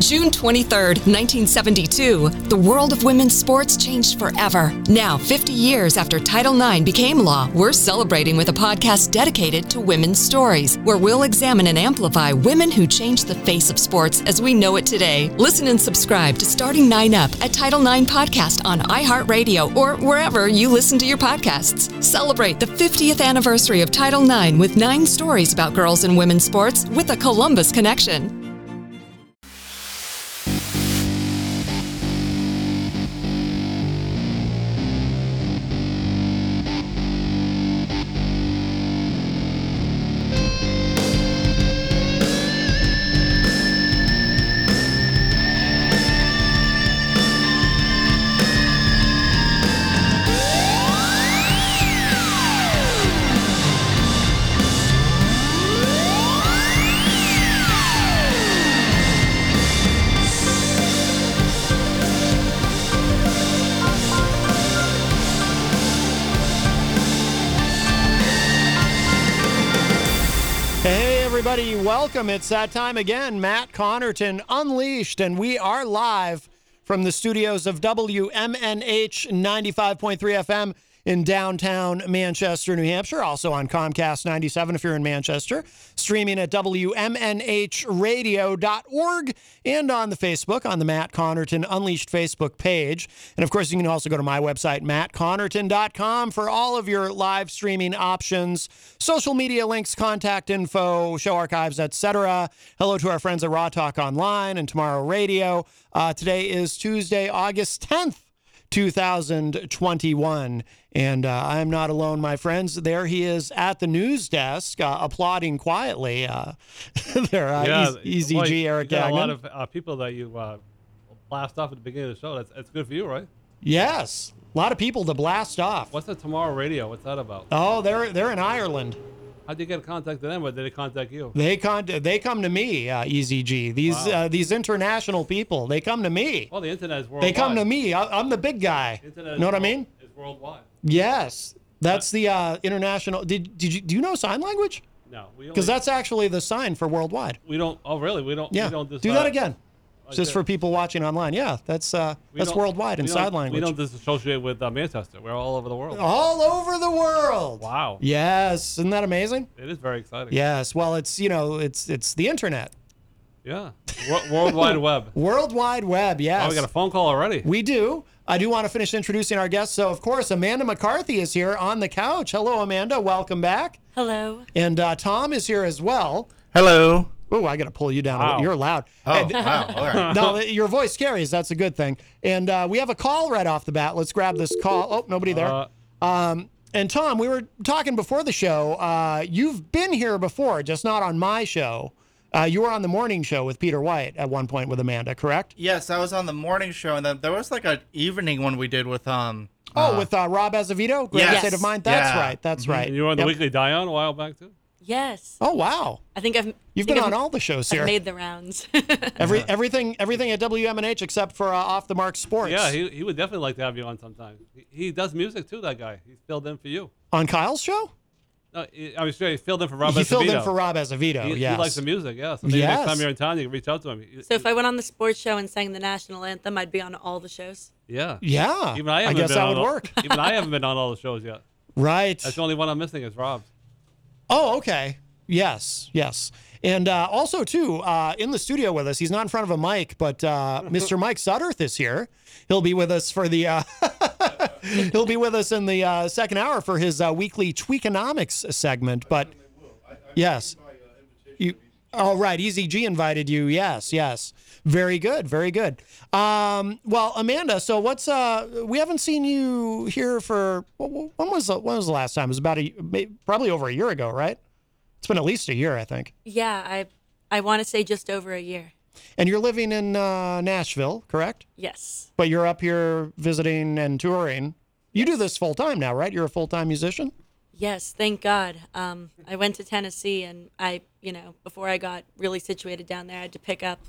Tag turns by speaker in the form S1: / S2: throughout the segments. S1: June 23rd, 1972, the world of women's sports changed forever. Now, 50 years after Title IX became law, we're celebrating with a podcast dedicated to women's stories, where we'll examine and amplify women who changed the face of sports as we know it today. Listen and subscribe to Starting Nine Up, a Title IX podcast on iHeartRadio or wherever you listen to your podcasts. Celebrate the 50th anniversary of Title IX with nine stories about girls and women's sports with a Columbus connection.
S2: Hey, everybody, welcome. It's that time again. Matt Connerton Unleashed, and we are live from the studios of WMNH 95.3 FM in downtown Manchester, New Hampshire. Also on Comcast 97 if you're in Manchester. Streaming at WMNHradio.org and on the Facebook, on the Matt Connerton Unleashed Facebook page. And of course, you can also go to my website, mattconnerton.com, for all of your live streaming options, social media links, contact info, show archives, etc. Hello to our friends at Raw Talk Online and Tomorrow Radio. Uh, today is Tuesday, August 10th. 2021. And uh, I am not alone, my friends. There he is at the news desk, uh, applauding quietly. Uh, there, uh, Easy
S3: well,
S2: G,
S3: you-
S2: Eric
S3: you got a lot
S2: Gagnon.
S3: of uh, people that you uh, blast off at the beginning of the show. That's, that's good for you, right?
S2: yes, a lot of people to blast off.
S3: What's the tomorrow radio? What's that about?
S2: Oh, they're they're in Ireland.
S3: How'd you get in contact with them, or did they contact you?
S2: They con- they come to me, uh, Easy G. These uh, these international people, they come to me.
S3: Well, the internet is worldwide.
S2: They come to me. I- I'm the big guy.
S3: Internet is
S2: know what I
S3: world-
S2: mean?
S3: It's worldwide.
S2: Yes, that's the uh, international. Did did you do you know sign language?
S3: No, we
S2: Because
S3: only-
S2: that's actually the sign for worldwide.
S3: we don't. Oh, really? We don't.
S2: Yeah.
S3: We don't
S2: Do that
S3: uh,
S2: again.
S3: like
S2: Just
S3: that.
S2: for people watching online. Yeah, that's uh,
S3: we
S2: that's
S3: don't-
S2: worldwide in
S3: we
S2: sign
S3: don't-
S2: language. Oh.
S3: We don't disassociate with uh, Manchester. We're all over the world.
S2: All over the world.
S3: Wow.
S2: Yes, isn't that amazing?
S3: It is very exciting.
S2: Yes. Well, it's you know, it's it's the internet,
S3: Yeah. Wor- World Wide Web.
S2: World Wide Web. Yes.
S3: Oh, we got a phone call already.
S2: We do. I do want to finish introducing our guests. So, of course, Amanda McCarthy is here on the couch. Hello, Amanda. Welcome back.
S4: Hello.
S2: And uh, Tom is here as well.
S5: Hello.
S2: Oh, I got to pull you down. a bit.
S3: Wow.
S2: You're loud.
S5: Oh, wow. All right.
S2: no, your voice carries. That's a good thing. And uh, we have a call right off the bat. Let's grab this call. Oh, nobody there.
S3: Uh,
S2: um, and Tom, we were talking before the show. Uh, you've been here before, just not on my show. Uh, you were on the morning show with Peter White at one point with Amanda, correct?
S5: Yes, I was on the morning show, and then there was like an evening one we did with um.
S2: Oh, with uh, Rob Azevedo, Great
S5: Yes.
S2: State of Mind. That's
S5: Yeah.
S2: right. That's right.
S3: and you were on the
S2: Yep.
S3: Weekly Dion a while back too.
S4: Yes.
S2: Oh wow,
S4: I think I've.
S2: you've
S4: think
S2: been
S4: I've-
S2: on all the shows
S4: I've
S2: here.
S4: made the rounds.
S2: Every everything everything at WMNH except for uh, off the mark sports.
S3: Yeah, he, he would definitely like to have you on sometime. He, he does music too. That guy. He's filled in for you.
S2: on Kyle's show.
S3: No, he- I was sure he filled in for Rob
S2: he filled in
S3: Acevedo.
S2: for Rob Azevedo.
S3: He,
S2: yes.
S3: he likes the music, yeah. So maybe
S2: Yes.
S3: next time you're in town, you can reach out to him. He-
S4: so if I went on the sports show and sang the national anthem, I'd be on all the shows.
S3: yeah,
S2: yeah.
S3: Even I, haven't
S2: guess
S3: been
S2: that
S3: on
S2: would
S3: all-
S2: work.
S3: Even I haven't been on all the shows yet.
S2: right.
S3: That's the only one I'm missing is Rob's.
S2: Oh, okay. Yes, yes. And uh, also, too, uh, in the studio with us, he's not in front of a mic, but uh, Mr. Mike Sutterth is here. He'll be with us for the. Uh, he'll be with us in the uh, second hour for his uh, weekly Tweakonomics segment. But yes, you. All right, Easy G invited you. Yes, yes. Very good, very good. Um, well, Amanda, so what's uh? We haven't seen you here for wh- wh- when was the, when was the last time? It was about a may- probably over a year ago, right? It's been at least a year, I think.
S4: Yeah, I I want to say just over a year.
S2: And you're living in uh, Nashville, correct?
S4: Yes.
S2: But you're up here visiting and touring. You do this full time now, right? You're a full time musician.
S4: Yes, thank God. Um, I went to Tennessee and I, you know, before I got really situated down there, I had to pick up,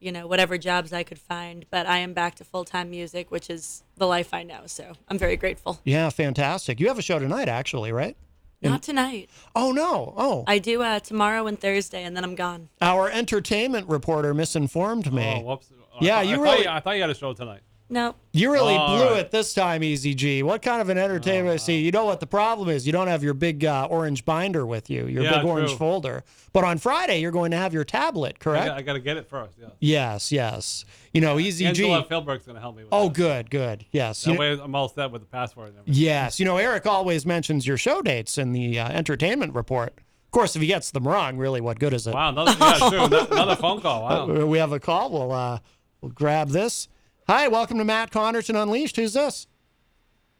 S4: you know, whatever jobs I could find. But I am back to full time music, which is the life I know. So I'm very grateful.
S2: Yeah, fantastic. You have a show tonight, actually, right?
S4: Not tonight.
S2: Oh no! Oh,
S4: I do uh, tomorrow and Thursday, and then I'm gone.
S2: our entertainment reporter misinformed
S3: Oh,
S2: me.
S3: whoops. Oh, I
S2: Yeah,
S3: thought-
S2: you
S3: I
S2: really-
S3: Thought Oh. you, I thought you had a show tonight.
S4: No,
S2: You really
S3: All
S2: blew
S3: right.
S2: it this time, Easy G. What kind of an entertainment?
S3: Oh,
S2: See, you know what the problem is. You don't have your big uh, orange binder with you, your
S3: Yeah,
S2: big orange
S3: true.
S2: folder. But on Friday, you're going to have your tablet,
S3: I
S2: correct?
S3: got, I got to get it first. Yeah.
S2: Yes, yes. You know, Easy G.
S3: Angela Philberg's gonna help me with
S2: Oh,
S3: that.
S2: good, good. Yes.
S3: That
S2: You-
S3: way I'm all set with the password. And everything.
S2: Yes, you know Eric always mentions your show dates in the uh, entertainment report. Of course, if he gets them wrong, really, what good is it?
S3: Wow, another, yeah, true. Another, another phone call. Wow.
S2: Uh, We have a call. We'll uh, we'll grab this. Hi, welcome to Matt Connerton Unleashed. Who's this?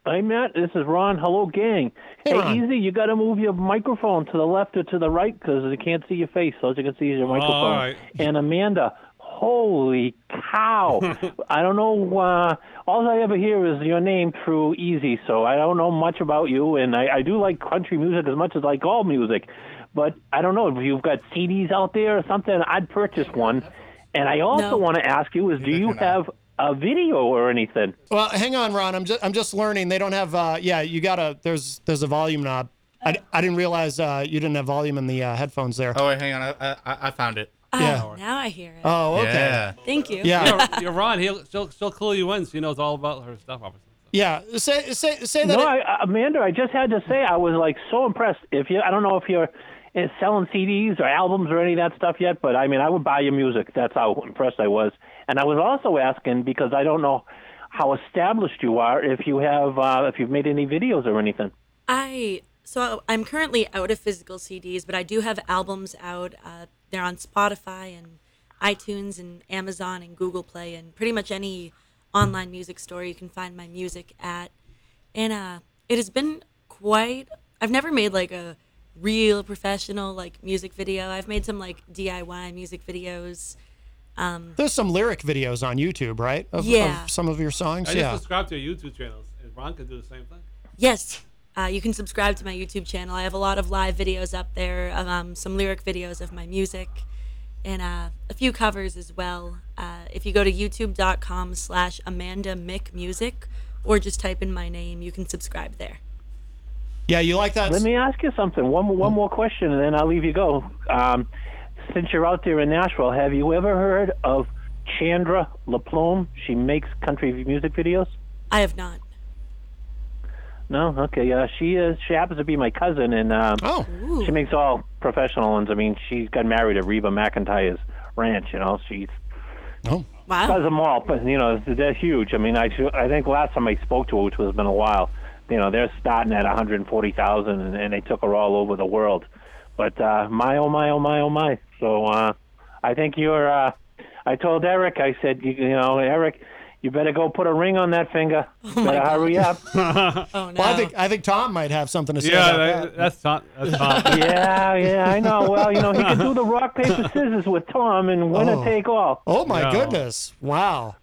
S6: Hi, Matt. This is Ron. Hello, gang.
S2: Hey, Ron.
S6: Easy, you got to move your microphone to the left or to the right because you can't see your face. So all you can see is your microphone.
S3: all right.
S6: And Amanda, holy cow. I don't know. Uh, all I ever hear is your name through Easy. So I don't know much about you. And I, I do like country music as much as I like all music. But I don't know if you've got CDs out there or something. I'd purchase one. And I also
S4: No.
S6: want to ask you is do you have a video or anything?
S2: Well, hang on, Ron. I'm just I'm just learning. They don't have. Uh, yeah, you gotta. There's there's a volume knob. I, I didn't realize uh, you didn't have volume in the uh, headphones there.
S5: Oh wait, hang on. I I, I found it.
S4: Ah, now I hear it.
S2: Oh, okay.
S5: Yeah.
S4: Thank you.
S2: Yeah.
S3: You're, you're Ron. He'll, she'll, she'll clue you in. She knows all about her stuff. Obviously.
S2: Yeah. Say say say that.
S6: No,
S2: it-
S6: I, I- Amanda, I just had to say I was like so impressed. If you, I don't know if you're eh, selling CDs or albums or any of that stuff yet, but I mean, I would buy your music. That's how impressed I was. And I was also asking because I don't know how established you are if you have uh, if you've made any videos or anything.
S4: I so I'm currently out of physical CDs, but I do have albums out. Uh, they're on Spotify and iTunes and Amazon and Google Play and pretty much any online music store you can find my music at. And uh, it has been quite. I've never made like a real professional like music video. I've made some like DIY music videos. um,
S2: there's some lyric videos on YouTube, right? Of,
S4: Yeah.
S2: Of some of your songs.
S3: I
S2: yeah.
S3: just subscribed to your YouTube channels, and Ron can do the same thing.
S4: Yes. Uh, you can subscribe to my YouTube channel. I have a lot of live videos up there, of, um, some lyric videos of my music, and uh, a few covers as well. Uh, if you go to youtube.com slash Amanda Mick Music or just type in my name, you can subscribe there.
S2: yeah. You like that?
S6: Let me ask you something. One one more question, and then I'll leave you go. Um, since you're out there in Nashville, have you ever heard of Chandra LaPlume? She makes country music videos.
S4: I have not.
S6: No, okay. Uh, she is. She happens to be my cousin, and um,
S2: oh.
S6: She makes all professional ones. I mean, she got married at Reba McIntyre's ranch. You know, she
S2: Oh.
S4: Wow.
S6: does them all. But you know, they're huge. I mean, I I think last time I spoke to her, which has been a while, you know, they're starting at 140,000, and, and they took her all over the world. But uh, my oh my oh my oh my. So uh, I think you're. Uh, I told Eric. I said, you, you know, Eric. You better go put a ring on that finger.
S2: Oh,
S6: better hurry up.
S4: Oh, no.
S2: Well, I think I think Tom might have something to say.
S3: Yeah,
S2: about that.
S3: that, that's Tom. That's Tom.
S6: yeah, yeah, I know. Well, you know, he can do the rock paper scissors with Tom and winner
S2: Oh.
S6: take all.
S2: Oh my
S3: No.
S2: goodness! Wow.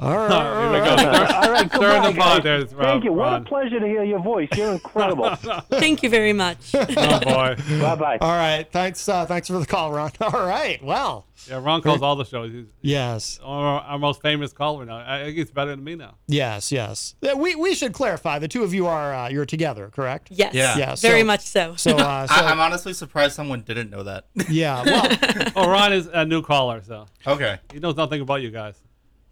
S2: All right.
S3: Here we go. Stir,
S6: All right,
S3: stir
S6: goodbye,
S3: the pot
S6: guys.
S3: there,
S6: Thank you. What a
S3: Ron.
S6: pleasure to hear your voice. You're incredible. bye
S4: Thank you very much.
S3: Oh, boy.
S6: bye.
S2: All right. Thanks. Uh, thanks for the call, Ron. All right. Well.
S3: Yeah, Ron calls all the shows. He's
S2: Yes.
S3: our, our most famous caller now. I think he's better than me now.
S2: Yes. Yes. Uh, We we should clarify. The two of you are uh, you're together, correct?
S4: yes.
S5: Yeah.
S2: Yeah, so-
S4: very much so.
S2: So, uh, so
S5: I, I'm honestly surprised someone didn't know that.
S2: yeah. Well,
S3: Oh, Ron is a new caller, so
S5: okay.
S3: he knows nothing about you guys.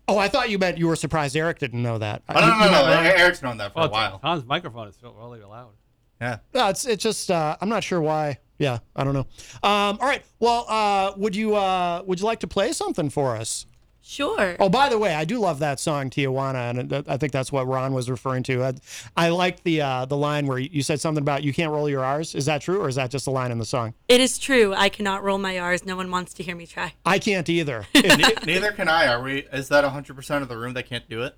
S2: oh, I thought you meant you were surprised Eric didn't know that.
S5: Oh, no,
S2: You-
S5: no, no, no. Eric's known that for
S3: Oh,
S5: a while.
S3: Tom's microphone is still really loud.
S5: Yeah.
S2: No, it's it's just uh, I'm not sure why. Yeah, I don't know. Um, all right. Well, uh, would you uh, would you like to play something for us?
S4: Sure.
S2: Oh, by the way, I do love that song Tijuana, and it- I think that's what Ron was referring to. I, I like the uh, the line where you said something about you can't roll your R's. Is that true, or is that just a line in the song?
S4: It is true. I cannot roll my R's. No one wants to hear me try.
S2: I can't either.
S5: Ne- neither can I. Are we? Is that 100% of the room that can't do it?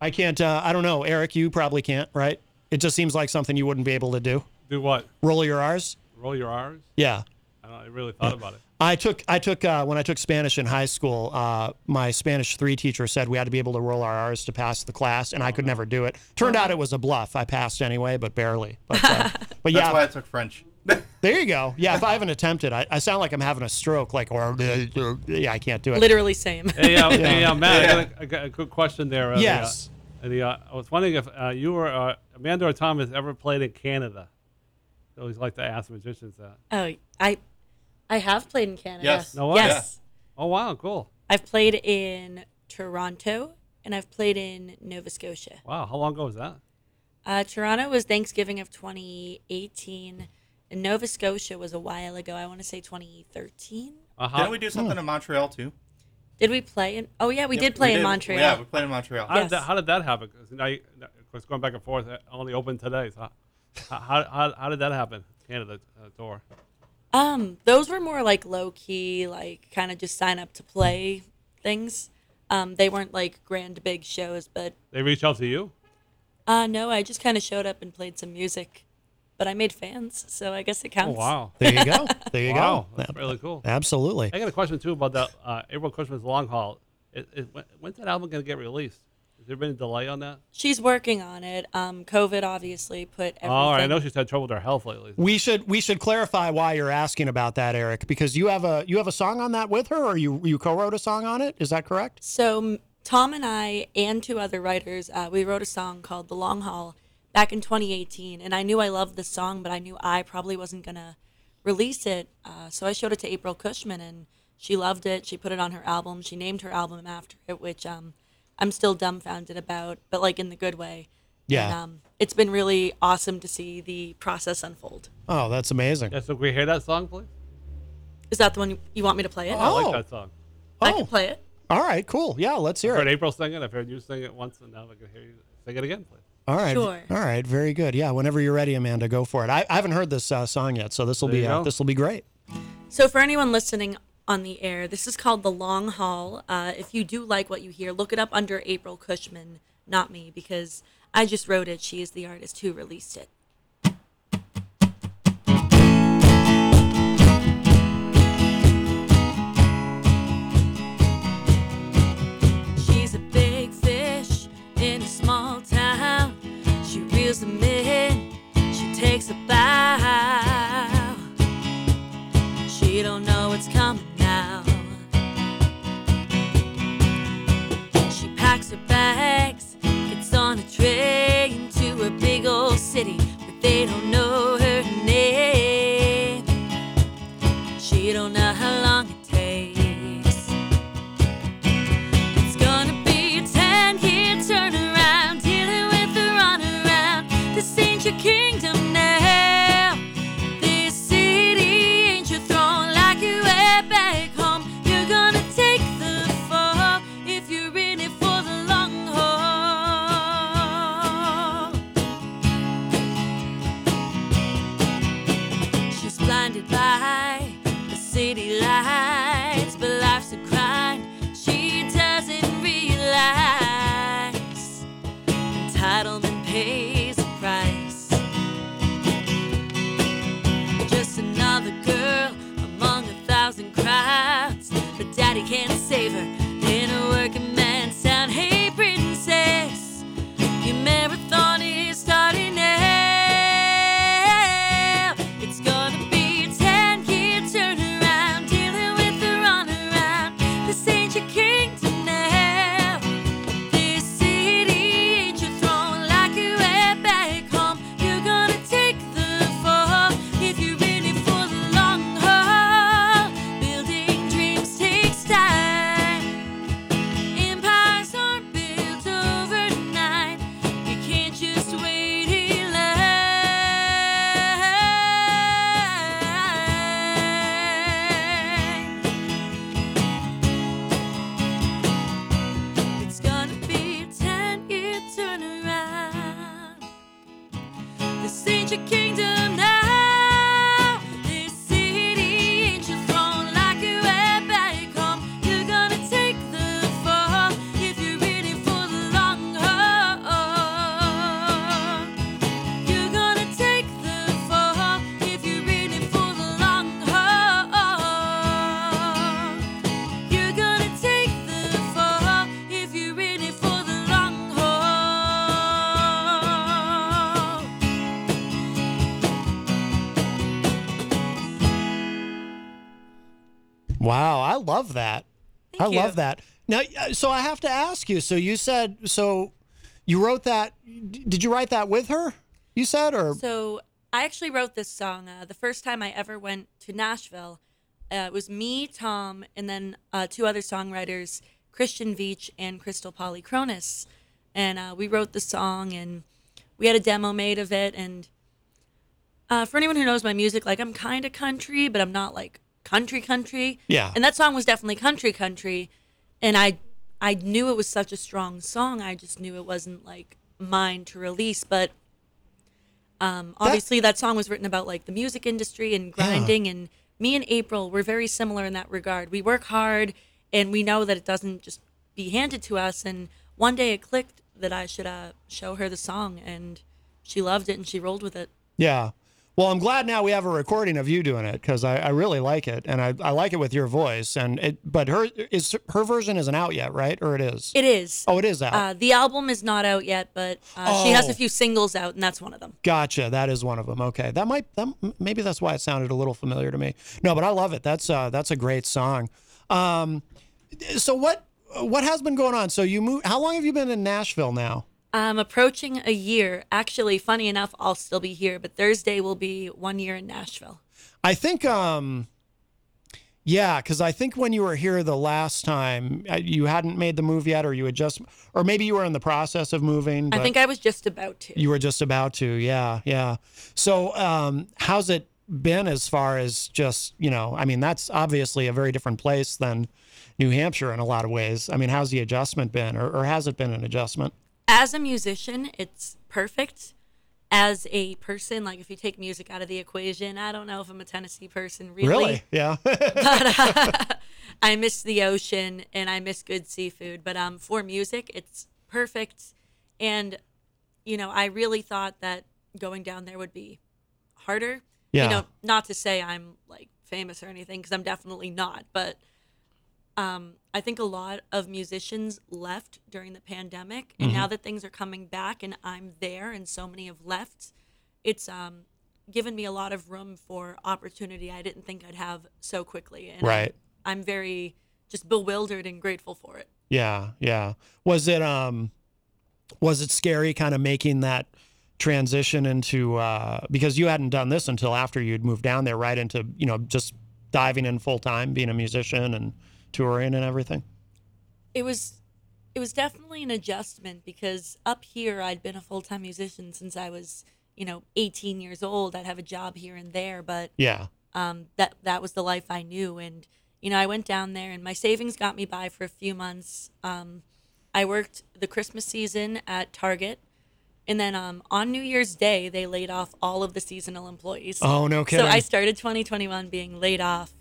S2: I can't. Uh, I don't know, Eric. You probably can't, right? It just seems like something you wouldn't be able to do.
S3: Do what?
S2: Roll your R's.
S3: Roll your R's?
S2: Yeah.
S3: I, don't, I really thought about it.
S2: I took I took uh, when I took Spanish in high school. Uh, my Spanish three teacher said we had to be able to roll our R's to pass the class, and I could never do it. Turned out it was a bluff. I passed anyway, but barely. But, uh, but
S5: That's why I
S2: yeah,
S5: took French.
S2: there you go. Yeah, if I haven't attempted, I, I sound like I'm having a stroke. Like or uh, yeah, I can't do it.
S4: Literally same.
S3: Hey, uh, hey, uh, Matt, I, got a, I got a quick question there. Uh, the, uh,
S2: Yes.
S3: uh, the, uh, I was wondering if uh, you or uh, Amanda or Tom has ever played in Canada. I always like to ask magicians that.
S4: Oh, I, I have played in Canada.
S5: Yes.
S3: No way.
S4: Yes.
S3: Oh, wow, cool.
S4: I've played in Toronto and I've played in Nova Scotia.
S3: Wow, how long ago was that?
S4: Uh, Toronto was Thanksgiving of 2018, and Nova Scotia was a while ago. I want to say 2013.
S3: Uh-huh.
S5: Didn't we do
S2: Hmm.
S5: something in Montreal too?
S4: Did we play in? Oh yeah, we
S5: Yeah,
S4: did play in Montreal.
S5: Yeah, we played in Montreal.
S3: How, did that,
S4: Yes.
S3: how did that happen? 'Cause now you, now, of course, going back and forth, uh, only open today. So how, how, how, how did that happen? Canada uh, tour.
S4: Um, those were more like low key, like kind of just sign up to play things. Um, they weren't like grand big shows, but
S3: They reached out to you?
S4: uh, no, I just kind of showed up and played some music. But I made fans, so I guess it
S3: Oh,
S4: counts.
S3: wow.
S2: There you go. There you
S3: Wow,
S2: go.
S3: that's really cool.
S2: Absolutely.
S3: I got a question too about that uh, April Christmas long haul. It, it, when- when's that album gonna get released? Has there been a delay on that?
S4: She's working on it. Um, COVID obviously put everything.
S3: Oh, I know she's had trouble with her health lately.
S2: We should we should clarify why you're asking about that, Eric, because you have a you have a song on that with her, or you you co-wrote a song on it. Is that correct?
S4: So m- Tom and I and two other writers, uh, we wrote a song called "The Long Haul" back in 2018, and I knew I loved this song, but I knew I probably wasn't gonna release it. Uh, so I showed it to April Cushman, and she loved it. She put it on her album. She named her album after it, which um, I'm still dumbfounded about, but like in the good way.
S2: Yeah.
S4: And, um, it's been really awesome to see the process unfold.
S2: Oh, that's amazing.
S3: Yeah, so can we hear that song, please?
S4: Is that the one you- you want me to play it?
S3: I
S2: Oh.
S3: like that song.
S4: I can
S2: Oh,
S4: play it.
S2: all right, cool. Yeah, let's hear
S3: I've heard
S2: it.
S3: April sing it. I've heard you sing it once, and now I can hear you sing it again, please.
S2: All right,
S4: Sure.
S2: all right, very good. Yeah, whenever you're ready, Amanda, go for it. I, I haven't heard this uh, song yet, so this will
S3: There
S2: be
S3: you
S2: uh,
S3: go.
S2: this will be great.
S4: So, for anyone listening on the air, this is called The Long Haul. Uh, if you do like what you hear, look it up under April Cushman, not me, because I just wrote it. She is the artist who released it. She's a big fish in a small town. She reels them in, she takes a bow. She don't know what's coming now. She packs her bags, gets on a train to a big old city, but they don't know her name. She don't know how long it takes. It's gonna be a 10 year turnaround, dealing with the runaround. This ain't your kingdom now. This city ain't your throne like you were back home. You're gonna take the fall if you're in it for the long haul. She's blinded by the city lights, but life's a grind. She doesn't realize entitlement pays a price. Just another girl among a thousand crowds, but daddy can't save her in a working man's town. Hey, princess. Your marathon is starting now. It's gonna be a 10 year turnaround, dealing with the runaround. This ain't your kingdom now. This city ain't your throne like you were back home. You're gonna take the fall if you're in it for the long haul. Building dreams takes time.
S2: love that. I
S4: Thank you.
S2: love that. Now, uh, so I have to ask you. So you said so you wrote that. d- Did you write that with her? You said or
S4: So I actually wrote this song uh, the first time I ever went to Nashville. Uh, it was me, Tom, and then uh, two other songwriters, Christian Veach and Crystal Polychronis. And uh, we wrote the song and we had a demo made of it. And uh, for anyone who knows my music, like I'm kind of country, but I'm not like country country.
S2: Yeah.
S4: And that song was definitely country country. And I, I knew it was such a strong song. I just knew it wasn't like mine to release. But um, obviously, that song was written about like the music industry and grinding. And me and April were very similar in that regard. We work hard, and we know that it doesn't just be handed to us. And one day, it clicked that I should uh, show her the song, and she loved it and she rolled with it.
S2: yeah. Well, I'm glad now we have a recording of you doing it because I, I really like it and I, I like it with your voice and it. But her is her version isn't out yet, right? Or it is?
S4: It is.
S2: oh, it is out.
S4: Uh, the album is not out yet, but uh, she has
S2: Oh.
S4: a few singles out, and that's one of them.
S2: Gotcha. That is one of them. Okay. That might that maybe that's why it sounded a little familiar to me. No, but I love it. That's uh that's a great song. Um so what what has been going on? So you move how long have you been in Nashville now?
S4: I'm approaching a year. Actually, funny enough, I'll still be here, but Thursday will be one year in Nashville.
S2: I think um yeah, cuz I think when you were here the last time uh, you hadn't made the move yet or you had just or maybe you were in the process of moving but
S4: I think I was just about to.
S2: you were just about to. Yeah, yeah. So um how's it been as far as just, you know, I mean, that's obviously a very different place than New Hampshire in a lot of ways. I mean, how's the adjustment been or, or has it been an adjustment?
S4: as a musician, it's perfect. As a person, like if you take music out of the equation, I don't know if I'm a Tennessee person really. uh,
S2: Yeah.
S4: I miss the ocean and I miss good seafood, but um, for music, it's perfect. And you know, I really thought that going down there would be harder.
S2: Yeah.
S4: You know, not to say I'm like famous or anything, because I'm definitely not. But um, I think a lot of musicians left during the pandemic,
S2: Mm-hmm.
S4: and now that things are coming back, and I'm there, and so many have left, it's um, given me a lot of room for opportunity I didn't think I'd have so quickly. And I'm-
S2: Right.
S4: I'm very just bewildered and grateful for it.
S2: yeah. Yeah. Was it, um, was it scary kind of making that transition into, uh, because you hadn't done this until after you'd moved down there, right into, you know, just diving in full time, being a musician and touring and everything?
S4: it was it was definitely an adjustment because up here I'd been a full-time musician since I was, you know, 18 years old. I'd have a job here and there, but
S2: Yeah.
S4: um, that that was the life I knew. And you know, I went down there, and my savings got me by for a few months. Um, I worked the Christmas season at Target, and then um, on New Year's Day they laid off all of the seasonal employees.
S2: Oh, no
S4: So I
S2: kidding.
S4: started 2021 being laid off,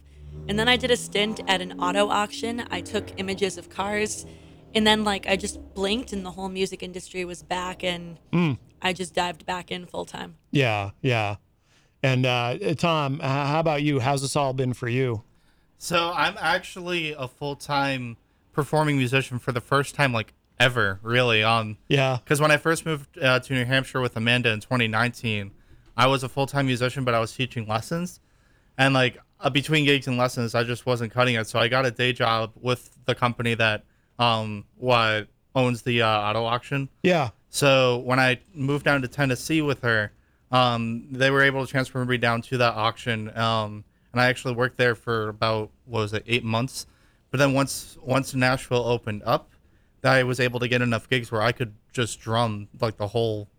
S4: and then I did a stint at an auto auction. I took images of cars, and then like I just blinked, and the whole music industry was back, and
S2: Mm.
S4: I just dived back in full time.
S2: Yeah, yeah. And uh, Tom, h- how about you? How's this all been for you?
S5: So I'm actually a full time performing musician for the first time like ever, really. Um,
S2: Yeah,
S5: because when I first moved uh, to New Hampshire with Amanda in 2019, I was a full time musician, but I was teaching lessons, and like uh, between gigs and lessons, I just wasn't cutting it. So I got a day job with the company that um what owns the uh, auto auction.
S2: yeah,
S5: So when I moved down to Tennessee with her, um, they were able to transfer me down to that auction, um, and I actually worked there for about what was it, eight months. But then once once Nashville opened up, I was able to get enough gigs where I could just drum like the whole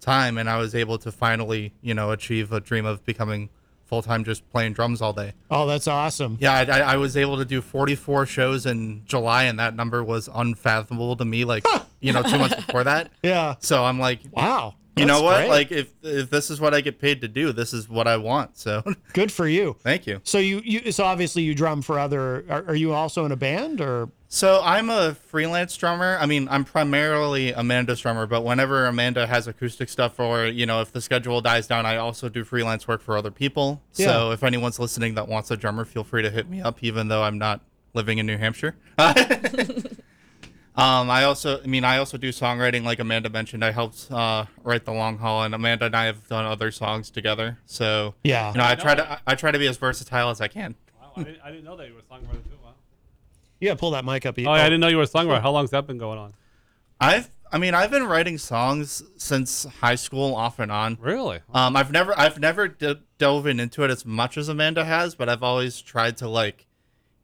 S5: time, and I was able to finally you know achieve a dream of becoming full time just playing drums all day.
S2: Oh, that's awesome.
S5: Yeah, I, I I was able to do 44 shows in July, and that number was unfathomable to me. Like you know, two months before that.
S2: Yeah.
S5: So I'm like,
S2: Wow.
S5: you know
S2: That's
S5: what?
S2: great.
S5: Like if if this is what I get paid to do, this is what I want. So
S2: good for you.
S5: thank you.
S2: So you, you, so obviously you drum for other. Are, are you also in a band or?
S5: So I'm a freelance drummer. I mean, I'm primarily Amanda's drummer, but whenever Amanda has acoustic stuff or, you know, if the schedule dies down, I also do freelance work for other people. So
S2: Yeah.
S5: if anyone's listening that wants a drummer, feel free to hit me up, even though I'm not living in New Hampshire. um, I also, I mean, I also do songwriting, like Amanda mentioned. I helped uh, write The Long Haul, and Amanda and I have done other songs together. So,
S2: Yeah.
S5: you know, I try to, I- I try to be as versatile as I can.
S3: Wow, I didn't, I didn't know that you were a songwriter too. Wow.
S2: You gotta pull that mic up.
S3: Oh, yeah, I didn't know you were a songwriter. How long's that been going on?
S5: I've I mean I've been writing songs since high school off and on.
S3: Really?
S5: Um, I've never I've never d- dove in into it as much as Amanda has, but I've always tried to like,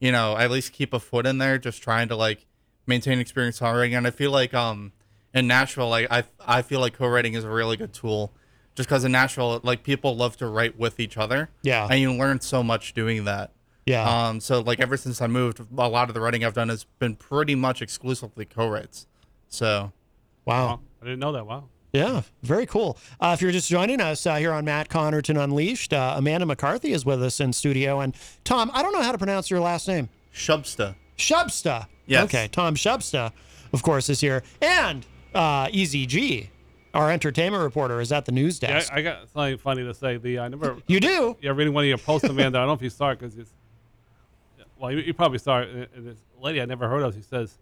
S5: you know, at least keep a foot in there, just trying to like maintain experience songwriting. And I feel like um in Nashville, like I I feel like co-writing is a really good tool, just because in Nashville, like people love to write with each other.
S2: Yeah.
S5: and you learn so much doing that.
S2: Yeah.
S5: Um, so like ever since I moved, a lot of the writing I've done has been pretty much exclusively co-writes. So
S2: wow.
S3: I didn't know that. Wow.
S2: Yeah, very cool. Uh, if you're just joining us uh, here on Matt Connerton Unleashed, uh, Amanda McCarthy is with us in studio. And Tom, I don't know how to pronounce your last name.
S5: Shubsta.
S2: Shubsta.
S5: Yes.
S2: Okay, Tom Shubsta, of course, is here. And uh, Easy G, our entertainment reporter, is at the news
S3: Yeah,
S2: desk.
S3: I, I got something funny to say. The uh, I never.
S2: you do?
S3: Yeah, reading one of your posts, Amanda. I don't know if you saw it because it's. Well, you, you probably saw it. And- and This lady I never heard of. She says,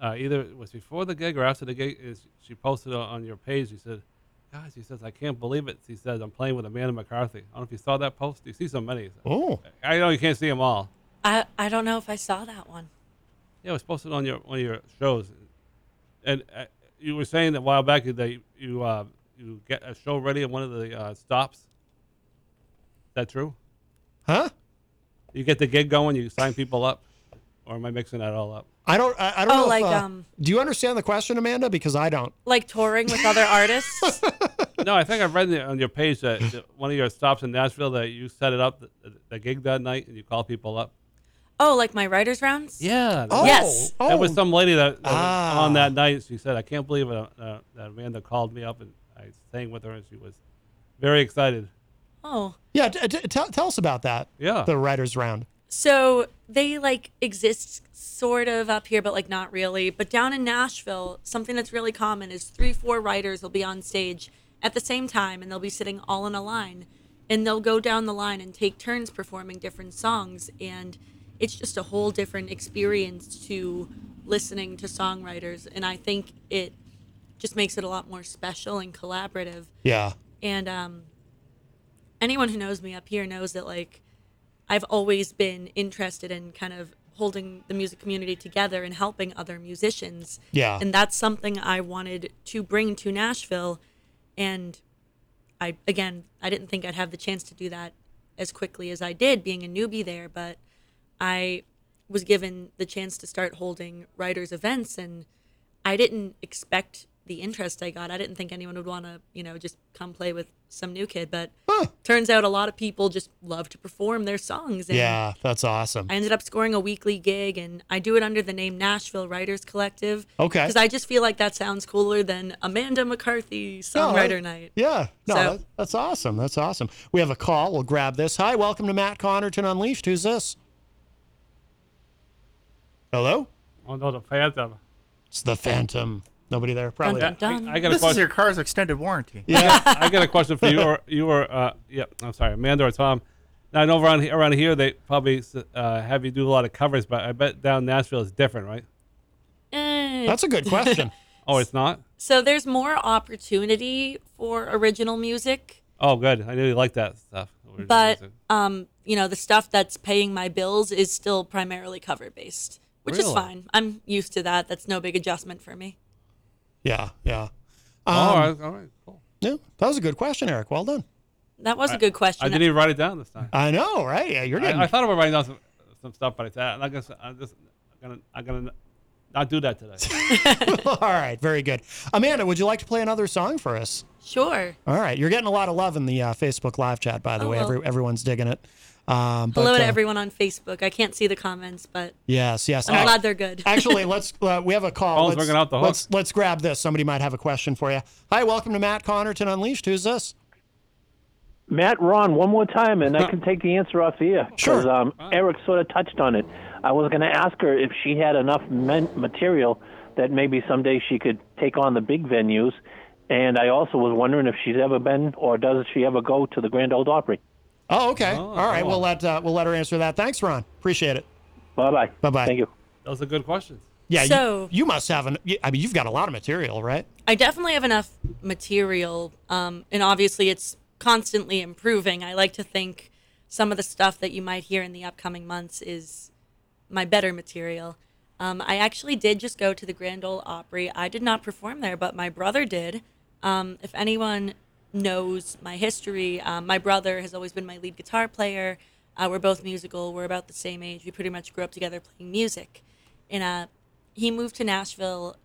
S3: uh, either it was before the gig or after the gig. Is she posted on- on your page? She said, "Guys," she says, "I can't believe it." She says, "I'm playing with Amanda McCarthy." I don't know if you saw that post. You see so many.
S2: Oh,
S3: I know you can't see them all.
S4: I I don't know if I saw that one.
S3: Yeah, it was posted on your one of your shows, and uh, you were saying that a while back that you you, uh, you get a show ready at one of the uh, stops. Is that true?
S2: huh?
S3: You get the gig going, you sign people up, or am I mixing that all up?
S2: I don't. I, I don't
S4: Oh,
S2: know.
S4: like,
S2: if, uh,
S4: um,
S2: do you understand the question, Amanda? Because I don't.
S4: Like touring with other artists.
S3: no, I think I've read on your page that, that one of your stops in Nashville that you set it up the, the gig that night and you call people up.
S4: Oh, like my writers rounds.
S3: Yeah.
S2: Oh,
S4: Yes.
S2: Oh,
S3: There was some lady that, that was
S2: Ah.
S3: on that night. She said, "I can't believe it, uh, that Amanda called me up and I sang with her, and she was very excited."
S4: Oh.
S2: yeah. T- t- tell, tell us about that.
S3: Yeah.
S2: The writers' round.
S4: So they like exist sort of up here, but like not really. But down in Nashville, something that's really common is three, four writers will be on stage at the same time and they'll be sitting all in a line and they'll go down the line and take turns performing different songs. And it's just a whole different experience to listening to songwriters. And I think it just makes it a lot more special and collaborative
S2: Yeah.
S4: and um, anyone who knows me up here knows that like I've always been interested in kind of holding the music community together and helping other musicians.
S2: Yeah.
S4: and that's something I wanted to bring to Nashville, and I again I didn't think I'd have the chance to do that as quickly as I did, being a newbie there, but I was given the chance to start holding writers events and I didn't expect the interest I got. I didn't think anyone would want to, you know, just come play with some new kid, but turns out a lot of people just love to perform their songs and
S2: Yeah. That's awesome.
S4: I ended up scoring a weekly gig and I do it under the name Nashville Writers Collective.
S2: Okay.
S4: Because I just feel like that sounds cooler than Amanda McCarthy
S2: No,
S4: Songwriter
S2: that-
S4: Night.
S2: Yeah. No,
S4: So-
S2: that- that's awesome. That's awesome. We have a call. We'll grab this. Hi, welcome to Matt Connerton Unleashed. Who's this? Hello?
S3: Oh no, the fans have.
S2: It's the Phantom. Nobody there, probably.
S4: Dun,
S3: I,
S4: dun.
S3: I got a
S5: this is
S3: question.
S5: your car's extended warranty.
S3: I got a question for you or you or uh, yeah, I'm sorry, Amanda or Tom. Now I know around he- around here they probably uh, have you do a lot of covers, but I bet down Nashville is different, right?
S4: Eh,
S2: That's a good question.
S3: Oh, it's not.
S4: So there's more opportunity for original music,
S3: Oh, good. I knew you liked that stuff. Original
S4: but
S3: music.
S4: um, you know, the stuff that's paying my bills is still primarily cover based, which is
S3: Really?
S4: fine. I'm used to that. That's no big adjustment for me.
S2: yeah, yeah.
S3: all
S2: Um,
S3: right, Oh, all right, cool.
S2: yeah. That was a good question, Eric. Well done.
S4: That was a good question.
S3: I didn't even write it down this time.
S2: I know, right? Yeah, you're getting.
S3: I, I thought about writing down some, some stuff, but I said, I'm not gonna. s- I'm just gonna. I'm gonna not do that today.
S2: All right, very good. Amanda, would you like to play another song for us?
S4: sure.
S2: All right, you're getting a lot of love in the uh, Facebook live chat, by the
S4: Oh,
S2: way.
S4: well.
S2: Every, everyone's digging it. Um, but,
S4: Hello to
S2: uh,
S4: everyone on Facebook. I can't see the comments, but
S2: Yes, yes.
S4: I'm
S2: Ac-
S4: glad they're good.
S2: Actually, let's. Uh, we have a call.
S3: Phone's
S2: Let's,
S3: ringing out the hook.
S2: let's let's grab this. Somebody might have a question for you. Hi, welcome to Matt Connerton Unleashed. Who's this?
S6: Matt Ron one more time, and I can take the answer off the air. 'cause,
S2: Sure.
S6: Um, Eric sort of touched on it. I was going to ask her if she had enough men- material that maybe someday she could take on the big venues, and I also was wondering if she's ever been or does she ever go to the Grand Old Opry.
S2: Oh, okay. All right, we'll let uh, we'll let her answer that. Thanks, Ron. Appreciate it.
S6: Bye bye.
S2: Bye-bye.
S6: Thank you.
S3: Those are good questions.
S2: Yeah. you-
S4: So-
S2: you, must have an. I mean, you've got a lot of material, right?
S4: I definitely have enough material, um, and obviously it's constantly improving. I like to think some of the stuff that you might hear in the upcoming months is my better material. Um, I actually did just go to the Grand Ole Opry. I did not perform there, but my brother did. Um, if anyone knows my history, um, my brother has always been my lead guitar player. Uh, we're both musical. We're about the same age. We pretty much grew up together playing music. And uh, he moved to Nashville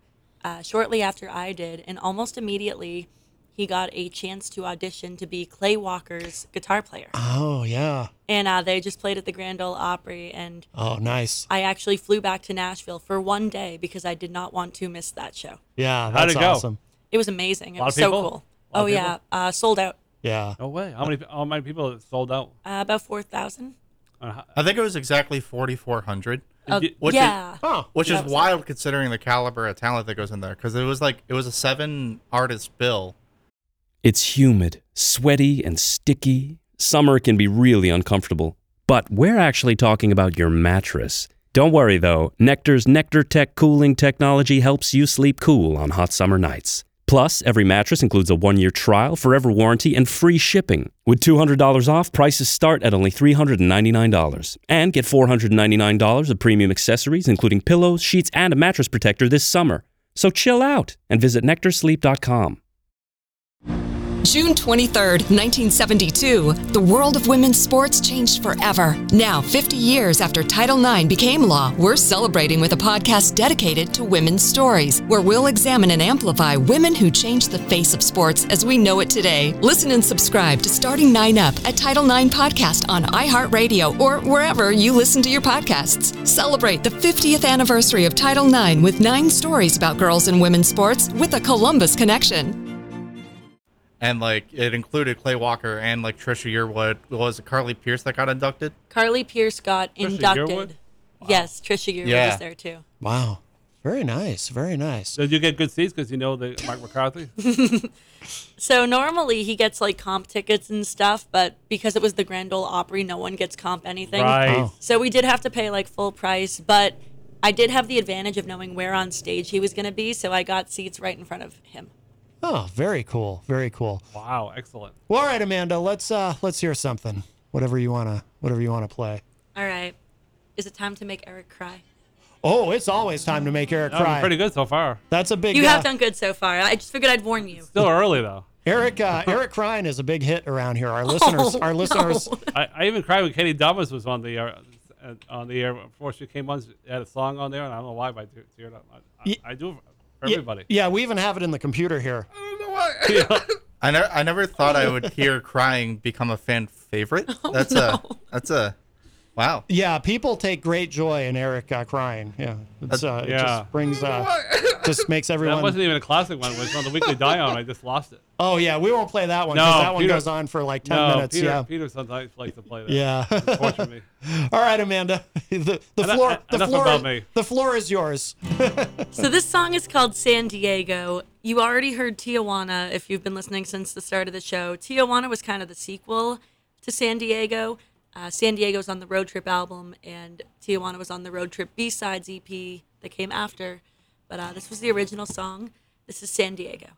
S4: uh, shortly after I did, and almost immediately he got a chance to audition to be Clay Walker's guitar player.
S2: Oh yeah.
S4: And uh, they just played at the Grand Ole Opry, and
S2: Oh nice.
S4: I actually flew back to Nashville for one day because I did not want to miss that show.
S2: Yeah,
S3: How'd
S2: that's
S3: it go?
S2: awesome.
S4: It was amazing. It
S3: Lot
S4: was
S3: of
S4: so
S3: people?
S4: cool.
S3: Lot of
S4: Oh yeah, uh, sold out.
S2: Yeah.
S3: No way. How many? How many people sold out?
S4: Uh, about four thousand.
S3: Uh, how-
S5: I think it was exactly 4,400,
S4: Uh,
S3: Did-
S5: what did-
S4: yeah.
S2: Oh.
S5: which
S4: Yeah,
S5: is
S4: it was-
S5: wild considering the caliber of talent that goes in there. Because it was like it was a seven artist bill.
S7: It's humid, sweaty, and sticky. Summer can be really uncomfortable. But we're actually talking about your mattress. Don't worry though, Nectar's Nectar Tech cooling technology helps you sleep cool on hot summer nights. Plus, every mattress includes a one year trial, forever warranty, and free shipping. With $200 off, prices start at only $399. And get $499 of premium accessories, including pillows, sheets, and a mattress protector this summer. So chill out and visit nectarsleep.com.
S1: June 23rd, 1972, the world of women's sports changed forever. Now, 50 years after Title IX became law, we're celebrating with a podcast dedicated to women's stories, where we'll examine and amplify women who changed the face of sports as we know it today. Listen and subscribe to Starting Nine Up, a Title IX podcast on iHeartRadio or wherever you listen to your podcasts. Celebrate the 50th anniversary of Title IX with nine stories about girls and women's sports with a Columbus connection.
S5: and like it included Clay Walker and like Trisha Yearwood. Was it Carly Pierce that got inducted?
S4: Carly Pierce got
S3: Trisha
S4: inducted.
S3: Yearwood?
S4: Yes, Trisha Yearwood
S5: Yeah.
S4: was there too.
S2: Wow. Very nice. Very nice.
S3: Did you get good seats because you know the Mike McCarthy?
S4: So normally he gets like comp tickets and stuff, but because it was the Grand Ole Opry, no one gets comp anything.
S3: right.
S2: Oh.
S4: So we did have to pay like full price, but I did have the advantage of knowing where on stage he was going to be, so I got seats right in front of him.
S2: Oh, very cool. Very cool.
S3: Wow. Excellent.
S2: Well, all right, Amanda, let's uh let's hear something. Whatever you wanna whatever you wanna play.
S4: All right. Is it time to make Eric cry?
S2: Oh, it's always time to make Eric
S3: I'm
S2: cry.
S3: pretty good so far.
S2: That's a big
S4: You
S2: uh,
S4: have done good so far. I just figured I'd warn you.
S3: Still early though. Oh,
S2: Eric uh, Eric crying is a big hit around here. Our listeners our listeners
S3: I, I even cried when Katie Dumas was on the air, uh, on the air before she came on. She had a song on there, and I don't know why, but I te- teared up. I,
S2: Ye-
S3: I, I do for
S2: Yeah,
S3: everybody.
S2: Yeah, we even have it in the computer here.
S5: I never, I never thought I would hear crying become a fan favorite.
S4: Oh,
S5: That's a, that's a, wow.
S2: Yeah, people take great joy in Eric uh, crying. Yeah, it's, uh, it
S3: Yeah.
S2: just brings uh, just makes
S3: That wasn't
S2: everyone.
S3: even a classic one. It was on the weekly Dion. I just lost it.
S2: Oh yeah, we won't play that one
S3: No,
S2: because that one
S3: Peter-
S2: goes on for like ten
S3: no,
S2: minutes.
S3: Peter,
S2: yeah,
S3: Peter sometimes likes to play that.
S2: yeah.
S3: Torture me.
S2: All right, Amanda, the the
S3: Enough-
S2: floor the
S3: enough
S2: floor
S3: about me.
S2: the floor is yours.
S4: So this song is called San Diego. You already heard Tijuana if you've been listening since the start of the show. Tijuana was kind of the sequel to San Diego. Uh, San Diego's on the Road Trip album, and Tijuana was on the Road Trip B sides EP that came after. But uh, this was the original song. This is San Diego.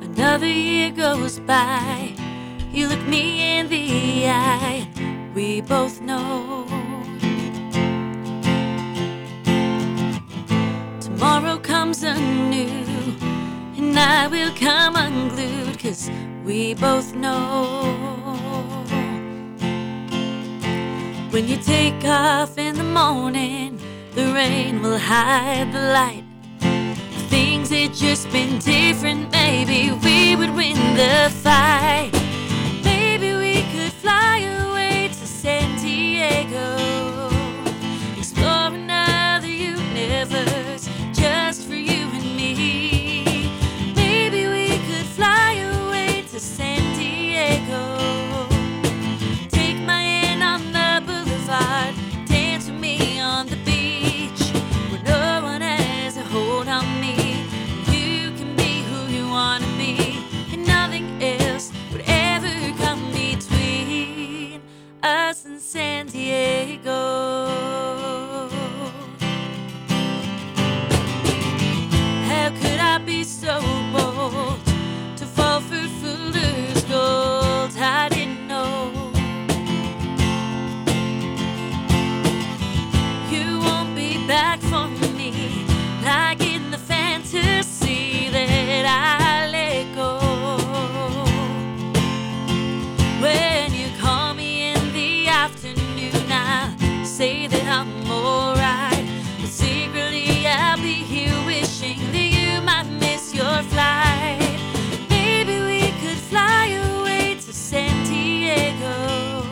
S4: Another year goes by. You look me in the eye. We both know. Tomorrow comes anew, and I will come unglued, cause we both know. When you take off in the morning, the rain will hide the light things had just been different, maybe we would win the fight. Maybe we could fly away to San Diego, explore another universe just for you and me. Maybe we could fly away to San Diego. Take my hand on the boulevard, dance with me on the beach. Where no one has a hold on me. You can be who you wanna be, and nothing else would ever come between us and San Diego. How could I be so bold to fall for fool's gold? I
S8: afternoon, I say that I'm alright. But secretly, I'll be here wishing that you might miss your flight. Maybe we could fly away to San Diego,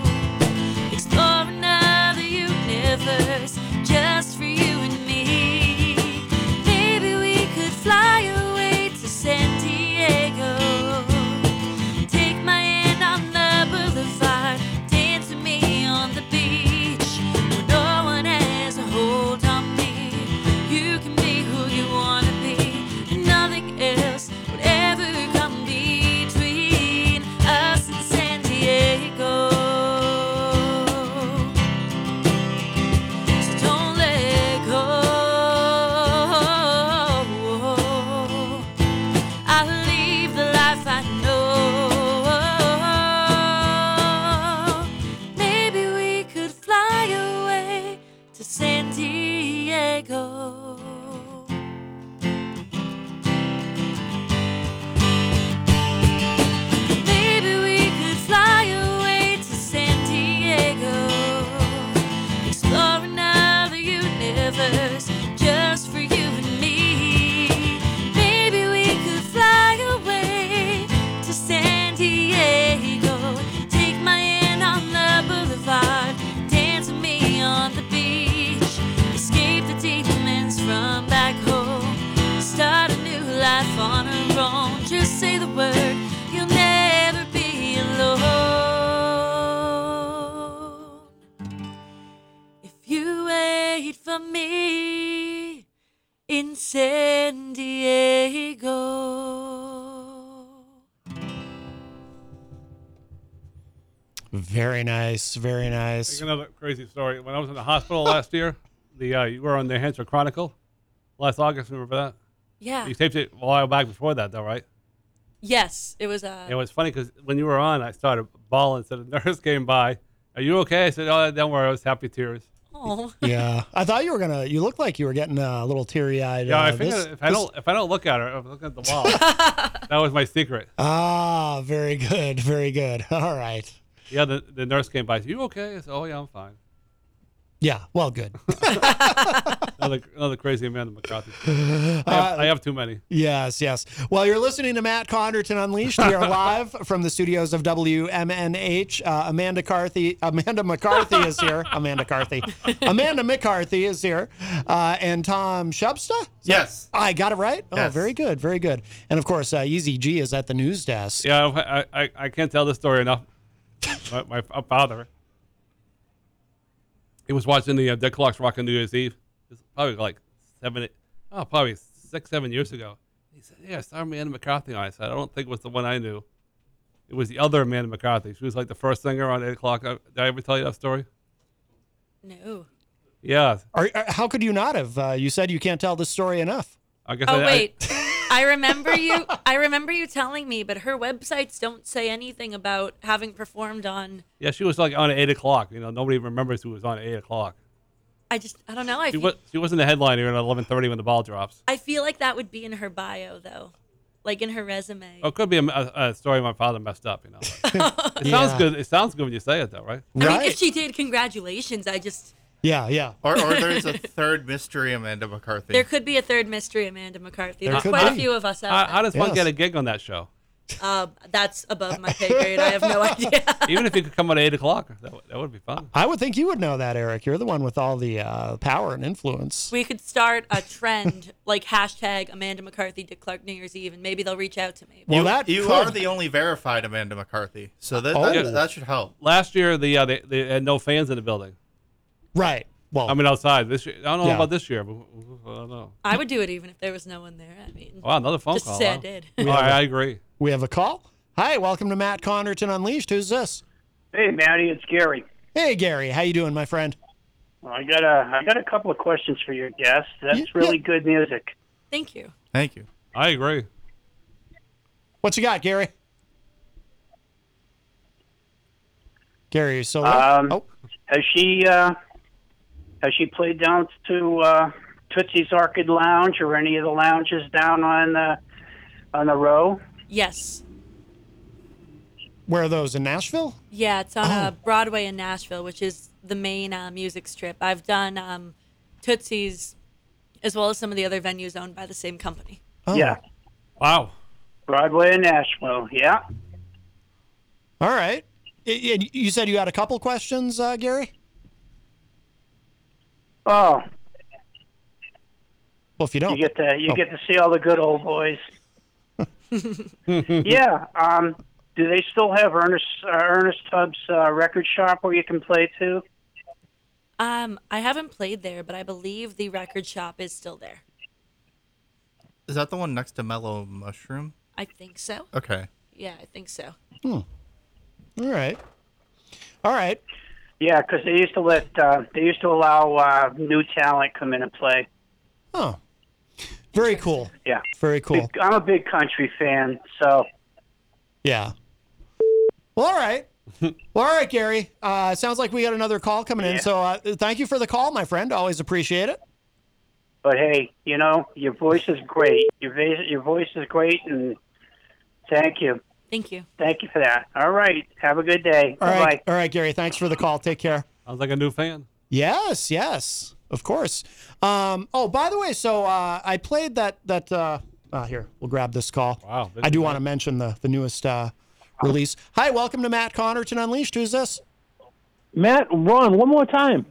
S8: explore another universe just for you and me. Maybe we could fly away to San Diego. Take my hand on the boulevard, dance with me on the beach. When no one has a hold on me, you can be who you wanna be, and nothing else would ever come between us and San Diego. So don't let go. I leave the life I know. Maybe we could fly away to San Diego. Maybe we could fly away to San Diego, explore another universe just for you and me. Maybe we could fly away to San Diego. Take my hand on the boulevard, dance with me on the beach, escape the demons from back home, start a new life on our own. Just say the word, you'll never be alone. If you wait for me in San Diego.
S2: Very nice. Very nice.
S3: Take another crazy story. When I was in the hospital last year, the uh, you were on the Hansel Chronicle last August. Remember that?
S4: Yeah.
S3: You taped it a while back before that, though, right?
S4: Yes, it was. Uh,
S3: It was funny because when you were on, I started bawling. So the nurse came by. Are you okay? I said, "Oh, don't worry. It was happy tears."
S4: oh,
S2: Yeah. I thought you were gonna. You looked like you were getting uh, a little teary eyed.
S3: Yeah,
S2: uh,
S3: I figured
S2: this-
S3: if I
S2: this-
S3: don't if I don't look at her, I'm looking at the wall. that was my secret.
S2: Ah, very good. Very good. All right.
S3: Yeah, the, the nurse came by. Said, you okay? I said, "Oh yeah, I'm fine."
S2: Yeah. Well, good.
S3: Another another crazy Amanda McCarthy. I
S2: Uh,
S3: have, I have too many.
S2: Yes, yes. Well, you're listening to Matt Conderton Unleashed. We are live from the studios of WMNH. Uh, Amanda Carthy, Amanda McCarthy is here. Amanda Carthy, Amanda McCarthy is here, uh, and Tom Shubsta.
S5: Yes.
S2: I got it right. Oh,
S5: Yes.
S2: very good, very good. And of course, uh, Easy G is at the news desk.
S3: Yeah, I, I, I can't tell this story enough. My, my father, he was watching the uh, Dead Clocks Rock on New Year's Eve. It's probably like seven, eight, oh, probably six, seven years ago. He said, "Yeah, I saw Amanda McCarthy." on." I said, "I don't think it was the one I knew. It was the other Amanda McCarthy. She was like the first singer on Eight O'clock." Uh, Did I ever tell you that story?
S4: no.
S3: Yeah,
S2: Are, are- how could you not have? Uh, you said you can't tell this story enough.
S3: I guess.
S4: Oh
S3: I,
S4: wait, I remember you. I remember you telling me, but her websites don't say anything about having performed on.
S3: I, yeah, she was like on Eight O'clock. You know, nobody even remembers who was on Eight O'clock.
S4: I just, I don't know. I
S3: She
S4: feel,
S3: was she wasn't the headliner at eleven thirty when the ball drops.
S4: I feel like that would be in her bio though, like in her resume.
S3: Oh, it could be a, a, a story my father messed up. You know, it sounds
S2: Yeah.
S3: good. It sounds good when you say it, though, right?
S4: I
S2: Right?
S4: mean, if she did, congratulations. I just,
S2: yeah, yeah.
S5: Or, or there's a third mystery Amanda McCarthy.
S4: there could be a third mystery, Amanda McCarthy.
S2: There
S4: There's
S2: could
S4: quite a
S2: be.
S4: few of us
S3: How,
S4: out.
S3: how does one
S2: Yes.
S3: get a gig on that show?
S4: there. Uh, that's above my pay grade. I have no idea.
S3: Even if you could come at eight o'clock, that, would- that would be fun.
S2: I would think you would know that, Eric. You're the one with all the uh, power and influence.
S4: we could start a trend like hashtag Amanda McCarthy Dick Clark New Year's Eve, and maybe they'll reach out to me.
S2: Well,
S5: you,
S2: that
S5: you
S2: could-
S5: are the only verified Amanda McCarthy, so that
S2: Oh.
S5: that, that should help.
S3: Last year, the uh, they, they had no fans in the building.
S2: right. Well,
S3: I mean, outside this year. I don't know
S2: Yeah.
S3: about this year, but I don't know.
S4: I would do it even if there was no one there. I mean,
S3: Wow, another phone
S4: just
S3: call.
S4: say I
S3: huh?
S4: did.
S3: All right, Oh, I agree.
S2: we have a call. Hi, welcome to Matt Conderton Unleashed. Who's this?
S9: Hey, Matty, it's Gary.
S2: Hey Gary, how you doing, my friend?
S9: I got a I got a couple of questions for your guest. That's
S2: Yeah,
S9: really
S2: yeah.
S9: good music.
S4: Thank you.
S5: Thank you.
S3: I agree.
S2: What you got, Gary? Gary, you still there?
S9: Um,
S2: oh,
S9: Has she uh, has she played down to uh, Tootsie's Orchid Lounge or any of the lounges down on the on the row?
S4: Yes.
S2: Where are those in Nashville?
S4: Yeah, it's on uh, Broadway in Nashville, which is the main uh, music strip. I've done um, Tootsie's as well as some of the other venues owned by the same company.
S2: Oh.
S9: Yeah.
S3: Wow.
S9: Broadway in Nashville. Yeah.
S2: All right. I- I- you said you had a couple questions, uh, Gary.
S9: Oh,
S2: Well, if you don't,
S9: you get to you
S2: Oh.
S9: get to see all the good old boys. yeah. Um, do they still have Ernest uh, Ernest Tubbs uh, record shop where you can play to?
S4: Um, I haven't played there, but I believe the record shop is still there.
S5: Is that the one next to Mellow Mushroom?
S4: I think so.
S5: Okay.
S4: Yeah, I think so.
S2: all right. All right.
S9: Yeah, 'cause they used to let uh, they used to allow uh, new talent come in and play.
S2: Oh, very cool.
S9: Yeah.
S2: Very cool.
S9: Big- I'm a big country fan, so
S2: Yeah. Well, all right. Well, all right, Gary. Uh, sounds like we got another call coming in. So uh, thank you for the call, my friend. Always appreciate it.
S9: But hey, you know, your voice is great. Your va- your voice is great, and thank you,
S4: Thank you.
S9: thank you for that. All right, have a good day.
S2: All right.
S9: Bye-bye.
S2: All right, Gary. Thanks for the call. Take care.
S3: Sounds like a new fan.
S2: Yes, yes, of course. Um, oh, by the way, so uh, I played that that uh, uh, here. We'll grab this call.
S3: Wow, this
S2: I do
S3: is
S2: want to mention the the newest uh, release. Hi, welcome to Matt Connerton Unleashed. Who's this?
S6: Matt, Ron, one more time.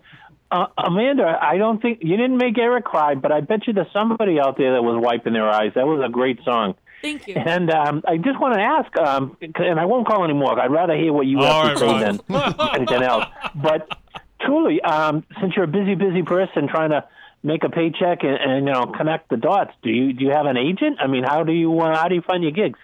S6: Uh, Amanda, I don't think you didn't make Eric cry, but I bet you there's somebody out there that was wiping their eyes. That was a great song.
S4: Thank you.
S6: And um, I just want to ask, um, and I won't call anymore. I'd rather hear what you
S3: All
S6: have to
S3: right,
S6: say than anything else. But truly, um, since you're a busy, busy person trying to make a paycheck and, and you know connect the dots, do you do you have an agent? I mean, how do you uh, how do you find your gigs?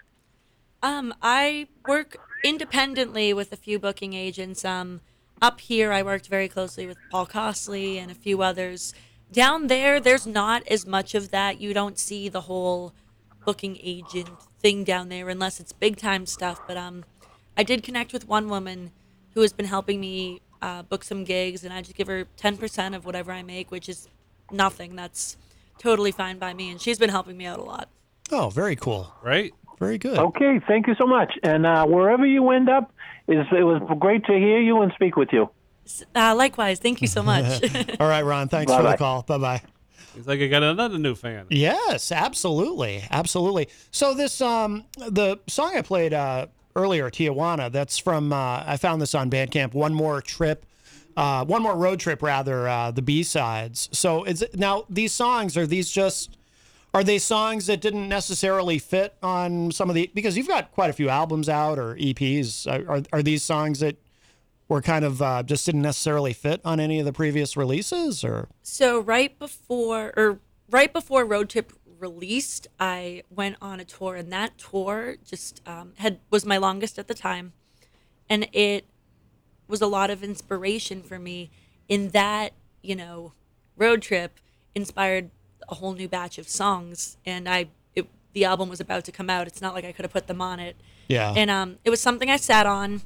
S4: Um, I work independently with a few booking agents. Um, up here, I worked very closely with Paul Costley and a few others. Down there, there's not as much of that. You don't see the whole booking agent thing down there unless it's big time stuff. But um, I did connect with one woman who has been helping me uh, book some gigs, and I just give her 10% of whatever I make, which is nothing. That's totally fine by me. And she's been helping me out a lot.
S2: Oh, very cool,
S3: Right?
S2: very good.
S6: Okay, thank you so much. And uh, wherever you end up, is it was great to hear you and speak with you.
S4: Uh, likewise, thank you so much.
S2: All right, Ron. Thanks for the
S6: Bye-bye.
S2: call. Bye bye.
S3: He's like, I got another new fan.
S2: Yes, absolutely, absolutely. So this um the song I played uh earlier, Tijuana, that's from uh I found this on Bandcamp, One More Trip. Uh One More Road Trip rather, uh the B-sides. So is it, now these songs are these just are they songs that didn't necessarily fit on some of the because you've got quite a few albums out or EPs. Are are, are these songs that were kind of uh, just didn't necessarily fit on any of the previous releases or
S4: so right before or right before Road Trip released, I went on a tour, and that tour just um, had was my longest at the time, and it was a lot of inspiration for me. In that, you know, Road Trip inspired a whole new batch of songs, and I it, the album was about to come out. It's not like I could have put them on it.
S2: yeah.
S4: and um, it was something I sat on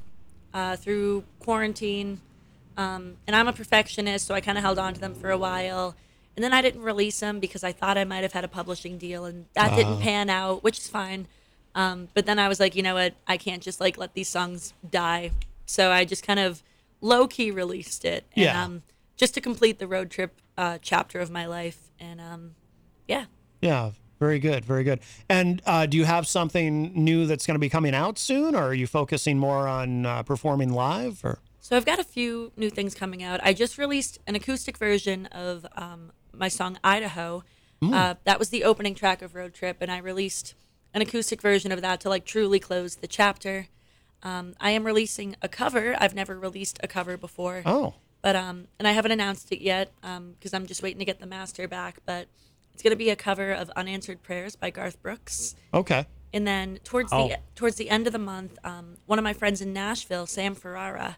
S4: uh, through quarantine. Um, and I'm a perfectionist, so I kind of held on to them for a while. And then I didn't release them because I thought I might have had a publishing deal, and that didn't pan out, which is fine. Um, but then I was like, you know what? I can't just like let these songs die. So I just kind of low key released it, and,
S2: Yeah.
S4: um, just to complete the road trip uh, chapter of my life. And um, yeah,
S2: Yeah, very good, very good. And uh, do you have something new that's going to be coming out soon, or are you focusing more on uh, performing live? Or
S4: So I've got a few new things coming out. I just released an acoustic version of um, my song Idaho. Uh, that was the opening track of Road Trip, and I released an acoustic version of that to like truly close the chapter. Um, I am releasing a cover. I've never released a cover before,
S2: oh,
S4: but um, and I haven't announced it yet because I'm just waiting to get the master back. But it's gonna be a cover of Unanswered Prayers by Garth Brooks.
S2: okay,
S4: And then towards
S2: Oh.
S4: the towards the end of the month, um, one of my friends in Nashville, Sam Ferrara,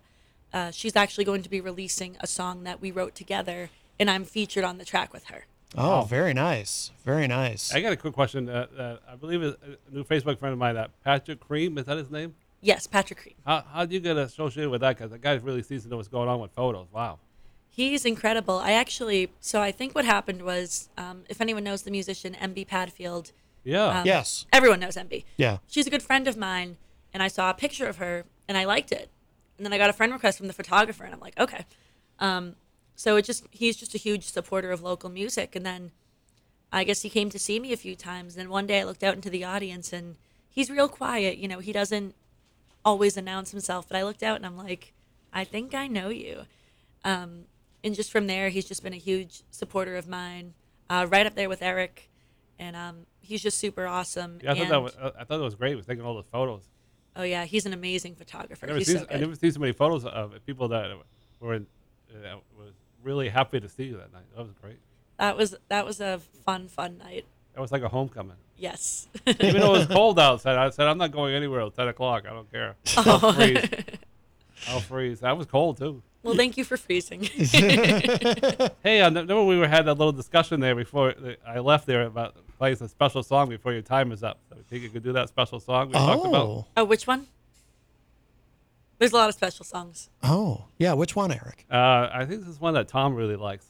S4: uh, she's actually going to be releasing a song that we wrote together, and I'm featured on the track with her.
S2: oh, very nice, very nice.
S3: I got a quick question. Uh, uh, I believe a a new Facebook friend of mine, that Patrick Cream, is that his name?
S4: Yes, Patrick Creed.
S3: How how do you get associated with that? Because the guy really seems to know what's going on with photos. Wow.
S4: He's incredible. I actually, so I think what happened was, um, if anyone knows the musician MB Padfield,
S3: Yeah.
S2: Oh, yes,
S4: Um, everyone knows MB.
S2: yeah,
S4: She's a good friend of mine, and I saw a picture of her, and I liked it. And then I got a friend request from the photographer, and I'm like, okay. Um, so it just he's just a huge supporter of local music. And then I guess he came to see me a few times. And then one day I looked out into the audience, and he's real quiet. You know, he doesn't always announce himself. But I looked out, and I'm like, I think I know you. Um, and just from there, he's just been a huge supporter of mine, uh, right up there with Eric. And um, he's just super awesome.
S3: Yeah, I thought that
S4: And-
S3: was, uh, I- I thought that was great. Was taking all the photos.
S4: Oh yeah, he's an amazing photographer.
S3: I never,
S4: He's
S3: seen,
S4: so
S3: I
S4: good.
S3: never seen so many photos of people that were in, uh, was really happy to see you that night. That was great.
S4: That was that was a fun fun night.
S3: That was like a homecoming.
S4: Yes.
S3: Even though it was cold outside, I said I'm not going anywhere till ten o'clock. I don't care.
S4: Oh.
S3: I'll freeze. I'll freeze. That was cold too.
S4: well, thank you for freezing.
S3: Hey, I remember we were had that little discussion there before the- I left there about playing a special song before your time is up. So I think you could do that special song we talked about.
S2: Oh,
S4: oh, which one? There's a lot of special songs.
S2: oh, yeah. Which one, Eric?
S3: Uh, I think this is one that Tom really likes.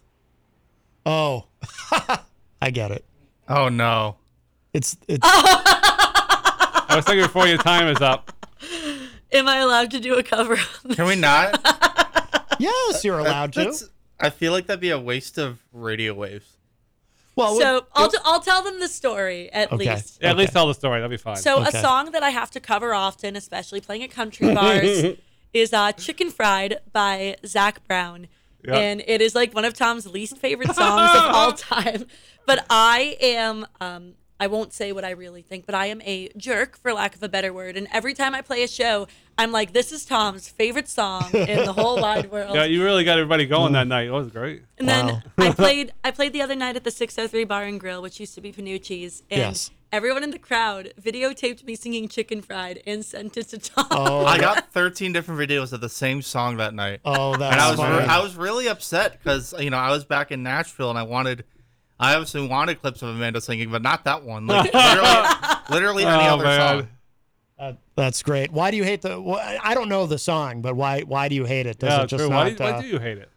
S2: Oh, I get it.
S5: Oh no.
S2: It's it's
S3: I was thinking before your time is up.
S4: Am I allowed to do a cover? on
S5: Can we not?
S2: yes, you're allowed to.
S5: That's- I feel like that'd be a waste of radio waves.
S2: Well,
S4: this?
S2: so,
S4: so I'll, t- I'll tell them the story at
S2: Okay.
S4: least.
S3: Yeah, at
S2: Okay.
S3: least tell the story. That'd be fine.
S4: So
S2: Okay.
S4: a song that I have to cover often, especially playing at country bars, is uh, "Chicken Fried" by Zach Brown,
S3: Yeah.
S4: and it is like one of Tom's least favorite songs of all time. But I am. Um, I won't say what I really think, but I am a jerk, for lack of a better word. And every time I play a show, I'm like, "This is Tom's favorite song in the whole wide world."
S3: yeah, you really got everybody going
S2: Mm.
S3: that night. It was great.
S4: And
S2: Wow.
S4: then I played I played the other night at the 603 Bar and Grill, which used to be Panucci's, and
S2: Yes.
S4: everyone in the crowd videotaped me singing Chicken Fried and sent it to Tom.
S5: I got 13 different videos of the same song that night.
S2: oh, that's
S5: and I was
S2: funny.
S5: re- I was really upset because you know I was back in Nashville and I wanted I obviously wanted clips of Amanda singing, but not that one. Like literally, literally any
S3: Oh,
S5: other
S3: man.
S5: song.
S2: Uh, That's great. Why do you hate the? Well, I don't know the song, but why why do you hate it? Does
S3: Yeah,
S2: it just
S3: true.
S2: not?
S3: why, do, why
S2: uh,
S3: do you hate it?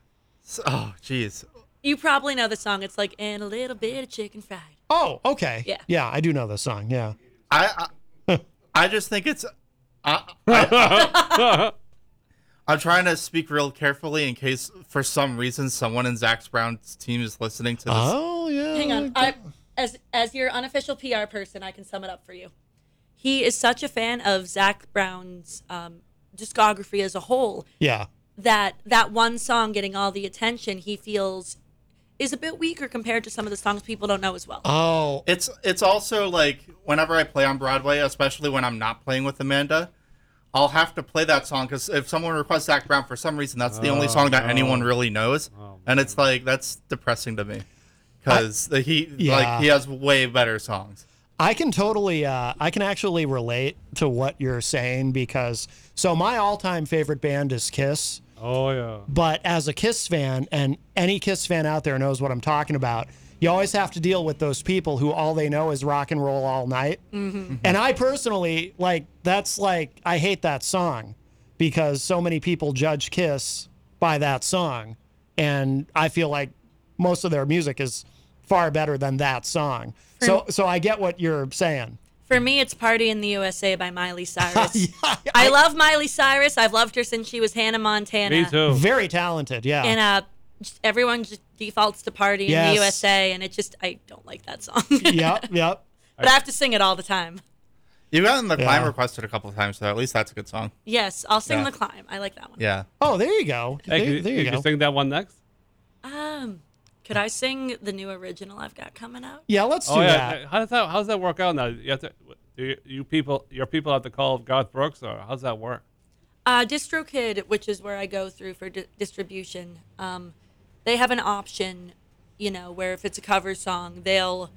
S5: So- oh jeez.
S4: you probably know the song. It's like and a little bit of chicken fried.
S2: Oh, okay.
S4: Yeah.
S2: yeah, I do know the song. Yeah,
S5: I, I I just think it's I, I I'm trying to speak real carefully in case for some reason someone in Zach Brown's team is listening to this.
S2: Oh yeah.
S4: Hang on, I, as as your unofficial PR person, I can sum it up for you. He is such a fan of Zach Brown's um, discography as a whole
S2: yeah.
S4: that that one song getting all the attention he feels is a bit weaker compared to some of the songs people don't know as well.
S2: Oh,
S5: It's it's also like whenever I play on Broadway, especially when I'm not playing with Amanda, I'll have to play that song because if someone requests Zach Brown for some reason, that's the
S3: Oh,
S2: Oh,
S5: only song that anyone really knows, and it's like that's depressing to me because he
S2: Yeah.
S5: like he has way better songs.
S2: I can totally. Uh, I can actually relate to what you're saying because so my all-time favorite band is Kiss.
S3: Oh yeah.
S2: But as a Kiss fan, and any Kiss fan out there knows what I'm talking about, you always have to deal with those people who all they know is rock and roll all night. And I personally, like, that's like, I hate that song because so many people judge Kiss by that song. And I feel like most of their music is far better than that song. So, so I get what you're saying.
S4: For me, it's "Party in the USA" by Miley Cyrus. I love Miley Cyrus. I've loved her since she was Hannah Montana.
S3: Me too.
S2: Very talented, yeah.
S4: And uh, just, everyone just defaults to "Party in
S2: Yes.
S4: the USA," and it just I don't like that song.
S2: yep, yep.
S4: but I have to sing it all the time.
S5: You've gotten the climb
S2: Yeah.
S5: requested a couple of times, so at least that's a good song.
S4: Yes, I'll sing
S5: Yeah.
S4: "The Climb." I like that one.
S5: Yeah.
S2: Oh, there you go.
S3: Hey,
S2: there,
S3: could you,
S2: there
S3: could
S2: you
S3: you
S2: go.
S3: sing that one next?
S4: Um, could I sing the new original I've got coming out?
S2: yeah, let's do
S3: oh yeah.
S2: that.
S3: How does that How does that work out now? You have to. Do you, you people, your people have to call Garth Brooks, or how's that work?
S4: Uh, DistroKid, which is where I go through for di- distribution, um, they have an option, you know, where if it's a cover song, they'll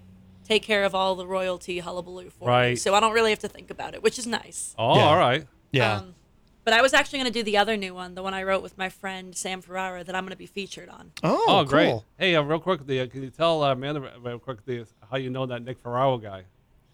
S4: take care of all the royalty hullabaloo for me.
S3: Right.
S4: So I don't really have to think about it, which is nice.
S3: Oh,
S2: Yeah.
S3: all right.
S2: Yeah.
S4: Um, but I was actually going to do the other new one, the one I wrote with my friend Sam Ferrara that I'm going to be featured on.
S2: oh,
S3: Oh, great.
S2: cool.
S3: Hey, uh, real quick, the, uh, can you tell uh, Amanda re- real quick the, how you know that Nick Ferraro guy?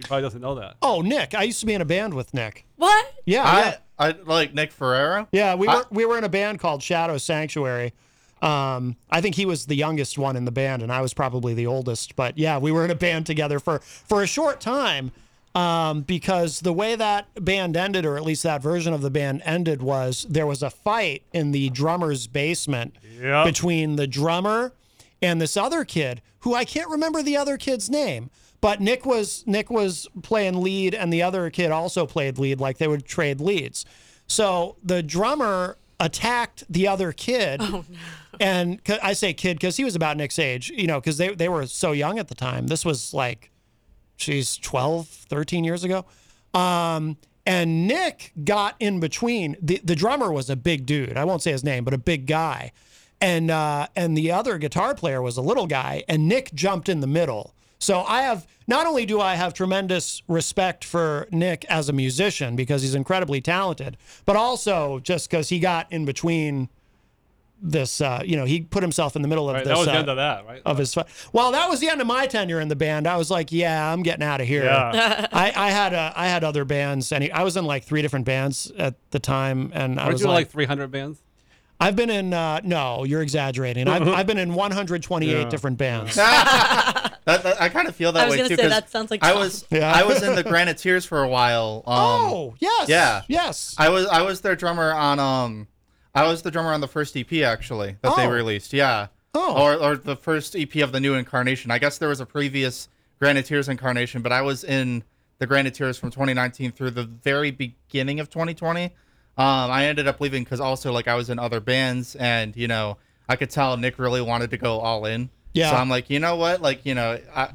S3: She probably doesn't know that.
S2: Oh, Nick. I used to be in a band with Nick.
S4: What?
S2: Yeah, yeah.
S5: I, I like Nick Ferrero.
S2: Yeah, we were we were in a band called Shadow Sanctuary. Um, I think he was the youngest one in the band, and I was probably the oldest. But yeah, we were in a band together for for a short time. um, because the way that band ended, or at least that version of the band ended, was there was a fight in the drummer's basement
S3: Yep.
S2: between the drummer and this other kid who I can't remember the other kid's name. But Nick was Nick was playing lead, and the other kid also played lead. Like they would trade leads. So the drummer attacked the other kid, and 'cause- I say kid because he was about Nick's age, you know, because they they were so young at the time. This was like she's 12, 13 years ago. Um, and Nick got in between. The, the drummer was a big dude. I won't say his name, but a big guy. And uh, and the other guitar player was a little guy, and Nick jumped in the middle. So I have not only do I have tremendous respect for Nick as a musician because he's incredibly talented, but also just because he got in between this, uh, you know, he put himself in the middle of
S3: Right,
S2: this.
S3: that was the
S2: uh,
S3: end of that, right?
S2: of his. Fi- well, that was the end of my tenure in the band. I was like, yeah, I'm getting out of here.
S3: Yeah.
S2: I, I had uh, I had other bands, and I was in like three different bands at the time, and I
S3: Weren't
S2: was
S3: you in,
S2: like,
S3: like 300 bands?
S2: I've been in. Uh, no, you're exaggerating. I've, I've been in 128 different bands.
S5: That, that- I kind of feel that
S4: I was
S5: way
S4: gonna
S5: too.
S4: say,
S5: 'cause
S4: that sounds like
S5: I
S4: Tom.
S5: was.
S2: Yeah.
S5: I was in the Graniteers for a while. Um,
S2: oh yes,
S5: yeah.
S2: yes.
S5: I was I was their drummer on um I was the drummer on the first EP actually that they
S2: Oh.
S5: released. Yeah.
S2: Oh.
S5: Or or the first EP of the new incarnation. I guess there was a previous Graniteers incarnation, but I was in the Graniteers from 2019 through the very beginning of 2020. Um, I ended up leaving because also like I was in other bands and you know I could tell Nick really wanted to go all in.
S2: Yeah.
S5: So I'm like, you know what? Like you know I.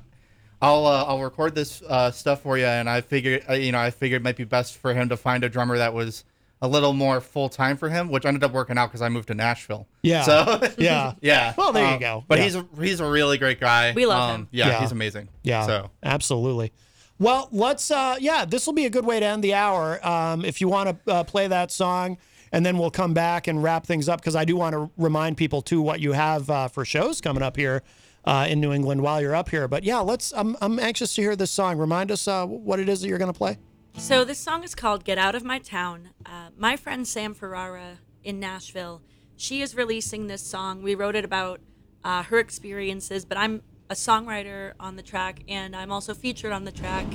S5: I'll uh, I'll record this uh, stuff for you, and I figured uh, you know I figured it might be best for him to find a drummer that was a little more full time for him, which ended up working out because I moved to Nashville.
S2: Yeah.
S5: So
S2: Yeah.
S5: yeah.
S2: Well, there you
S5: Um,
S2: go.
S5: But
S2: Yeah.
S5: he's a, he's a really great guy. Um,
S4: We love him.
S5: Yeah,
S2: Yeah.
S5: he's amazing.
S2: Yeah.
S5: So
S2: absolutely. Well, let's. Uh, yeah, this will be a good way to end the hour. Um, if you want to uh, play that song, and then we'll come back and wrap things up because I do want to remind people too what you have uh, for shows coming up here uh, in New England while you're up here. But yeah, let's. I'm I'm anxious to hear this song. Remind us uh, what it is that you're going to play.
S4: So this song is called "Get Out of My Town." Uh, my friend Sam Ferrara in Nashville, she is releasing this song. We wrote it about uh, her experiences, but I'm a songwriter on the track, and I'm also featured on the track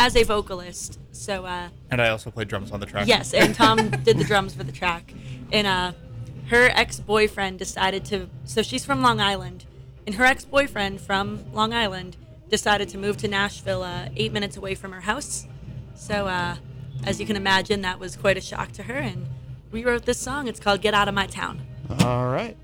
S4: as a vocalist. So uh,
S5: and I also played drums on the track.
S4: yes, and Tom did the drums for the track, and uh, her ex-boyfriend decided to. So she's from Long Island, and her ex-boyfriend from Long Island decided to move to Nashville, uh, eight minutes away from her house. So, uh, as you can imagine, that was quite a shock to her, and we wrote this song. It's called "Get Out of My Town."
S2: All right.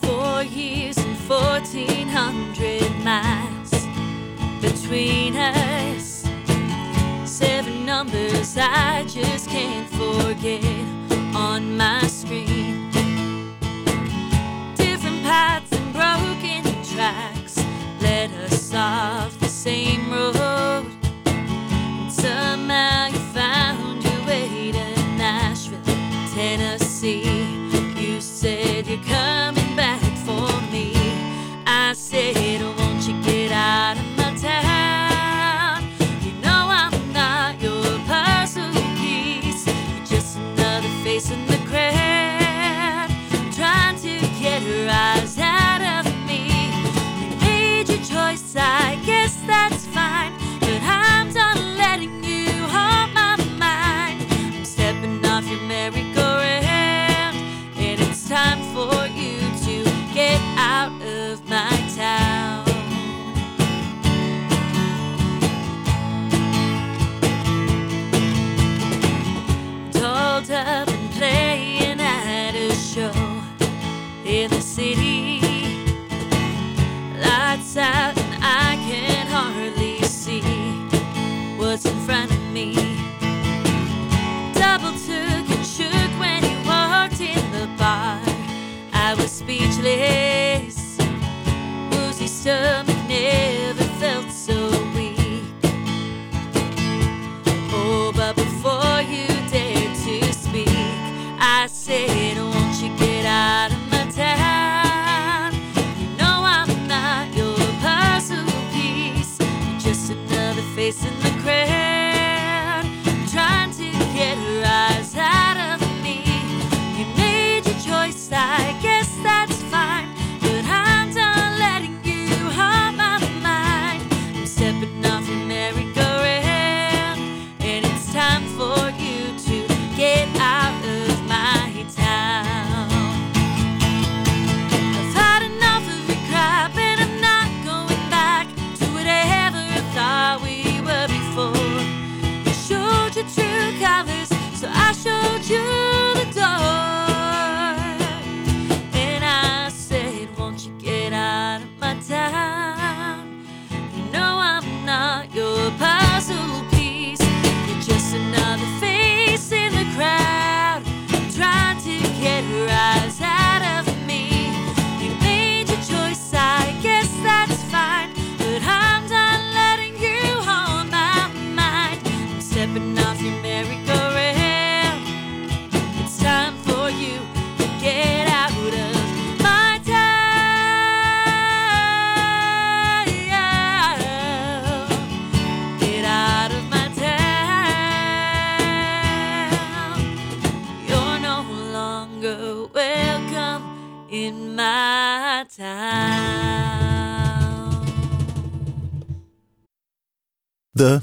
S8: Four years and 1400 miles between us. Seven numbers I just can't forget on my screen. Different paths and broken tracks led us off the same road. And somehow you found your way to Nashville, Tennessee. You said you're coming back for me. I said, "Oh, won't you get out of my town? You know I'm not your puzzle piece. You're just another face in the crowd. Trying to get her eyes out of me. You made your choice, I guess that's fine. But I'm done letting you hold my mind. I'm stepping off your merry-go-round, and it's time for you to get out of my town. Dolled up and playing at a show in the city. Lights out and I can hardly see what's in front of me. Double took and shook when you walked in the bar. I was speechless. Woozy stomach never felt so weak. Oh, but before you dare to speak, I said, Won't you get out of my town? You know I'm not your puzzle piece, you're just another face in the crowd. I guess that's fine. But I'm done letting you harm my mind. I'm stepping off your merry-go-round, and it's time for you to get out of my town. I've had enough of your crap, and I'm not going back to whatever I thought we were before. You showed your true colors, so I showed you the door. And I said, Won't you get out of my town? You know I'm not your puzzle piece. You're just another face in the crowd, trying to get her eyes out of me. You made your choice, I guess that's fine. But I'm done letting you on my mind. I'm stepping off your merry-go-round. It's time for you to get out of my town. Get out of my town. You're no longer welcome in my town.
S10: The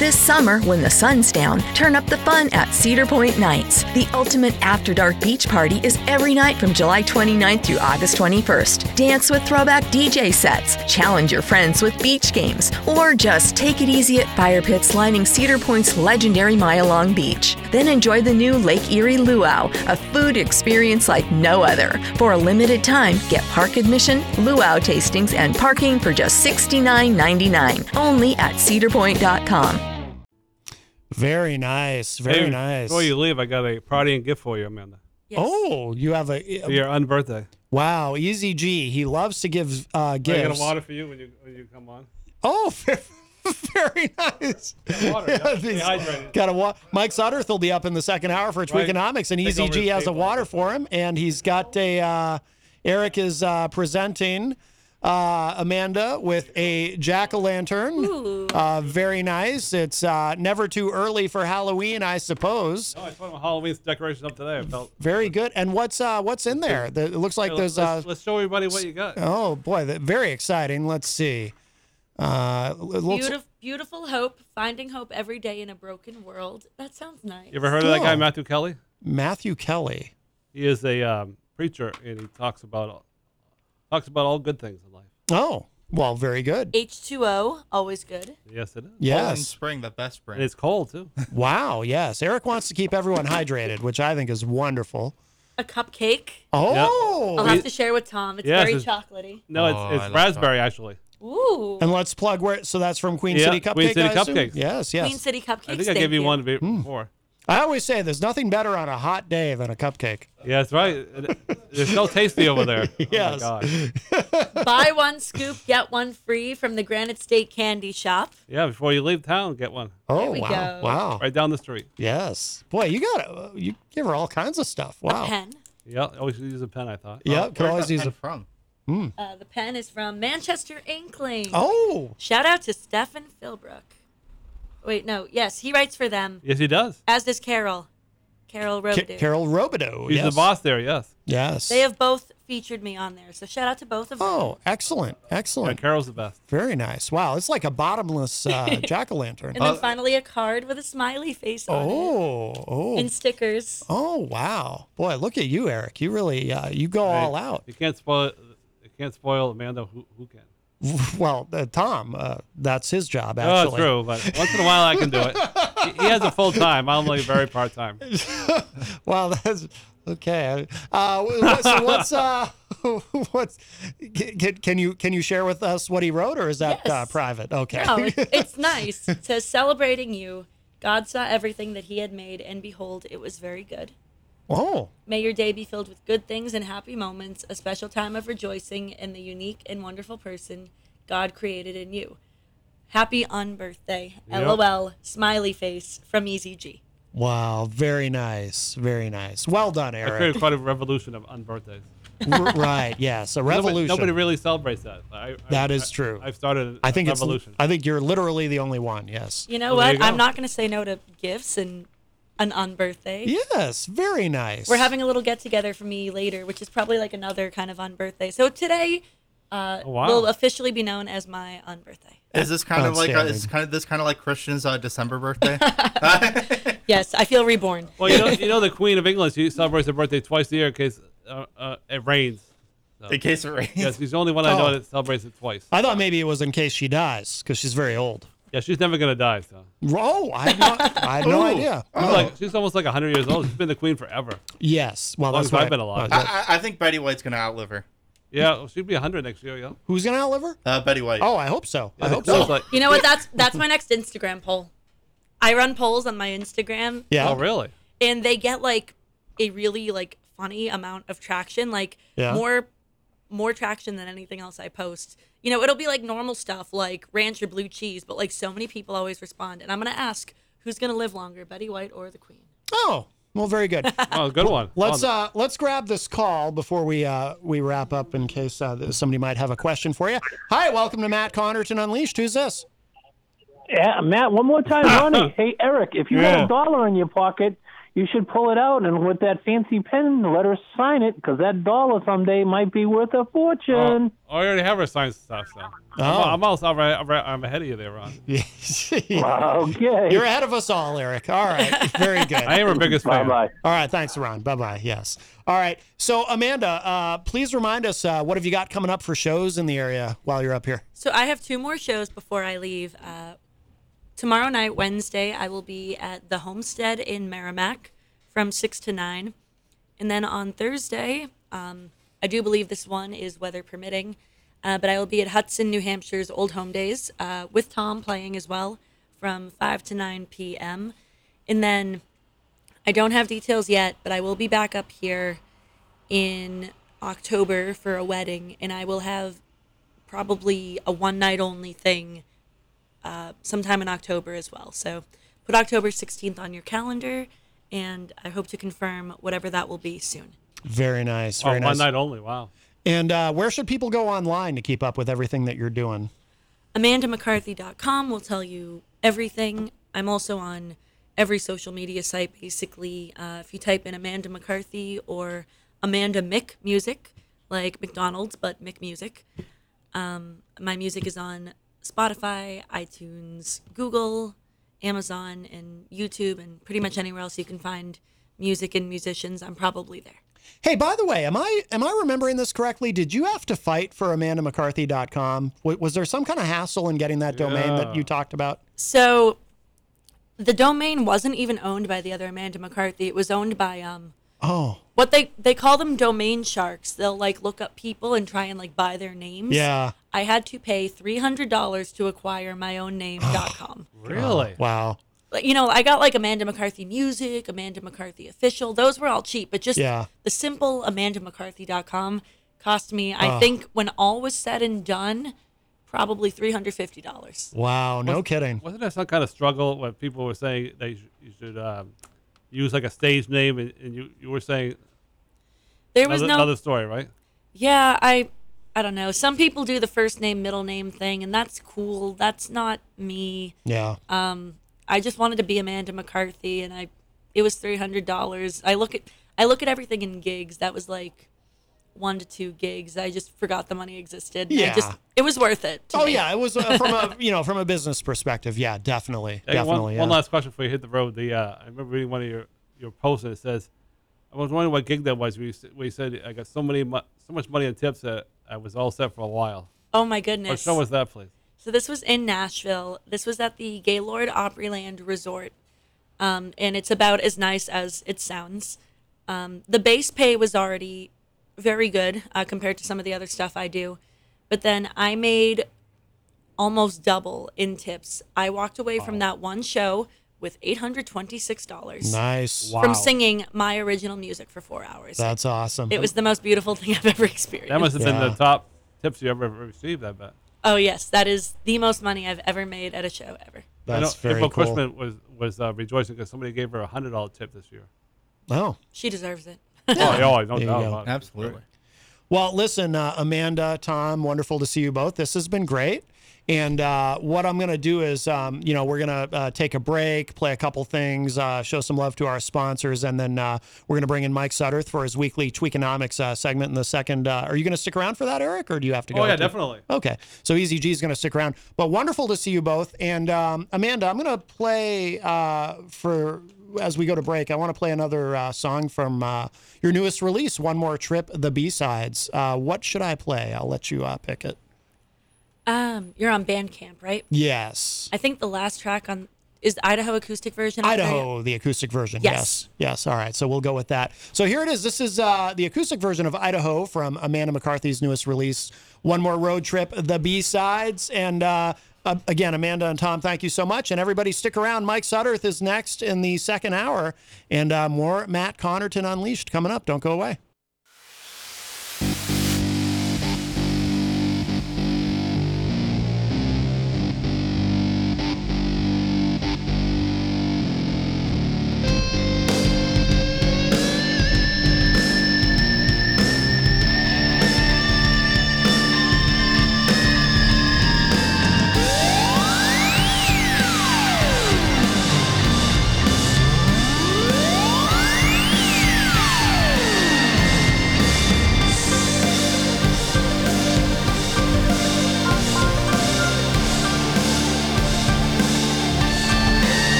S11: This summer, when the sun's down, turn up the fun at Cedar Point Nights. The ultimate after dark beach party is every night from July 29th through August 21st. Dance with throwback DJ sets, challenge your friends with beach games, or just take it easy at fire pits lining Cedar Point's legendary Mile Long Beach. Then enjoy the new Lake Erie Luau, a food experience like no other. For a limited time, get park admission, luau tastings, and parking for just $69.99 only at cedarpoint.com.
S2: Very nice. Very
S3: Hey,
S2: nice.
S3: Before you leave, I got a party and gift for you, Amanda.
S4: Yes.
S2: Oh, you have a
S3: For your unbirthday.
S2: wow, Easy G. He loves to give uh,
S3: I
S2: gifts.
S3: Oh, got a water for you when you when you come on.
S2: Oh, very nice.
S3: water, yeah.
S2: Yeah, these-
S3: Dehydrated.
S2: Got a wa- Mike Sutterth will be up in the second hour for Tweakonomics, and
S3: Take over
S2: EZG
S3: his
S2: has a
S3: table.
S2: water for him, and he's got a. Uh, Eric is uh, presenting uh, Amanda with a jack o' lantern. Uh, very nice. It's uh, never too early for Halloween, I suppose.
S3: No, Oh, I put my Halloween decorations up today. I felt.
S2: Very good. And what's uh, what's in there? The, it looks like
S3: Hey,
S2: there's.
S3: let's,
S2: Uh,
S3: let's, let's show everybody what you got.
S2: oh boy, that, very exciting. Let's see. Uh, it looks,
S4: Beautiful, beautiful hope, finding hope every day in a broken world. That sounds nice.
S3: You ever heard of that guy,
S2: Oh.
S3: Matthew Kelly?
S2: Matthew Kelly.
S3: He is a um, preacher, and he talks about all, talks about all good things in life.
S2: Oh, well, very good.
S4: H2O, always good.
S3: Yes, it is.
S5: Poland
S2: Yes.
S5: spring, the best spring.
S3: And it's cold too.
S2: Wow. Yes. Eric wants to keep everyone hydrated, which I think is wonderful.
S4: A cupcake. I'll
S2: Oh.
S4: have to share with Tom. It's
S3: Yes,
S4: very
S3: it's-
S4: chocolatey.
S3: No,
S5: Oh,
S3: it's
S5: I
S3: it's
S5: love
S3: raspberry actually.
S4: Ooh.
S2: And let's plug where. So that's from Queen
S3: Yeah,
S2: City Cupcake.
S3: Queen City
S2: I assume?
S3: Cupcakes.
S2: Yes. Hmm.
S4: Queen
S2: Yes.
S4: City cupcakes.
S3: I think I
S4: thank
S3: gave you
S4: you.
S3: one be- before.
S2: I always say there's nothing better on a hot day than a cupcake.
S3: Yeah, that's right. It- There's no tasty over there.
S2: Yes.
S3: Oh my God.
S4: Buy one scoop, get one free from the Granite State Candy Shop.
S3: Yeah, before you leave town, get one
S2: Oh
S4: we
S2: wow.
S4: go.
S2: Wow.
S3: right down the street.
S2: Yes. Boy, you got uh, you give her all kinds of stuff.
S4: A
S2: Wow.
S4: pen.
S3: Yeah, always use a pen. I thought.
S2: Yeah. Could
S5: Where's
S2: always
S5: that
S2: use
S5: pen
S2: a.
S5: from.
S2: Hmm.
S4: Uh, the pen is from Manchester Inkling.
S2: Oh.
S4: Shout out to Stefan Philbrook. Wait, no. Yes, he writes for them,
S3: Yes, he does.
S4: as does Carol. Carol
S2: Ca-
S4: Robidoux.
S2: Carol Robidoux.
S3: He's
S2: yes.
S3: the boss there. Yes.
S2: Yes.
S4: They have both featured me on there, so shout out to both of them.
S2: Oh, excellent.
S3: Yeah,
S2: Excellent.
S3: Carol's the best.
S2: Very nice. Wow. It's like a bottomless uh, jack o' lantern.
S4: And then finally a card with a smiley face on it.
S2: Oh, oh,
S4: And stickers.
S2: oh! Wow, boy, look at you, Eric. You really, uh, you go all out.
S3: You can't spoil. You can't spoil Amanda. Who, who can?
S2: Well, uh, Tom, uh, that's his job.
S3: Oh,
S2: Actually,
S3: true. But once in a while, I can do it. He- He has a full time. I'm only very part time.
S2: Well, that's okay. Uh, what- so what's uh, what's can, can you can you share with us what he wrote, or is that uh,
S4: Yes.
S2: private? Okay.
S4: No, Oh, it, it's nice. It says, celebrating you. God saw everything that he had made, and behold, it was very good.
S2: Oh.
S4: May your day be filled with good things and happy moments, a special time of rejoicing in the unique and wonderful person God created in you. Happy on birthday.
S2: Yep.
S4: LOL. Smiley face from EZG.
S2: Wow. Very nice. Very nice. Well done,
S3: I created
S2: Eric.
S3: quite a revolution of unbirthdays.
S2: R- right. Yes. A revolution.
S3: Nobody, nobody really celebrates that. I,
S2: That
S3: I,
S2: is true.
S3: I, have started.
S2: I think
S3: a
S2: it's.
S3: revolution.
S2: I think you're literally the only one. Yes.
S4: You know
S3: Well, there
S4: what?
S3: you go.
S4: I'm not going to say no to gifts and an on birthday.
S2: Yes. Very nice.
S4: We're having a little get together for me later, which is probably like another kind of on birthday. So today uh,
S5: Oh, wow.
S4: will officially be known as my on birthday.
S5: Is this kind of like a,
S3: Outstanding.
S5: is kind of this kind of like Christian's uh, December birthday?
S4: Yes, I feel reborn.
S3: Well, you know, you know, the Queen of England she celebrates her birthday twice a year in case uh, uh, it rains. So-
S5: In case it rains.
S3: Yes, she's the only one I know
S2: Oh.
S3: that celebrates it twice.
S2: I thought maybe it was in case she dies because she's very old.
S3: Yeah, she's never gonna die. So.
S2: Oh, I had no, I had no
S3: Ooh.
S2: idea.
S5: Oh.
S3: She's like she's almost like hundred years old. She's been the queen forever.
S2: Yes. Well,
S3: Long
S2: that's
S3: as I've
S2: what I-
S3: been alive.
S2: uh,
S5: I, I I think Betty White's gonna outlive her.
S3: Yeah, well, she'd be hundred next year. Yeah.
S2: Who's gonna outlive her?
S5: Uh, Betty White.
S2: Oh, I hope so. I
S3: hope so. Like,
S4: You know what? That's that's my next Instagram poll. I run polls on my Instagram.
S3: yeah. Oh, really?
S4: And they get like a really like funny amount of traction, like
S3: Yeah.
S4: more more traction than anything else I post. You know, it'll be like normal stuff like ranch or blue cheese, but like so many people always respond. And I'm gonna ask who's gonna live longer, Betty White or the Queen?
S2: Oh, well, very good.
S3: Oh, good one.
S2: Let's
S3: Well,
S2: uh let's grab this call before we uh we wrap up in case uh, th- somebody might have a question for you. Hi, welcome to Matt Connerton Unleashed. Who's this?
S6: Yeah, Eh, Matt, one more time, Ronnie. hey, Eric, if you got
S2: Yeah.
S6: a dollar in your pocket, you should pull it out and with that fancy pen, let her sign it because that dollar someday might be worth a fortune.
S3: I Oh, already have her science stuff. So.
S6: Oh.
S3: I'm, I'm also alright- alright- I'm ahead of you there, Ron.
S6: okay.
S2: You're ahead of us all, Eric. All right. Very good.
S3: I am her biggest fan. Bye-bye.
S2: All right. Thanks, Ron. Bye bye. Yes. All right. So, Amanda, uh, please remind us uh, what have you got coming up for shows in the area while you're up here?
S4: So I have two more shows before I leave. Uh, tomorrow night, Wednesday, I will be at the Homestead in Merrimack from 6 to 9. And then on Thursday, um, I do believe this one is weather permitting, uh, but I will be at Hudson, New Hampshire's Old Home Days uh, with Tom playing as well from 5 to 9 p.m. And then I don't have details yet, but I will be back up here in October for a wedding, and I will have probably a one night only thing uh, sometime in October as well. So put October 16th on your calendar, and I hope to confirm whatever that will be soon.
S2: Very nice.
S3: Oh,
S2: Very nice.
S3: one night only. Wow.
S2: And uh, where should people go online to keep up with everything that you're doing?
S4: AmandaMcCarthy.com will tell you everything. I'm also on every social media site, basically. Uh, if you type in Amanda McCarthy or Amanda Mick Music, like McDonald's, but Mick Music, um, my music is on Spotify, iTunes, Google, Amazon, and YouTube, and pretty much anywhere else you can find music and musicians. I'm probably there.
S2: Hey, by the way, am I am I remembering this correctly? Did you have to fight for AmandaMcCarthy.com? W- was there some kind of hassle in getting that domain that
S4: Yeah.
S2: you talked about?
S4: So the domain wasn't even owned by the other Amanda McCarthy. It was owned by um
S2: Oh,
S4: what they they call them domain sharks. They'll like look up people and try and like buy their names.
S2: Yeah.
S4: I had to pay three hundred dollars to acquire my own
S2: Oh,
S4: name.com.
S3: Really?
S2: Wow.
S4: Like, you know, I got like Amanda McCarthy Music, Amanda McCarthy Official. Those were all cheap, but just
S2: Yeah.
S4: the simple AmandaMcCarthy.com cost me, I
S2: Oh.
S4: think, when all was said and done, probably three hundred fifty dollars.
S2: Wow, no
S3: Wasn't-
S2: kidding.
S3: Wasn't there some kind of struggle when people were saying they sh- you should um, use like a stage name, and, and you, you were saying
S4: There was
S3: another,
S4: no-
S3: another story, right?
S4: Yeah, I I don't know. Some people do the first name middle name thing and that's cool. That's not me.
S2: Yeah.
S4: Um I just wanted to be Amanda McCarthy and I it was $300. I look at I look at everything in gigs. That was like 1 to 2 gigs. I just forgot the money existed. I
S2: Yeah.
S4: just it was worth it. to
S2: Oh
S4: me.
S2: yeah, it was uh, from a you know from a business perspective. Yeah, definitely,
S3: Hey, one-
S2: definitely.
S3: One,
S2: yeah.
S3: last question before you hit the road. The uh, I remember reading one of your your posts and it says, "I was wondering what gig that was." We we said I got so many mo- so much money in tips that I was all set for a while.
S4: Oh, my goodness.
S3: What show was that, please?
S4: So this was in Nashville. This was at the Gaylord Opryland Resort, um, and it's about as nice as it sounds. Um, the base pay was already very good uh, compared to some of the other stuff I do, but then I made almost double in tips. I walked away from that one show with $826
S2: Nice. Wow.
S4: from singing my original music for four hours.
S2: That's awesome.
S4: It was the most beautiful thing I've ever experienced.
S3: That must have been the top tips you ever received. I bet.
S4: Oh, yes. That is the most money I've ever made at a show ever.
S3: I know
S2: That's very
S3: April
S2: cool.
S3: Cushman was was uh, rejoicing because somebody gave her a hundred dollar tip this year.
S2: Oh.
S4: She deserves it.
S3: Oh, yeah, oh, no
S2: There you
S3: doubt
S2: go.
S3: about it.
S5: Absolutely.
S2: Well, listen, uh, Amanda, Tom, wonderful to see you both. This has been great. And uh, what I'm going to do is, um, you know, we're going to uh, take a break, play a couple things, uh, show some love to our sponsors, and then uh, we're going to bring in Mike Sutterth for his weekly Tweakonomics uh, segment in the second. Uh, are you going to stick around for that, Eric, or do you have to go?
S3: Oh, yeah,
S2: too?
S3: definitely.
S2: Okay. So Easy G is going to stick around. But wonderful to see you both. And um, Amanda, I'm going to play uh, for as we go to break. I want to play another uh, song from uh, your newest release, One More Trip, the B sides. Uh, what should I play? I'll let you uh, pick it.
S4: Um, you're on Bandcamp, right?
S2: Yes.
S4: I think the last track on is the Idaho acoustic version. out there yet?
S2: Idaho, the acoustic version.
S4: Yes.
S2: Yes. yes. All right. So we'll go with that. So here it is. This is uh, the acoustic version of Idaho from Amanda McCarthy's newest release, One More Road Trip, the B sides. And uh, uh, again, Amanda and Tom, thank you so much. And everybody, stick around. Mike Sutterth is next in the second hour, and uh, more Matt Connerton Unleashed coming up. Don't go away.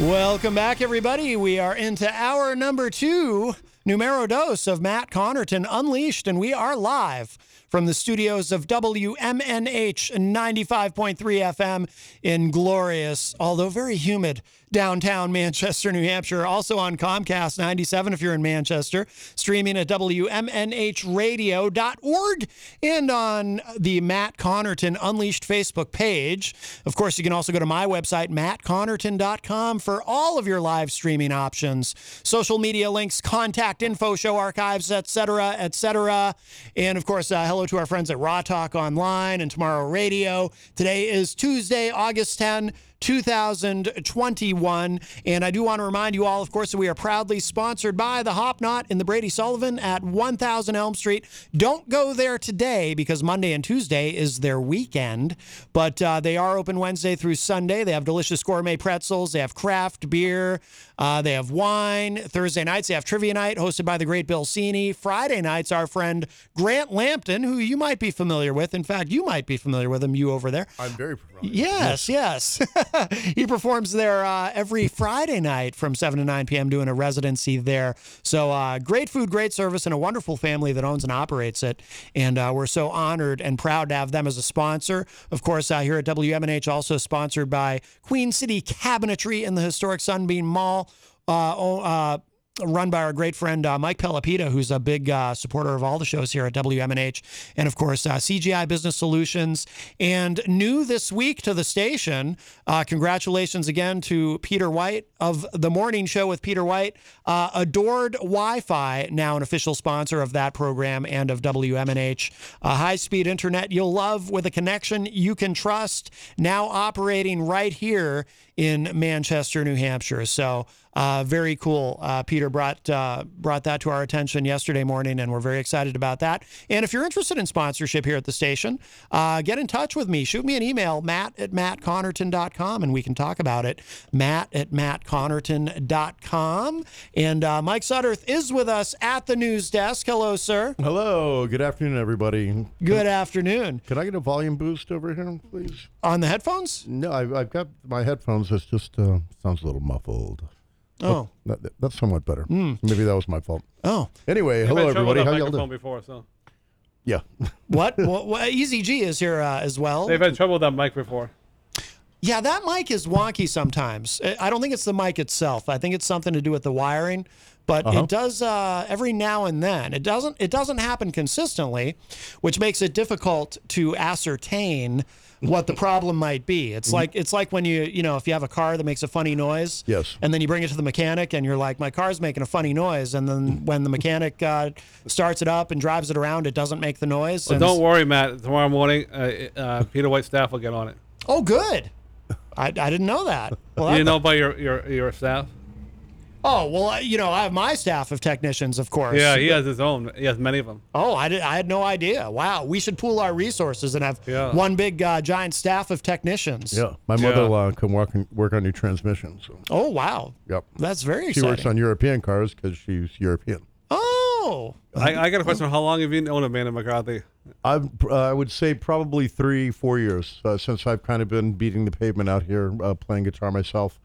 S2: Welcome back, everybody. We are into hour number two, numero dos of Matt Connerton Unleashed, and we are live from the studios of WMNH 95.3 FM in glorious, although very humid, downtown Manchester, New Hampshire. Also on Comcast 97 if you're in Manchester, streaming at WMNHradio.org and on the Matt Connerton Unleashed Facebook page. Of course, you can also go to my website, mattconnerton.com, for all of your live streaming options, social media links, contact info, show archives, etc., etc. And of course, uh, hello to our friends at Raw Talk Online and Tomorrow Radio. Today is Tuesday, August 10, 2021. And I do want to remind you all, of course, that we are proudly sponsored by the Hop Knot in the Brady Sullivan at 1000 Elm Street. Don't go there today because Monday and Tuesday is their weekend, but uh, they are open Wednesday through Sunday. They have delicious gourmet pretzels, they have craft beer, uh, they have wine. Thursday nights, they have trivia night hosted by the great Bill Cini. Friday nights, our friend Grant Lampton, who you might be familiar with. In fact, you might be familiar with him, you over there.
S12: I'm very
S2: Yes, yes. he performs there uh, every Friday night from 7 to 9 p.m., doing a residency there. So, uh, great food, great service, and a wonderful family that owns and operates it. And uh, we're so honored and proud to have them as a sponsor. Of course, uh, here at WMNH, also sponsored by Queen City Cabinetry in the historic Sunbeam Mall. Uh, oh, uh, run by our great friend uh, Mike Pelopita, who's a big uh, supporter of all the shows here at WMNH, and of course uh, CGI Business Solutions. And new this week to the station, uh, congratulations again to Peter White of the Morning Show with Peter White, uh, adored Wi-Fi, now an official sponsor of that program and of WMNH. Uh, high-speed internet you'll love with a connection you can trust, now operating right here in Manchester, New Hampshire. So. Uh, very cool. Uh, Peter brought uh, brought that to our attention yesterday morning, and we're very excited about that. And if you're interested in sponsorship here at the station, uh, get in touch with me. Shoot me an email, matt at mattconnerton.com, and we can talk about it. Matt at mattconnerton.com. And uh, Mike Sutterth is with us at the news desk. Hello, sir.
S12: Hello. Good afternoon, everybody.
S2: Good afternoon.
S12: Can I get a volume boost over here, please?
S2: On the headphones?
S12: No, I've, I've got my headphones. It's just uh, sounds a little muffled.
S2: Oh. Hmm.
S12: But that- that's somewhat better. Maybe that was my fault.
S2: Oh.
S12: Anyway,
S3: I've
S12: hello,
S3: had trouble with that
S12: everybody. How y'all
S3: microphone
S12: doing?
S3: before? So
S12: Yeah.
S2: What? what, what Easy G is here uh, as well.
S3: they've had trouble with that mic before.
S2: Yeah, Uh, that mic is wonky sometimes. I I don't think it's the mic itself. I think it's something to do with the wiring. but
S12: Uh-huh.
S2: it does uh, every now and then. It doesn't it doesn't happen consistently, which makes it difficult to ascertain what the problem might be.
S3: Mm-hmm.
S2: It's like it's like when you you know if you have a car that makes a funny noise,
S12: Yes.
S2: and then you bring it to the mechanic and you're like, my car's making a funny noise, and
S3: Mm.
S2: then when the mechanic uh, starts it up and drives it around, it doesn't make the noise.
S3: Well,
S2: and-
S3: don't worry, Matt. Tomorrow morning, uh, uh, Peter White's staff will get on it.
S2: Oh, good. I, I didn't know that. Well,
S3: you
S2: that-
S3: know by your, your, your staff?
S2: Oh well, I- you know, I have my staff of technicians, of course.
S3: Yeah, he has his own. He has many of them.
S2: Oh, I, did, I had no idea. Wow, we should pool our resources and have
S3: Yeah.
S2: one big uh, giant staff of technicians.
S12: Yeah, my mother-in-law can work on, work on your transmission. So,
S2: Oh wow,
S12: yep,
S2: that's very
S12: She
S2: exciting.
S12: works on European cars because she's European.
S2: Oh,
S3: I, I got a question. How long have you known Amanda McCarthy?
S12: I've, uh, I would say probably three, four years uh, since I've kind of been beating the pavement out here uh, playing guitar myself.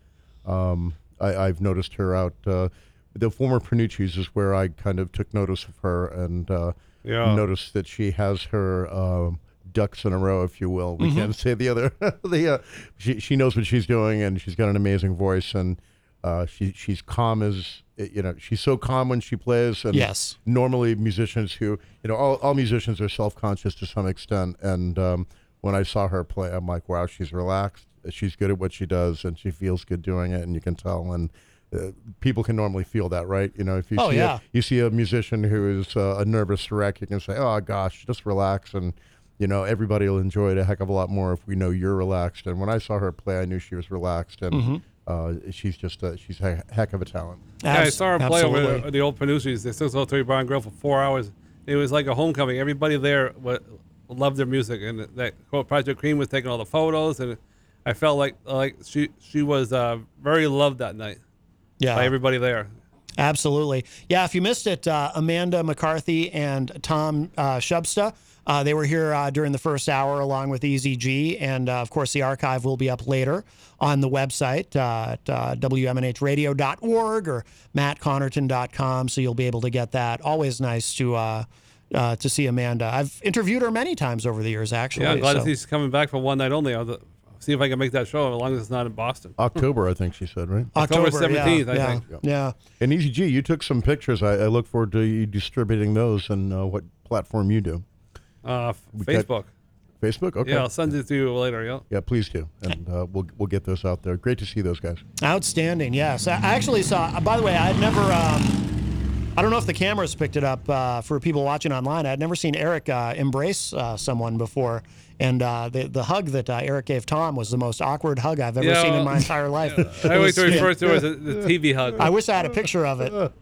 S12: Um, I, I've noticed her out. Uh, the former Panucci's is where I kind of took notice of her and uh,
S3: Yeah.
S12: noticed that she has her um, ducks in a row, if you will. We
S3: Mhm.
S12: can't say the other. the, uh, she, she knows what she's doing and she's got an amazing voice and uh, she, she's calm as, you know, she's so calm when she plays. And
S2: Yes.
S12: normally musicians who you know all, all musicians are self-conscious to some extent and um, when i saw her play i'm like wow she's relaxed she's good at what she does and she feels good doing it and you can tell and uh, people can normally feel that right you know if you
S2: Oh,
S12: see
S2: yeah.
S12: a, you see a musician who is uh, a nervous wreck you can say oh gosh just relax and you know everybody will enjoy it a heck of a lot more if we know you're relaxed and when i saw her play i knew she was relaxed and
S2: Mm-hmm.
S3: Mhm.
S12: uh, she's just a, she's a heck of a talent
S3: Yeah, I saw her play over the, the old Panucci's, the 603 Bar and Grill, for four hours. It was like a homecoming. Everybody there wa loved their music, and that quote, Project Cream was taking all the photos, and I felt like like she she was uh, very loved that night.
S2: Yeah.
S3: by everybody there.
S2: Absolutely. Yeah, if you missed it, uh, Amanda McCarthy and Tom uh, Shubsta, uh, they were here uh, during the first hour along with EZG. And uh, of course, the archive will be up later on the website uh, at uh, WMNHradio.org or mattconnerton.com. So you'll be able to get that. Always nice to. Uh, uh, to see Amanda, I've interviewed her many times over the years. Actually,
S3: Yeah, I'm glad
S2: so-
S3: that she's coming back for one night only. I'll see if I can make that show, as long as it's not in Boston.
S12: October, I think she said, right?
S3: October
S2: October, yeah,
S3: 17th, I
S2: yeah,
S3: think.
S2: Yeah.
S12: And ECG, you took some pictures. I, I look forward to you distributing those and uh, what platform you do.
S3: Uh, f-
S12: We got-
S3: Facebook.
S12: Facebook? Okay.
S3: Yeah, I'll send it to you later. Yeah.
S12: Yeah, please do. And uh, we'll, we'll get those out there. Great to see those guys.
S2: Outstanding. Yes, I actually saw. uh, By the way, I'd never. Um, I don't know if the cameras picked it up uh, for people watching online. I'd never seen Eric uh, embrace uh, someone before, and uh, the the hug that uh, Eric gave Tom was the most awkward hug I've ever
S3: Yeah,
S2: seen in
S3: well,
S2: my entire life. It
S3: I always
S2: was-
S3: refer to it as the- the TV hug.
S2: I wish I had a picture of it.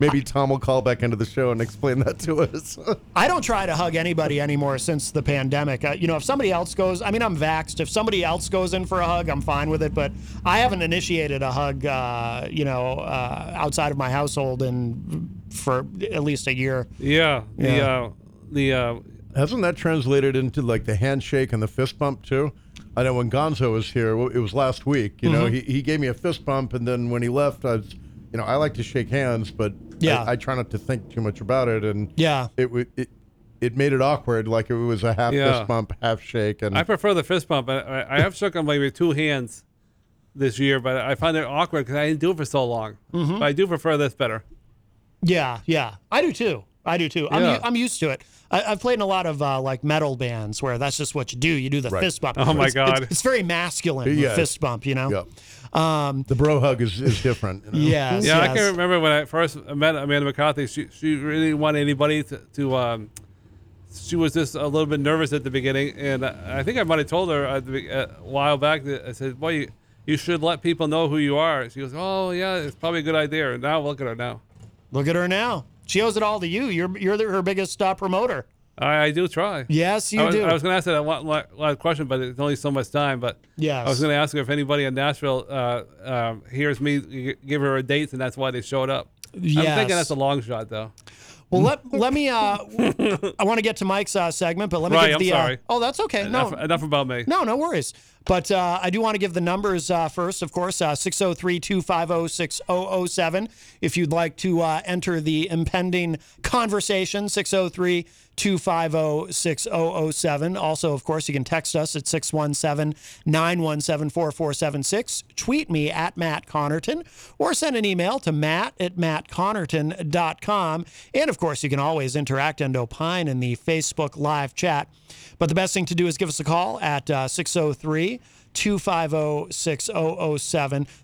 S12: Maybe Tom will call back into the show and explain that to us.
S2: I don't try to hug anybody anymore since the pandemic. Uh, you know, if somebody else goes, I mean, I'm vaxxed. If somebody else goes in for a hug, I'm fine with it. But I haven't initiated a hug, uh, you know, uh, outside of my household in for at least a year.
S3: Yeah. The,
S2: Yeah.
S3: Uh, the uh,
S12: Hasn't that translated into like the handshake and the fist bump too? I know when Gonzo was here, w- it was last week. You know,
S2: Mhm.
S12: he, he gave me a fist bump, and then when he left, I was, you know, I like to shake hands, but
S2: Yeah.
S12: I, I try not to think too much about it, and
S2: yeah,
S12: it wa- it it made it awkward, like it was a half
S3: Yeah.
S12: fist bump, half shake, and
S3: I prefer the fist bump. I- I, I have shook him like with two hands this year, but I find it awkward because I didn't do it for so long.
S2: Mhm.
S3: But I do prefer this better.
S2: Yeah, yeah, I do too. I do too. I'm,
S3: Yeah.
S2: u- I'm used to it. I, I've played in a lot of uh, like metal bands where that's just what you do. You do the
S12: Right.
S2: fist bump.
S12: Oh, my
S2: It's- it's-
S12: God.
S2: It's, very masculine. the
S12: Yes.
S2: fist bump. You know. Um,
S12: the bro hug is, is different. You know?
S2: Yes,
S3: yeah, I can remember when I first met Amanda McCarthy. She she really wanted anybody to. to um, she was just a little bit nervous at the beginning, and I I think I might have told her at the, be- a while back that I said, "Boy, you, you should let people know who you are." She goes, "Oh yeah, it's probably a good idea." And now look at her now.
S2: Look at her now. She owes it all to you. You're you're the, her biggest uh, promoter.
S3: I, I do try.
S2: Yes, you
S3: I was,
S2: do.
S3: I was going to ask that one la- last question, but it's only so much time. But
S2: Yes.
S3: I was going to ask her if anybody in Nashville uh, um, hears me g- give her a date, and that's why they showed up. I'm
S2: Yes.
S3: thinking that's a long shot, though.
S2: Well, let let me. Uh, I want to get to Mike's uh, segment, but let me
S3: Right,
S2: give
S3: I'm
S2: the. uh,
S3: sorry.
S2: oh, that's okay.
S3: Enough,
S2: no,
S3: enough about me.
S2: no, no worries. But uh, I do want to give the numbers uh, oh first, of course 603 250 6007. If you'd like to uh, enter the impending conversation, 603 250 6007. Also, of course, you can text us at 617 917 4476. Tweet me at Matt Connerton or send an email to matt at mattconnerton.com. And of course, you can always interact and opine in the Facebook live chat. But the best thing to do is give us a call at uh, 603 250 6007.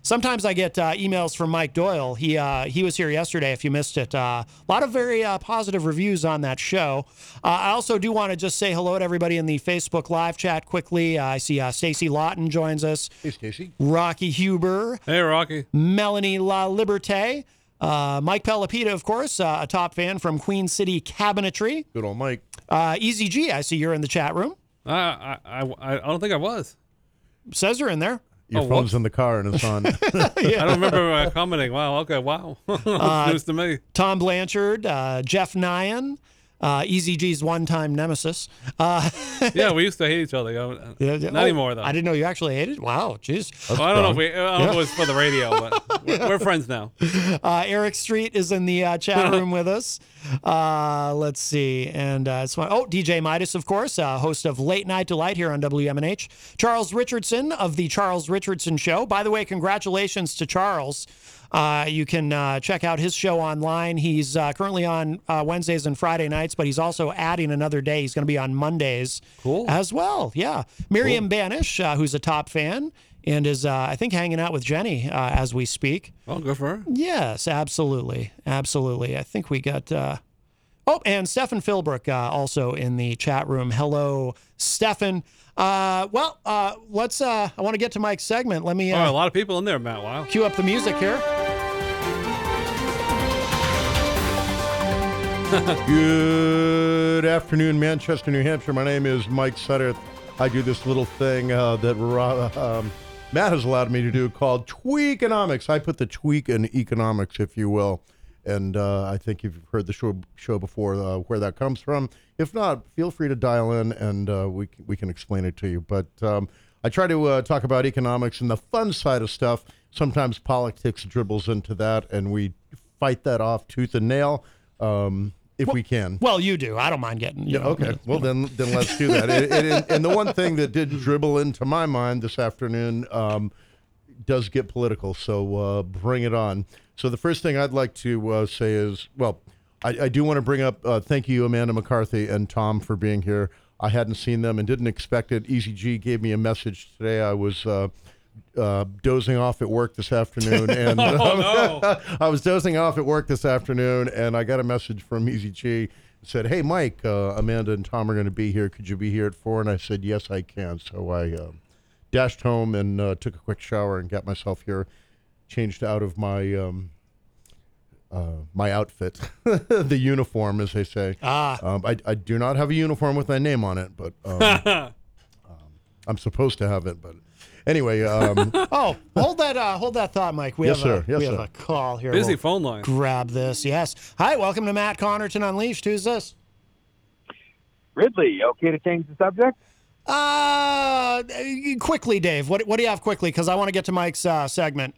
S2: Sometimes I get uh, emails from Mike Doyle. He uh, he was here yesterday if you missed it. Uh, a lot of very uh, positive reviews on that show. Uh, I also do want to just say hello to everybody in the Facebook live chat quickly. Uh, I see uh, Stacy Lawton joins us.
S12: Hey, Stacy.
S2: Rocky Huber.
S3: Hey, Rocky.
S2: Melanie La Liberté. Uh, Mike Pelopita, of course, uh, a top fan from Queen City Cabinetry.
S12: Good old Mike.
S2: Uh, Easy G, I see you're in the chat room.
S3: Uh, I, I, I, I don't think I was.
S2: Says you're in there.
S12: Your
S3: Oh,
S12: phone's
S3: whoops.
S12: in the car and it's on.
S3: I don't remember uh, commenting. Wow. Okay. Wow. That's
S2: Uh,
S3: news to me.
S2: Tom Blanchard, uh, Jeff Nyan, uh, EZG's one-time nemesis. Uh,
S3: Yeah, we used to hate each other. Uh,
S2: yeah, yeah.
S3: Not
S2: Oh,
S3: anymore though.
S2: I didn't know you actually hated. Wow, jeez.
S3: Well, I don't know if we. I don't know if it was for the radio, but we're,
S2: Yeah.
S3: we're friends now.
S2: Uh, Eric Street is in the uh, chat room with us. Uh, let's see, and uh, it's my, oh DJ Midas, of course, uh, host of Late Night Delight here on WMNH. Charles Richardson of the Charles Richardson Show. By the way, congratulations to Charles. Uh, you can uh, check out his show online. He's uh, currently on uh, Wednesdays and Friday nights, but he's also adding another day. He's going to be on Mondays cool. as well. Yeah. Miriam Banish, uh, who's a top fan and is, uh, I think, hanging out with Jenny uh, as we speak.
S3: Well, Oh, good for her.
S2: Yes, absolutely. Absolutely. I think we got. Uh, Oh, and Stefan Philbrook uh, also in the chat room. Hello, Stefan. Uh, well, uh, let's. Uh, I want to get to Mike's segment. Let me. Uh,
S3: Oh, a lot of people in there, Matt. Wow.
S2: Cue up the music here.
S12: Good afternoon, Manchester, New Hampshire. My name is Mike Sutter. I do this little thing uh, that Ra- um, Matt has allowed me to do called Tweakonomics. I put the tweak in economics, if you will. And uh, I think you've heard the show, show before uh, where that comes from. If not, feel free to dial in and uh, we, c- we can explain it to you. But um, I try to uh, talk about economics and the fun side of stuff. Sometimes politics dribbles into that, and we fight that off tooth and nail um, if we can.
S2: Well, you do. I don't mind getting. You
S12: Yeah,
S2: know,
S12: okay. Well, then, then let's do that. and, and, and the one thing that did dribble into my mind this afternoon um, does get political, so uh, bring it on. So the first thing I'd like to uh, say is, well, I, I do want to bring up. Uh, thank you, Amanda McCarthy and Tom, for being here. I hadn't seen them and didn't expect it. EZG gave me a message today. I was. Uh, uh, dozing off at work this afternoon, and um,
S3: Oh, no.
S12: I was dozing off at work this afternoon, and I got a message from Easy G. Said, "Hey, Mike, uh, Amanda and Tom are going to be here. Could you be here at four? And I said, "Yes, I can." So I uh, dashed home and uh, took a quick shower and got myself here, changed out of my um, uh, my outfit, the uniform, as they say.
S2: Ah.
S12: Um, I, I do not have a uniform with my name on it, but um, I'm supposed to have it. But anyway, um,
S2: oh, hold that. Uh, hold that thought, Mike. We
S12: Yes,
S2: have
S12: sir.
S2: A,
S12: Yes,
S2: we have
S12: sir.
S2: a call here.
S3: Busy phone line.
S2: Grab this. Yes. Hi. Welcome to Matt Connerton Unleashed. Who's this?
S13: Ridley, okay to change the subject?
S2: Uh, quickly, Dave. What What do you have quickly? Because I want to get to Mike's uh, segment.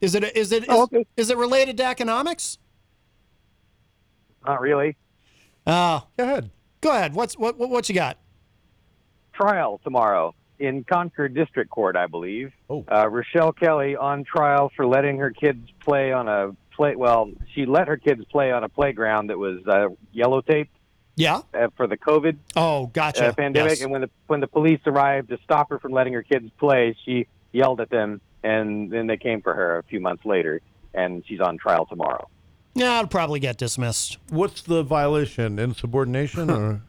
S2: Is it is it is,
S13: Oh,
S2: is it related to economics?
S13: Not really.
S2: Uh,
S12: go ahead.
S2: Go ahead. What's what what, what you got?
S13: Trial tomorrow in Concord District Court, I believe.
S12: Oh.
S13: Uh, Rochelle Kelly on trial for letting her kids play on a play. Well, she let her kids play on a playground that was uh, yellow taped
S2: Yeah.
S13: uh, for the COVID
S2: Oh, gotcha.
S13: uh, pandemic.
S2: Yes.
S13: And when the when the police arrived to stop her from letting her kids play, she yelled at them, and then they came for her a few months later. And she's on trial tomorrow.
S2: Yeah, I'll probably get dismissed.
S12: what's the violation? Insubordination or?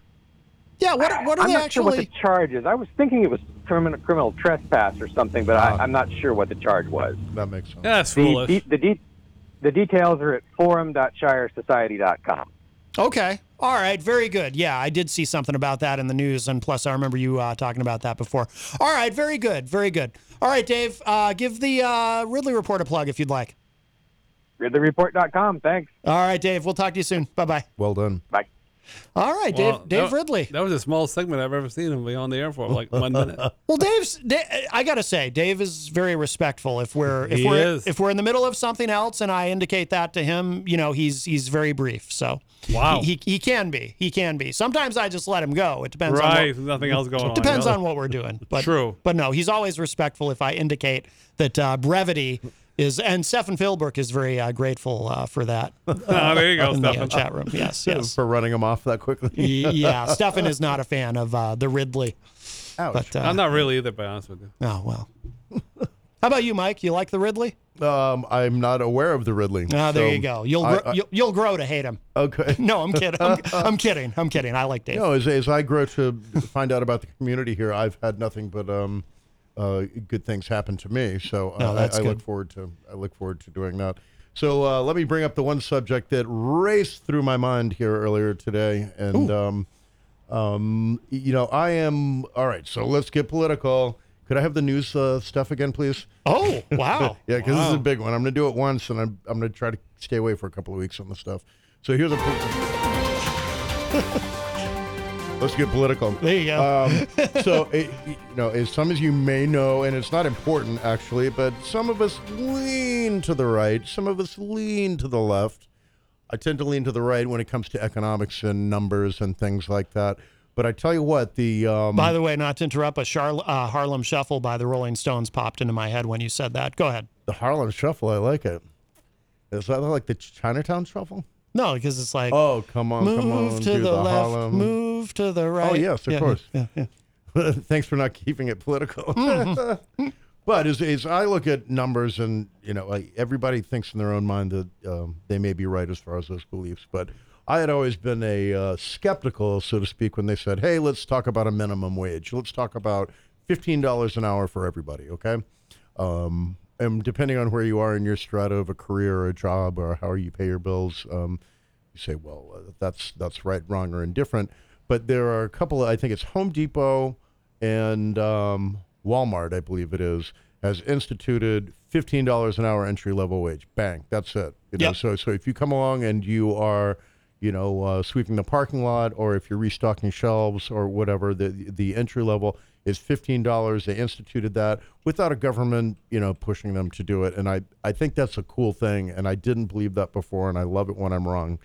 S2: Yeah, what what are
S13: I'm
S2: they
S13: not sure what
S2: actually?
S13: the charge is. I was thinking it was criminal, criminal trespass or something, but
S2: Uh-huh.
S13: I, I'm not sure what the charge was.
S12: That makes sense.
S3: that's
S13: the,
S3: foolish.
S13: de- the, de- the details are at forum.shiresociety.com.
S2: Okay. All right. Very good. Yeah, I did see something about that in the news, and plus, I remember you uh, talking about that before. All right. Very good. Very good. All right, Dave. Uh, give the uh, Ridley Report a plug if you'd like.
S13: RidleyReport.com. Thanks.
S2: All right, Dave. We'll talk to you soon. Bye bye.
S12: Well done.
S13: Bye.
S2: All right, Dave.
S3: Well,
S2: Dave
S3: that-
S2: Ridley.
S3: That was the smallest segment I've ever seen him be on the air for, like one minute.
S2: Well, Dave's. Da- I gotta say, Dave is very respectful. If we're if
S3: He
S2: we're
S3: is.
S2: if we're in the middle of something else, and I indicate that to him, you know, he's he's very brief. So
S3: Wow.
S2: he, he, he can be. He can be. Sometimes I just let him go. It depends.
S3: Right,
S2: on
S3: there's
S2: what,
S3: nothing else going on,
S2: Depends
S3: yeah.
S2: on what we're doing. But,
S3: True.
S2: But no, he's always respectful. If I indicate that uh, brevity is, and Stefan Philbrook is very uh, grateful uh, for that.
S3: Oh, there you go,
S2: In the uh,
S3: Stefan.
S2: chat room. Yes. Yes.
S12: For running him off that quickly.
S2: Y- yeah. Stefan is not a fan of uh, the Ridley.
S12: Ouch.
S2: But, uh,
S3: I'm not really either, by honest with you.
S2: Oh well. How about you, Mike? You like the Ridley?
S12: Um, I'm not aware of the Ridley.
S2: Ah, there
S12: so
S2: you go. You'll,
S12: I-
S2: gr-
S12: I-
S2: you'll you'll grow to hate him.
S12: Okay.
S2: No, I'm kidding. I'm, I'm kidding. I'm kidding. I like Dave.
S12: No, as, as I grow to find out about the community here, I've had nothing but um, uh, good things happen to me. So uh,
S2: No, that's
S12: I, I look
S2: good.
S12: forward to I look forward to doing that. So uh, let me bring up the one subject that raced through my mind here earlier today, and um, um, y- you know I am all right. So let's get political. Could I have the news uh, stuff again, please?
S2: Oh, wow.
S12: yeah, because this is a
S2: Wow.
S12: big one. I'm going to do it once, and I'm, I'm going to try to stay away for a couple of weeks on the stuff. So here's a. Let's get political.
S2: There you go.
S12: Um, so, it, you know, as some of you may know, and it's not important actually, but some of us lean to the right, some of us lean to the left. I tend to lean to the right when it comes to economics and numbers and things like that. But I tell you what, the um,
S2: By the way, not to interrupt, but Char- uh, Harlem Shuffle by the Rolling Stones popped into my head when you said that. Go ahead.
S12: the Harlem Shuffle, I like it. Is that like the Chinatown Shuffle?
S2: No, because it's like
S12: Oh, come on,
S2: move
S12: come on,
S2: to the, left,
S12: Harlem.
S2: move to the right.
S12: Oh yes, of
S2: Yeah,
S12: course. Thanks for not keeping it political.
S2: Mm-hmm.
S12: but as, as I look at numbers, and you know, like everybody thinks in their own mind that um, they may be right as far as those beliefs. But I had always been a uh, skeptical, so to speak, when they said, "Hey, let's talk about a minimum wage. Let's talk about fifteen dollars an hour for everybody." Okay. Um, and depending on where you are in your strata of a career or a job or how you pay your bills, um, you say, well, uh, that's that's right, wrong, or indifferent. But there are a couple. Of, I think it's Home Depot and um, Walmart, I believe it is, has instituted fifteen dollars an hour entry level wage. Bang, that's it. You know,
S2: Yep.
S12: so so if you come along and you are you know, uh, sweeping the parking lot, or if you're restocking shelves or whatever, the the entry level is fifteen dollars. They instituted that without a government, you know, pushing them to do it, and I I think that's a cool thing, and I didn't believe that before, and I love it when I'm wrong.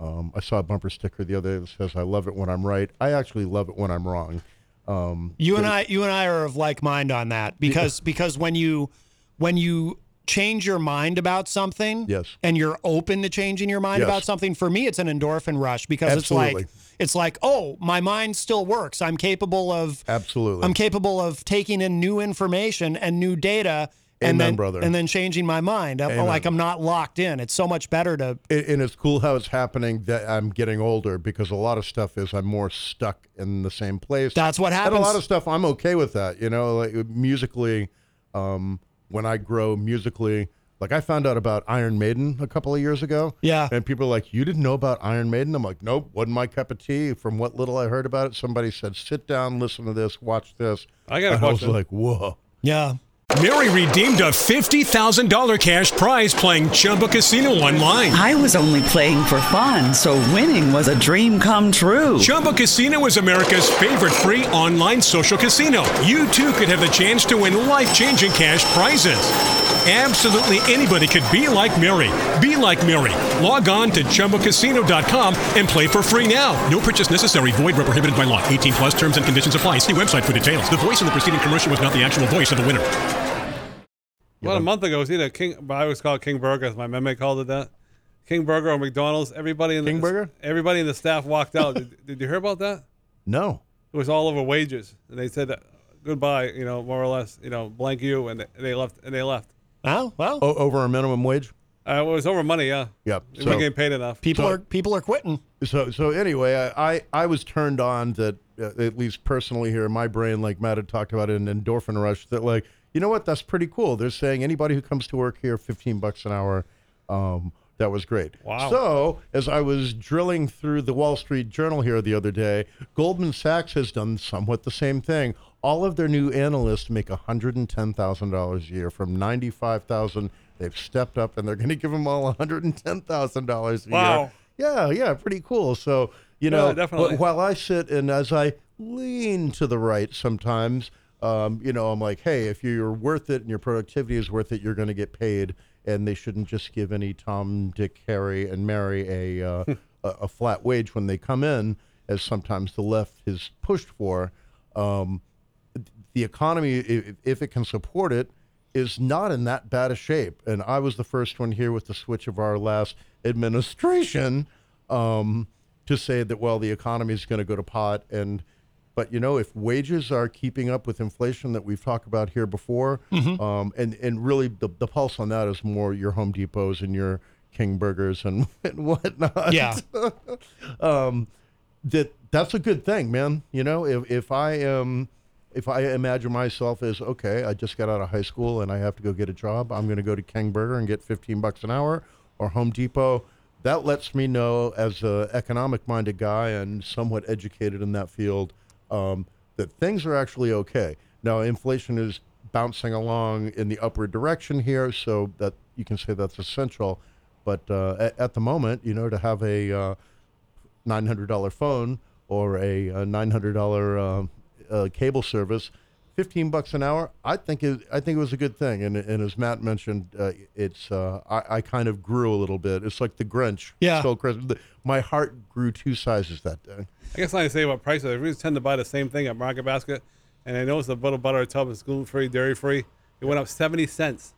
S12: Um, I saw a bumper sticker the other day that says, "I love it when I'm right." I actually love it when I'm wrong. Um,
S2: You and I, you and I are of like mind on that because because when you when you change your mind about something,
S12: Yes.
S2: and you're open to changing your mind
S12: Yes.
S2: about something. For me, it's an endorphin rush because
S12: Absolutely.
S2: it's like it's like oh, my mind still works. I'm capable of
S12: absolutely.
S2: I'm capable of taking in new information and new data.
S12: Amen,
S2: and then,
S12: brother.
S2: and then changing my mind. I'm,
S12: Amen.
S2: like I'm not locked in. It's so much better to
S12: it, and it's cool how it's happening that I'm getting older because a lot of stuff is I'm more stuck in the same place.
S2: That's what
S12: And
S2: happens.
S12: a lot of stuff I'm okay with that. You know, like musically, um, when I grow musically, like I found out about Iron Maiden a couple of years ago.
S2: Yeah.
S12: And people are like, "You didn't know about Iron Maiden?" I'm like, "Nope, wasn't my cup of tea." From what little I heard about it, somebody said, "Sit down, listen to this, watch this."
S3: I gotta
S12: and I
S3: watch
S12: was
S3: that.
S12: like, "Whoa."
S2: Yeah.
S14: Mary redeemed a $50,000 cash prize playing Chumba Casino online.
S15: I was only playing for fun, so winning was a dream come true.
S14: Chumba Casino is America's favorite free online social casino. You too could have the chance to win life changing cash prizes. Absolutely anybody could be like Mary. Be like Mary. Log on to chumbacasino.com and play for free now. No purchase necessary. Void where prohibited by law. 18 plus terms and conditions apply. See website for details. The voice in the preceding commercial was not the actual voice of the winner.
S3: About a month ago, it was either King, but I always call it King Burger, as my meme called it that. King Burger or McDonald's. Everybody in the, King Burger. Everybody in the staff walked out. did, did you hear about that?
S12: No.
S3: It was all over wages, and they said uh, goodbye. You know, more or less. You know, blank you, and they, and they left. And they left.
S2: Oh well.
S12: O- over a minimum wage.
S3: Uh, it was over money. Yeah.
S12: Yep.
S3: They
S12: so-
S3: weren't getting paid enough.
S2: people are people are quitting.
S12: So so anyway, I I, I was turned on that uh, at least personally here in my brain, like Matt had talked about an endorphin rush that like you know what that's pretty cool. They're saying anybody who comes to work here, fifteen bucks an hour. Um, that was great.
S3: Wow.
S12: So as I was drilling through the Wall Street Journal here the other day, Goldman Sachs has done somewhat the same thing. All of their new analysts make hundred and ten thousand dollars a year from ninety five thousand. They've stepped up and they're going to give them all one hundred and ten thousand dollars a year.
S3: Wow.
S12: Yeah, yeah, pretty cool. So You
S3: No,
S12: know,
S3: definitely.
S12: wh- while I sit and as I lean to the right sometimes, um, you know, I'm like, hey, if you're worth it and your productivity is worth it, you're going to get paid, and they shouldn't just give any Tom, Dick, Harry, and Mary a uh, a, a flat wage when they come in, as sometimes the left is pushed for. Um, the economy, if, if it can support it, is not in that bad a shape. And I was the first one here with the switch of our last administration um, to say that well, the economy is going to go to pot. And but you know, if wages are keeping up with inflation that we've talked about here before, um, and and really the, the pulse on that is more your Home Depots and your King Burgers and, and whatnot.
S2: Yeah.
S12: um, that that's a good thing, man. You know, if, if I am, if I imagine myself as okay, I just got out of high school and I have to go get a job. I'm going to go to King Burger and get 15 bucks an hour or Home Depot. That lets me know, as a economic-minded guy and somewhat educated in that field, um, that things are actually okay. Now, inflation is bouncing along in the upward direction here, so that you can say that's essential. But uh, at, at the moment, you know, to have a uh, nine hundred dollar phone or a, uh nine hundred dollar uh, uh, cable service, fifteen bucks an hour. I think it, I think it was a good thing. And, and as Matt mentioned, uh, it's uh, I, I kind of grew a little bit. It's like the Grinch.
S3: Yeah.
S12: Stole Christmas. My heart grew two sizes that day.
S3: I guess I say about prices. I really tend to buy the same thing at Market Basket, and I noticed the butter butter tub is gluten free, dairy free. It went up seventy cents.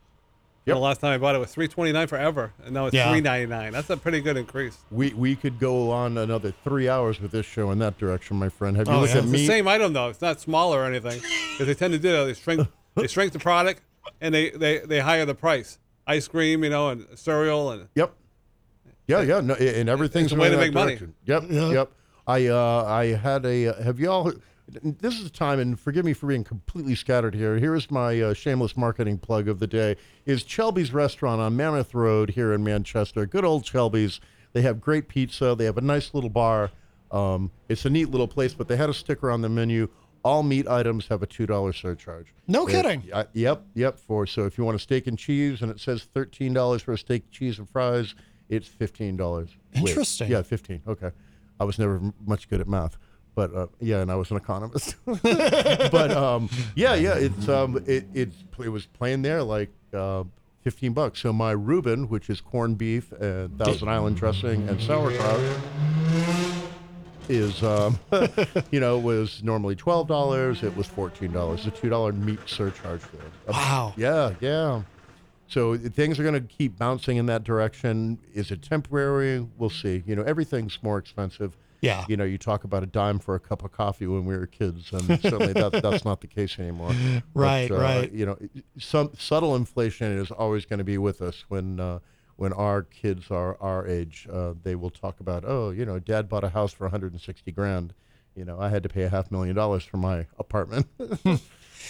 S3: The last time I bought it, it was three twenty nine forever, and now it's
S12: Yeah.
S3: three ninety nine. That's a pretty good increase.
S12: We we could go on another three hours with this show in that direction, my friend. Have you looked at
S3: Oh, it's
S12: me?
S3: the same item though. It's not smaller or anything because they tend to do that. They shrink, they shrink the product, and they they they higher the price. Ice cream, you know, and cereal, and
S12: Yep. Yeah, yeah, no, a- and everything's
S3: a way to
S12: going
S3: make
S12: in that
S3: money.
S12: direction. Yep, yep. I uh, I had a. Have y'all? This is the time, and forgive me for being completely scattered here. Here is my uh, shameless marketing plug of the day: is Chelby's Restaurant on Mammoth Road here in Manchester. Good old Chelby's. They have great pizza. They have a nice little bar. Um, it's a neat little place, but they had a sticker on the menu. All meat items have a two dollar surcharge.
S2: No
S12: It-
S2: kidding.
S12: I, yep, yep. For so if you want a steak and cheese, and it says thirteen dollars for a steak, cheese, and fries, it's fifteen dollars.
S2: Interesting.
S12: yeah, fifteen. Okay. I was never m- much good at math, but uh, yeah, and I was an economist. but um, yeah, yeah, it's um, it it's it was playing there like uh, fifteen bucks. So my Reuben, which is corned beef and Thousand Island dressing and sauerkraut, is um, you know was normally twelve dollars. It was fourteen dollars. A two dollar meat surcharge there. Wow. Yeah, yeah. So things are going to keep bouncing in that direction. Is it temporary? We'll see. You know, everything's more expensive.
S2: Yeah.
S12: You know, you talk about a dime for a cup of coffee when we were kids, and certainly that, that's not the case anymore. uh,
S2: Right, right.
S12: You know, some subtle inflation is always going to be with us when uh, when our kids are our age. Uh, they will talk about, oh, you know, Dad bought a house for 160 grand. You know, I had to pay a half million dollars for my apartment.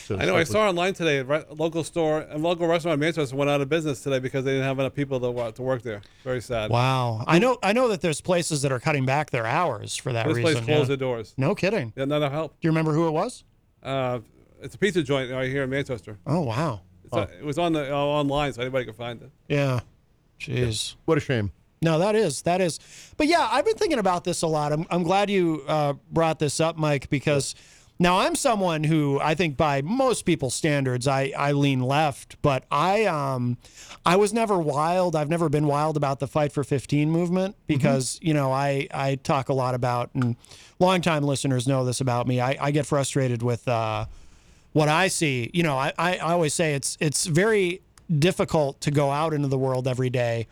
S12: So
S3: I
S12: it's
S3: know. I
S12: like,
S3: saw online today, a re- local store and local restaurant in Manchester went out of business today because they didn't have enough people to, wa- to work there. Very sad.
S2: Wow. I know I know that there's places that are cutting back their hours for that
S3: This
S2: reason.
S3: place closed
S2: yeah.
S3: their doors.
S2: No kidding.
S3: Yeah, not enough help.
S2: Do you remember who it was?
S3: Uh, it's a pizza joint right here in Manchester.
S2: Oh wow.
S3: It's uh, it was on the uh, online, so anybody could find it.
S2: Yeah. Jeez.
S12: What a shame.
S2: No, that is that is. But yeah, I've been thinking about this a lot. I'm I'm glad you uh, brought this up, Mike, because now I'm someone who I think by most people's standards I I lean left, but I um I was never wild. I've never been wild about the Fight for 15 movement
S12: Mm-hmm.
S2: because you know I I talk a lot about and longtime listeners know this about me. I I get frustrated with. Uh, what I see, you know, I, I I always say it's it's very difficult to go out into the world every day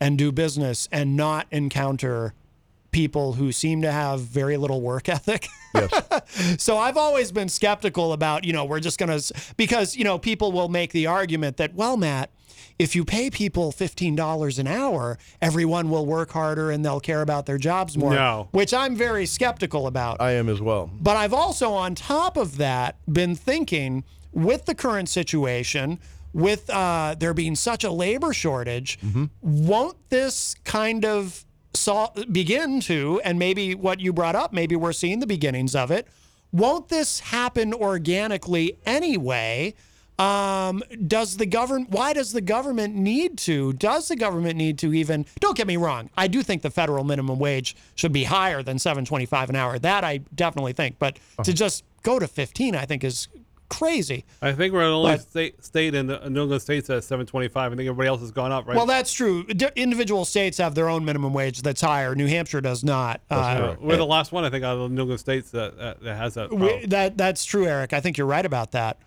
S2: and do business and not encounter people who seem to have very little work ethic. so I've always been skeptical about, you know, we're just going to, because, you know, people will make the argument that, well, Matt, if you pay people $15 an hour, everyone will work harder and they'll care about their jobs more,
S12: No.
S2: which I'm very skeptical about.
S12: I am as well.
S2: But I've also, on top of that, been thinking with the current situation, with uh, there being such a labor shortage, won't this kind of sol- begin to, and maybe what you brought up, maybe we're seeing the beginnings of it, won't this happen organically anyway? Um, does the government? Why does the government need to? Does the government need to even? Don't get me wrong. I do think the federal minimum wage should be higher than seven twenty-five an hour. That I definitely think. But
S3: Uh-huh.
S2: to just go to fifteen, I think is crazy.
S3: I think we're the only
S2: But-
S3: state, state in the in New England states at 725. I think everybody else has gone up, right?
S2: Well, that's true. D- individual states have their own minimum wage that's higher. New Hampshire does not.
S3: That's
S2: Uh,
S3: true. we're the last one, I think, out of the New England states that, that, that has that. problem.
S2: we, that that's true, Eric. I think you're right about that.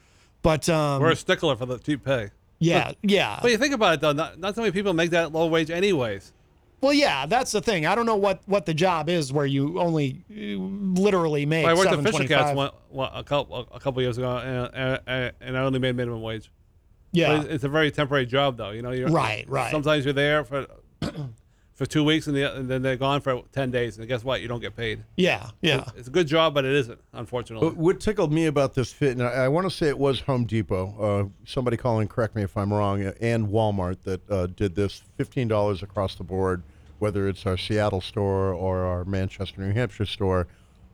S2: But um,
S3: We're a stickler for the cheap pay.
S2: Yeah, yeah.
S3: But you think about it though, not, not so many people make that low wage anyways.
S2: Well, yeah, that's the thing. I don't know what, what the job is where you only uh, literally make.
S3: I worked at Fisher Cats
S2: 725.
S3: one, one, a couple a couple years ago, and, and, and I only made minimum wage.
S2: Yeah.
S3: But it's, it's a very temporary job though. You know, you're,
S2: Right, right.
S3: Sometimes you're there for for two weeks, and, the, and then they're gone for ten days, and guess what? You don't get paid.
S2: Yeah, yeah.
S3: It's, it's a good job, but it isn't, unfortunately.
S12: What, what tickled me about this fit, and I, I want to say it was Home Depot. Uh, somebody call and correct me if I'm wrong, uh, and Walmart that uh, did this $15 across the board, whether it's our Seattle store or our Manchester, New Hampshire store.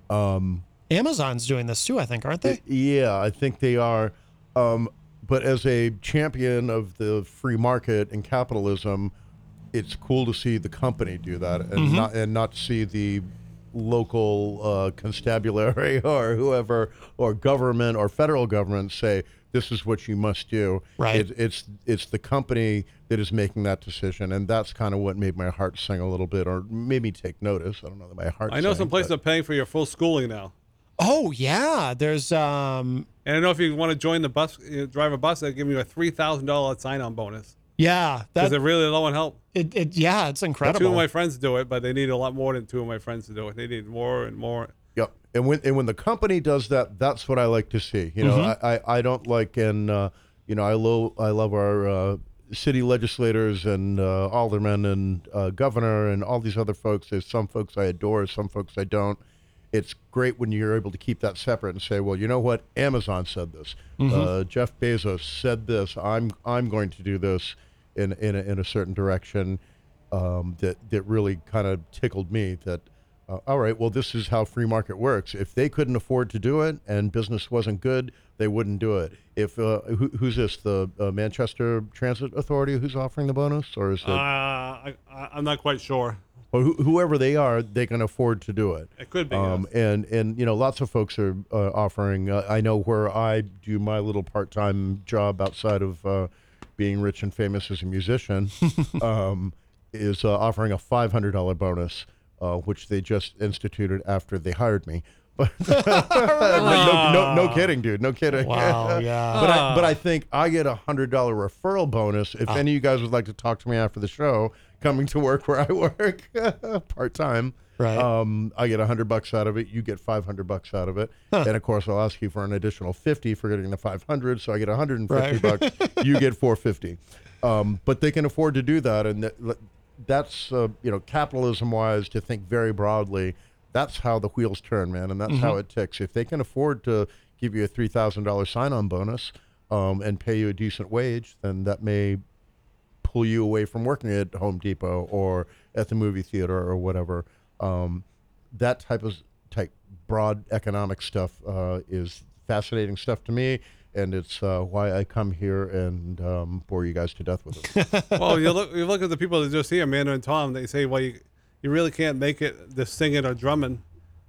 S12: Um,
S2: Amazon's doing this too, I think, aren't they?
S12: yeah, I think they are. Um, but as a champion of the free market and capitalism, it's cool to see the company do that and
S2: Mm-hmm.
S16: Mhm.
S12: not and not see the local uh, constabulary or whoever or government or federal government say this is what you must do.
S2: Right.
S12: It, it's it's the company that is making that decision, and that's kind of what made my heart sing a little bit, or made me take notice. I don't know that my heart.
S3: I know
S12: sang,
S3: some places
S12: but-
S3: are paying for your full schooling now.
S2: Oh yeah, there's um
S3: And I know if you want to join the bus, you know, drive a bus, they give you a three thousand dollar sign on bonus
S2: yeah Uh,
S3: because
S2: that
S3: they're really low on help.
S2: it, it yeah it's
S3: Two of
S2: incredible.
S3: my friends do it, but they need a lot more than two of my friends to do it. They need more and more.
S12: Yep. And when and when the company does that, that's what I like to see. You know,
S3: Mhm.
S12: I, I, I don't like and uh, you know I love I love our uh, city legislators and uh, aldermen and uh, governor and all these other folks. There's some folks I adore, some folks I don't. It's great when you're able to keep that separate and say, well, you know what, Amazon said this,
S16: Mhm.
S12: uh, Jeff Bezos said this. I'm I'm going to do this in in a, in a certain direction. Um, that that really kind of tickled me. That uh, all right, well, this is how free market works. If they couldn't afford to do it and business wasn't good, they wouldn't do it. If uh, who, who's this? The uh, Manchester Transit Authority who's offering the bonus, or is it
S3: Uh, I, I, I'm not quite sure.
S12: or who whoever they are? They can afford to do it.
S3: It could be,
S12: Um, And and you know, lots of folks are uh, offering. Uh, I know where I do my little part-time job outside of uh, being rich and famous as a musician. um, is uh, offering a $500 bonus, uh, which they just instituted after they hired me. But no, no, no kidding, dude. No kidding.
S2: Wow, yeah.
S12: but, I, but
S2: Ah.
S12: I think I get a $100 referral bonus
S2: Uh.
S12: if any of you guys would like to talk to me after the show, coming to work where I work part time.
S2: Right.
S12: Um, I get 100 bucks out of it. You get 500 bucks out of it. And of course, I'll ask you for an additional 50 for getting the 500. So I get 150
S16: Right.
S12: bucks. You get 450. Um, but they can afford to do that. And that, that's, uh, you know, capitalism wise, to think very broadly, that's how the wheels turn, man. And that's how
S16: Mhm.
S12: it ticks. If they can afford to give you a $3,000 sign on bonus um, and pay you a decent wage, then that may pull you away from working at Home Depot or at the movie theater or whatever. Um, that type of type broad economic stuff uh, is fascinating stuff to me, and it's uh, why I come here and um, bore you guys to death with it.
S3: well, you look you look at the people that just here, Amanda and Tom. They say, well, you, you really can't make it this singing or drumming,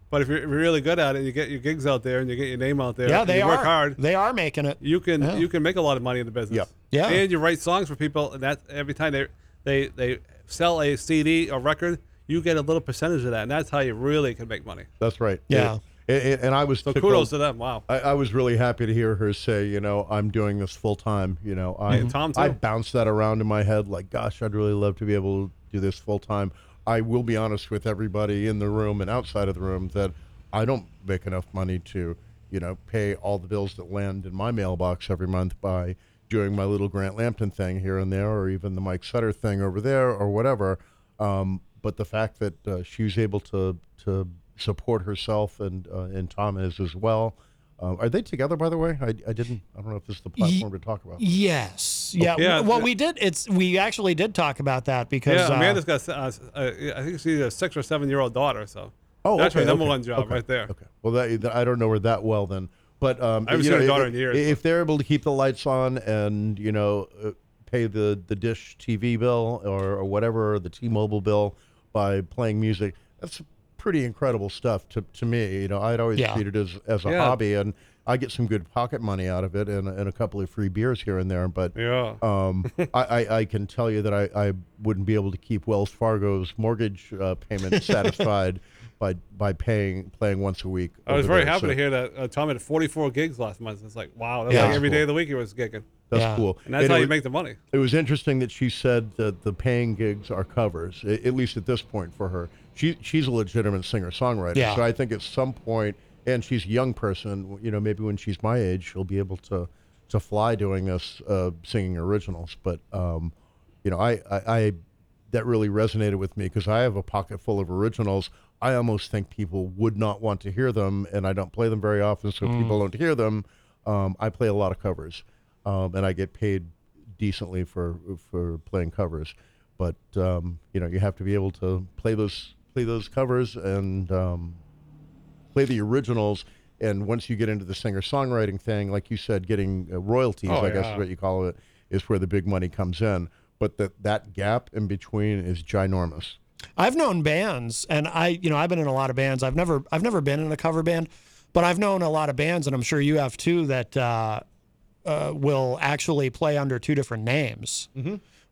S3: but if you're, if you're really good at it, you get your gigs out there and you get your name out there.
S2: yeah,
S3: and
S2: they
S3: you
S2: are
S3: work hard.
S2: They are making it.
S3: You can
S2: Yeah.
S3: you can make a lot of money in the business.
S2: Yeah.
S3: And you write songs for people, and that every time they they they sell a CD or record, you get a little percentage of that, and that's how you really can make money.
S12: That's right.
S3: Yeah.
S12: And, and- and I was
S3: So
S12: tickled-
S3: kudos to them. Wow.
S12: I, I was really happy to hear her say, you know, I'm doing this full time. You know, I
S3: And Mm-hmm. Tom, too.
S12: I bounced that around in my head like, gosh, I'd really love to be able to do this full time. I will be honest with everybody in the room and outside of the room that I don't make enough money to, you know, pay all the bills that land in my mailbox every month by doing my little Grant Lampton thing here and there, or even the Mike Sutter thing over there, or whatever. Um, but the fact that uh, she was able to to support herself and uh, and Tom is as well. Uh, are they together, by the way? I, I didn't. I don't know if this is the platform to talk about.
S3: Oh,
S2: Yes. Yeah.
S12: Yeah.
S2: Well, we did. It's we actually did talk about that because
S3: Yeah,
S2: uh,
S3: Amanda's got, uh, s- uh, I think she's a six or seven year old daughter. So
S12: Oh,
S3: that's
S12: okay,
S3: her number
S12: okay,
S3: one job
S12: okay,
S3: right there.
S12: Okay. Well, that, that- I don't know her that well then, But um,
S3: I haven't
S12: you
S3: seen
S12: know,
S3: a daughter
S12: if,
S3: in years,
S12: If they're able to keep the lights on and you know uh, pay the the Dish TV bill or, or whatever the T-Mobile bill by playing music, that's pretty incredible stuff to, to me. You know, I'd always
S2: Yeah.
S12: treated it as as a
S2: Yeah.
S12: hobby, and I get some good pocket money out of it and, and a couple of free beers here and there. But
S3: Yeah.
S12: um, I, I, I can tell you that I, I wouldn't be able to keep Wells Fargo's mortgage uh, payment satisfied by by paying playing once a week.
S3: I was
S12: over
S3: very
S12: there,
S3: happy
S12: so
S3: to hear that uh, Tom had 44 gigs last month. It's like, wow, that's
S12: Yeah.
S3: like every
S12: Cool.
S3: day of the week he was gigging.
S12: That's cool.
S3: And that's
S12: And
S3: how
S12: it
S3: you
S12: was-
S3: make the money.
S12: It was interesting that she said that the paying gigs are covers, a- at least at this point for her. She she's a legitimate singer songwriter,
S3: Yeah.
S12: so I think at some point, and she's a young person. You know, maybe when she's my age, she'll be able to to fly doing this, uh, singing originals. But um, you know, I, I, I that really resonated with me because I have a pocket full of originals. I almost think people would not want to hear them, and I don't play them very often, so
S16: Mm.
S12: people don't hear them. Um, I play a lot of covers, um, and I get paid decently for for playing covers. But um, you know, you have to be able to play those play those covers and um, play the originals. And once you get into the singer songwriting thing, like you said, getting uh, royalties,
S16: Oh,
S12: I guess
S16: yeah.
S12: is what you call it, is where the big money comes in. But that that gap in between is ginormous.
S2: I've known bands, and I, you know, I've been in a lot of bands. I've never, I've never been in a cover band, but I've known a lot of bands, and I'm sure you have too, that uh, uh, will actually play under two different names.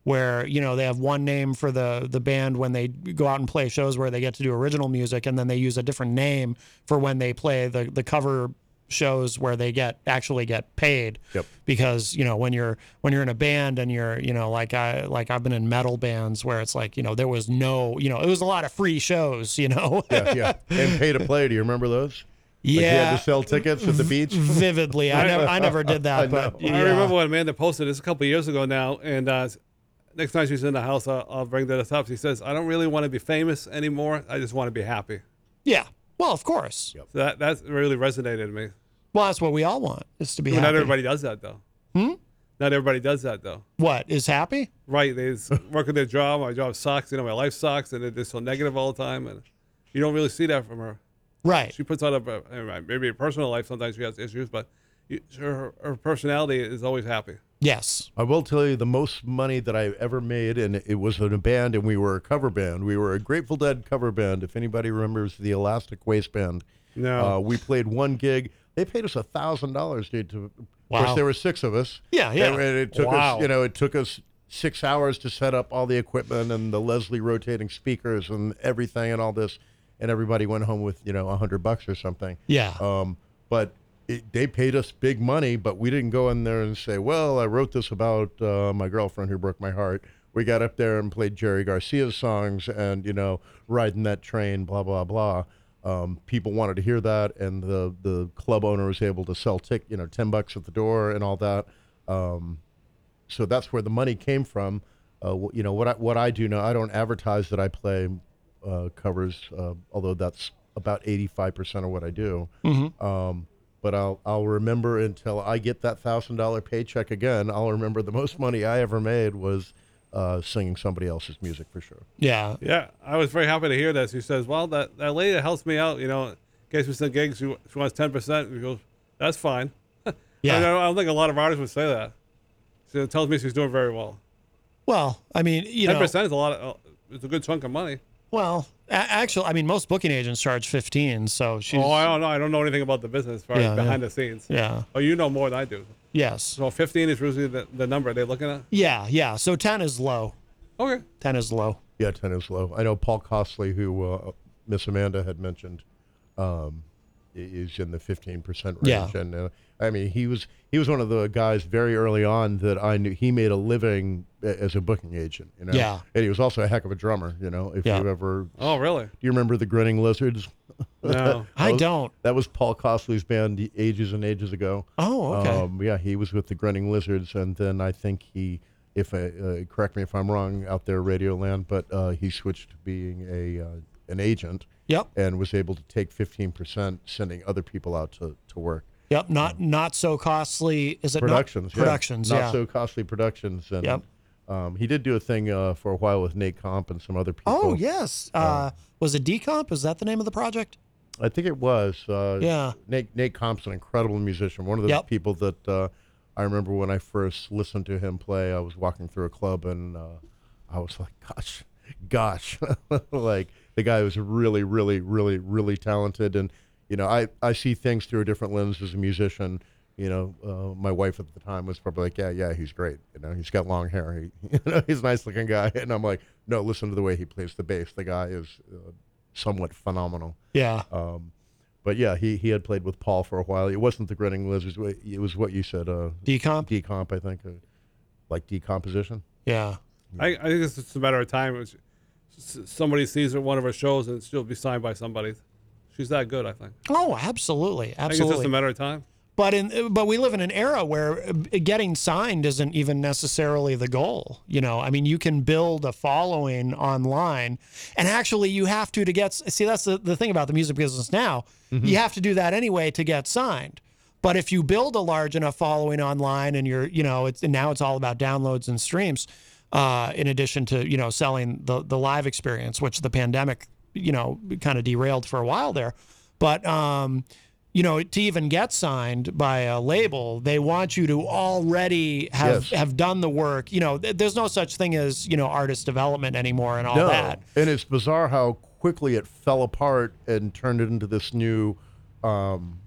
S2: Where you know they have one name for the the band when they go out and play shows where they get to do original music, and then they use a different name for when they play the the cover shows where they get actually get paid
S12: Yep.
S2: because you know when you're when you're in a band and you're you know like I like I've been in metal bands where it's like you know there was no you know it was a lot of free shows you know
S12: yeah, yeah. And pay to play. Do you remember those? Like you had
S2: Yeah.
S12: to sell tickets at the beach.
S2: vividly I never I never did that
S12: I
S2: but
S12: know.
S2: yeah.
S3: I remember when Amanda posted this a couple years ago now, and uh, next time she's in the house, I'll, I'll bring that up. She says, "I don't really want to be famous anymore. I just want to be happy."
S2: yeah well of course
S3: So that that really resonated with me.
S2: well that's what we all want is to be
S3: Well, not
S2: happy.
S3: everybody does that though.
S2: Hmm?
S3: Not everybody does that though.
S2: what is happy
S3: Right? They just work at their job. My job sucks. You know, my life sucks, and they're just so negative all the time. And you don't really see that from her.
S2: Right.
S3: She puts out a- a anyway, maybe her personal life. Sometimes she has issues, but you, her her personality is always happy.
S2: Yes.
S12: I will tell you the most money that I ever made, and it was in a band, and we were a cover band. We were a Grateful Dead cover band. If anybody remembers the Elastic Waistband,
S3: No.
S12: uh, we played one gig. They paid us a thousand dollars, dude. To of
S16: Wow.
S12: course, there were six of us.
S16: Yeah, yeah.
S12: And, and it took
S16: Wow.
S12: us, you know, it took us six hours to set up all the equipment and the Leslie rotating speakers and everything and all this, and everybody went home with you know a hundred bucks or something.
S2: Yeah.
S12: Um, but it, they paid us big money, but we didn't go in there and say, "Well, I wrote this about uh, my girlfriend who broke my heart." We got up there and played Jerry Garcia's songs, and you know, riding that train, blah blah blah. Um, people wanted to hear that, and the the club owner was able to sell tick, you know, ten bucks at the door and all that. Um, so that's where the money came from. Uh, wh- you know what I, what I do now. I don't advertise that I play uh, covers, uh, although that's about eighty five percent of what I do.
S16: Mhm.
S12: Um, but I'll I'll remember until I get that thousand dollar paycheck again. I'll remember the most money I ever made was uh, singing somebody else's music for sure.
S2: Yeah.
S3: Yeah. I was very happy to hear this. She says, Well, that, that lady that helps me out, you know, gets me some gigs, she, she wants 10%. We go, That's fine.
S2: Yeah.
S3: I, don't, I don't think a lot of artists would say that. She tells me she's doing very well.
S2: well I mean you
S3: 10%
S2: know
S3: is a lot of, uh, it's a good chunk of money.
S2: well a- actually I mean most booking agents charge 15 so she's
S3: oh, I don't know. I don't know anything about the business as far
S2: Yeah,
S3: as
S2: yeah.
S3: behind the scenes.
S2: Yeah.
S3: Oh, you know more than I do.
S2: yes
S3: So 15 is usually the, the number they're looking at.
S2: yeah yeah so 10 is low
S3: okay
S2: 10 is low
S12: Yeah, ten is low. I know Paul Costley, who uh, Miss Amanda had mentioned, um, i- is in the fifteen percent range.
S16: Yeah.
S12: And uh, I mean, he was he was one of the guys very early on that I knew. He made a living a- as a booking agent. You know.
S16: Yeah.
S12: And he was also a heck of a drummer. You know, if
S16: Yeah.
S12: you ever.
S3: Oh, really?
S12: Do you remember the Grinning Lizards?
S16: No.
S12: That
S16: I
S12: was-
S16: don't.
S12: That was Paul Costley's band ages and ages ago.
S16: Oh, okay.
S12: Um, yeah, he was with the Grinning Lizards, and then I think he, if I, uh, correct me if I'm wrong, out there Radio Land, but uh, he switched to being a uh, an agent.
S2: Yep.
S12: And was able to take 15%, sending other people out to, to work.
S2: Yep, not not so costly. Is it not-
S12: productions, yeah.
S2: Productions,
S12: not
S2: yeah.
S12: so costly productions, and
S2: Yep.
S12: um, he did do a thing uh, for a while with Nate Comp and some other people.
S2: Uh, oh yes, uh, was it Decomp? Is that the name of the project?
S12: I think it was. Uh,
S2: Yeah.
S12: Nate Nate Compson, incredible musician. One of the
S2: Yep.
S12: people that uh, I remember when I first listened to him play. I was walking through a club and uh, I was like, gosh, gosh, like the guy was really, really, really, really talented. And you know, I I see things through a different lens as a musician. You know, uh, my wife at the time was probably like, "Yeah, yeah, he's great. You know, he's got long hair. He, you know, he's a nice-looking guy." And I'm like, "No, listen to the way he plays the bass. The guy is uh, somewhat phenomenal."
S2: Yeah.
S12: Um, but yeah, he, he had played with Paul for a while. It wasn't the Grinning Lizards. wa- It was what you said. Uh,
S2: decomp.
S12: Decomp, I think, uh, like decomposition.
S2: Yeah.
S3: I, I think it's just a matter of time. It's- s- somebody sees her at one of her shows and she'll be signed by somebody. She's that good, I think.
S2: Oh, absolutely,
S3: I think it's just
S2: absolutely.
S3: a matter of time.
S2: But in but we live in an era where uh, getting signed isn't even necessarily the goal. You know, I mean, you can build a following online, and actually, you have to to get. See, that's the, the thing about the music business now. You have to do that anyway to get signed. But if you build a large enough following online, and you're, you know, it's and now it's all about downloads and streams, uh, in addition to you know selling the the live experience, which the pandemic, you know, kind of derailed for a while there. But um, you know, to even get signed by a label, they want you to already have
S12: Yes.
S2: have done the work. You know, th- there's no such thing as you know artist development anymore and all that.
S12: And it's bizarre how quickly it fell apart and turned it into this new, um,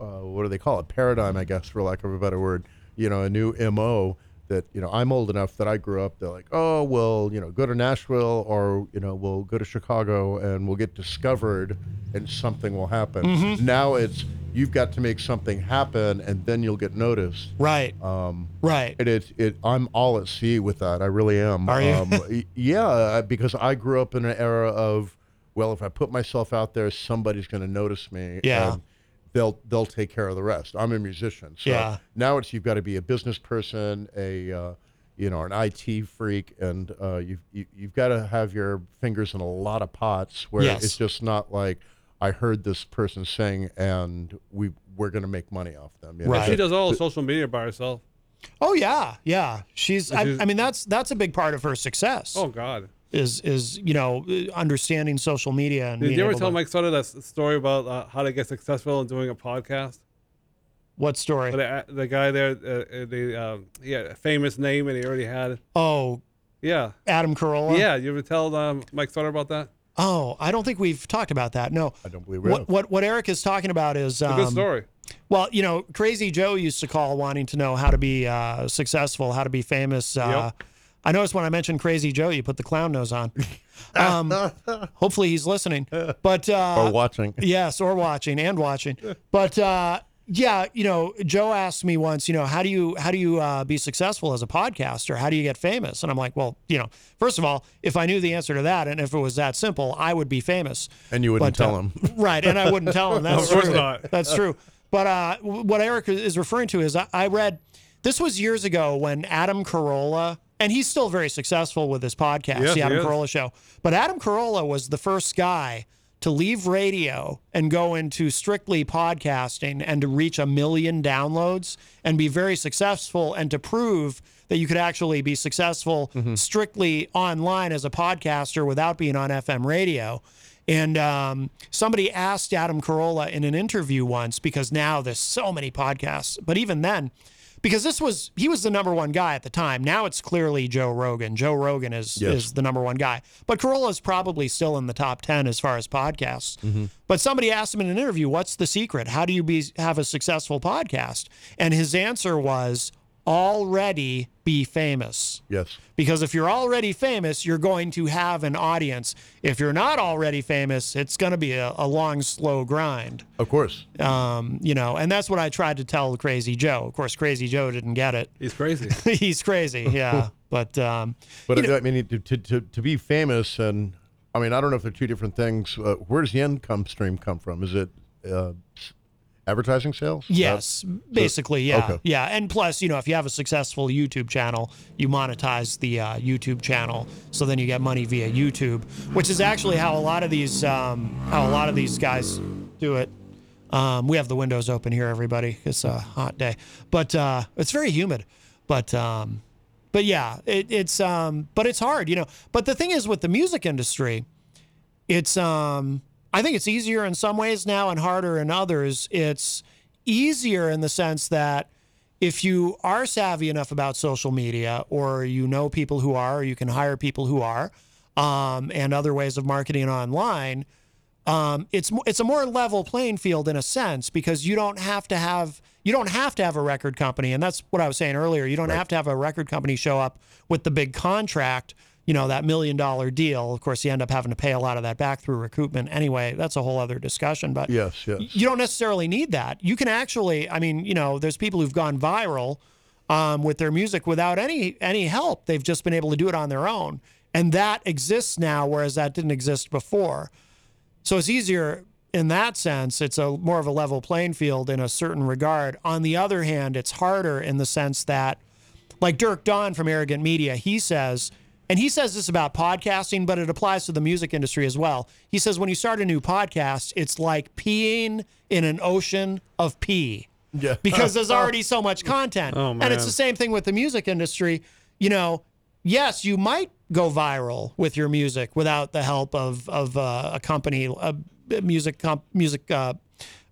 S12: uh, what do they call it? Paradigm, I guess, for lack of a better word. You know, a new MO that, you know, I'm old enough that I grew up. They're like, oh, well, you know, go to Nashville or, you know, we'll go to Chicago and we'll get discovered and something will happen.
S2: Mhm.
S12: Now it's, you've got to make something happen and then you'll get noticed.
S2: Right.
S12: Um,
S2: right.
S12: And it's it, I'm all at sea with that. I really am.
S2: Are you?
S12: Um, y- yeah, I- because I grew up in an era of, well, if I put myself out there, somebody's going to notice me.
S2: Yeah.
S12: and they'll they'll take care of the rest. I'm a musician, so
S2: Yeah.
S12: now it's you've got to be a business person, a uh, you know, an IT freak, and uh, you've you, you've got to have your fingers in a lot of pots. Where
S2: Yes.
S12: it's just not like I heard this person sing, and we we're going to make money off them. you know?
S3: She does all the social media by herself.
S2: Oh yeah, yeah. She's. I,
S3: She's-
S2: I mean, that's that's a big part of her success.
S3: Oh God.
S2: Is is you know uh, understanding social media and
S3: Did
S2: being
S3: you ever
S2: able
S3: tell
S2: to-
S3: Mike Sutter that s- story about uh, how to get successful in doing a podcast?
S2: what story?
S3: But uh, the guy there, uh, uh, the um, he had a famous name, and he already had.
S2: Oh,
S3: Yeah.
S2: Adam Carolla.
S3: Yeah. You ever tell um, Mike Sutter about that?
S2: Oh, I don't think we've talked about that. No. I don't
S12: believe
S3: we
S2: what,
S3: have.
S2: what what Eric is talking about is um,
S3: It's a good story.
S2: Well, you know, Crazy Joe used to call wanting to know how to be uh, successful, how to be famous. Uh, I noticed when I mentioned Crazy Joe, you put the clown nose on. Um, hopefully, he's listening. But uh,
S12: Or watching.
S2: Yes, or watching and watching. But uh, yeah, you know, Joe asked me once, you know, how do you how do you uh, be successful as a podcaster? How do you get famous? And I'm like, well, you know, first of all, if I knew the answer to that, and if it was that simple, I would be famous.
S12: And you wouldn't
S2: But,
S12: tell
S2: uh,
S12: him.
S2: right? And I wouldn't tell him. That's
S12: Of course
S2: true.
S12: not.
S2: That's true. But uh, w- what Eric is referring to is I, I read this was years ago when Adam Carolla, and he's still very successful with his podcast,
S3: Yes,
S2: the
S3: he
S2: Adam
S3: is.
S2: Carolla Show. But Adam Carolla was the first guy to leave radio and go into strictly podcasting and to reach a million downloads and be very successful and to prove that you could actually be successful strictly online as a podcaster without being on FM radio. And um, somebody asked Adam Carolla in an interview once because now there's so many podcasts, but even then, because this was he was the number one guy at the time. Now it's clearly Joe Rogan. Joe Rogan is
S12: Yes.
S2: is the number one guy, but Carolla is probably still in the top ten as far as podcasts.
S12: Mm-hmm.
S2: But somebody asked him in an interview, "What's the secret? How do you be have a successful podcast?" And his answer was, "Already be famous."
S12: Yes.
S2: Because if you're already famous, you're going to have an audience. If you're not already famous, it's going to be a, a long, slow grind.
S12: Of course.
S2: Um, you know, and that's what I tried to tell Crazy Joe. Of course, Crazy Joe didn't get it.
S3: He's crazy.
S2: He's crazy. Yeah. But um,
S12: but I mean, to, to, to, to be famous and I mean, I don't know if they're two different things. Uh, where does the income stream come from? Is it uh, s- advertising sales? Is that-
S2: Yes,
S12: so-
S2: basically, yeah,
S12: Okay.
S2: yeah. And plus, you know, if you have a successful YouTube channel, you monetize the uh, YouTube channel, so then you get money via YouTube, which is actually how a lot of these um, how a lot of these guys do it. Um, we have the windows open here, everybody. It's a hot day, but uh, it's very humid. But um, but yeah, it, it's um, but it's hard, you know. But the thing is, with the music industry, it's um I think it's easier in some ways now and harder in others. It's easier in the sense that if you are savvy enough about social media or you know people who are, or you can hire people who are, um, and other ways of marketing online, um, it's mo- it's a more level playing field in a sense because you don't have to have you don't have to have a record company, and that's what I was saying earlier. You don't have to have a record company show up with the big contract, you know, that million dollar deal. Of course, you end up having to pay a lot of that back through recoupment anyway. That's a whole other discussion, but
S12: Yes, yes.
S2: you don't necessarily need that. You can actually, I mean, you know, there's people who've gone viral um, with their music without any any help. They've just been able to do it on their own, and that exists now, whereas that didn't exist before. So it's easier in that sense. It's a more of a level playing field in a certain regard. On the other hand, it's harder in the sense that, like Dirk Don from Arrogant Media, he says, and he says this about podcasting, but it applies to the music industry as well. He says when you start a new podcast, it's like peeing in an ocean of pee.
S12: Yeah.
S2: Because there's already so much content.
S12: Oh,
S2: And it's
S12: man.
S2: the same thing with the music industry. You know, yes, you might go viral with your music without the help of of uh, a company, a music comp, music uh,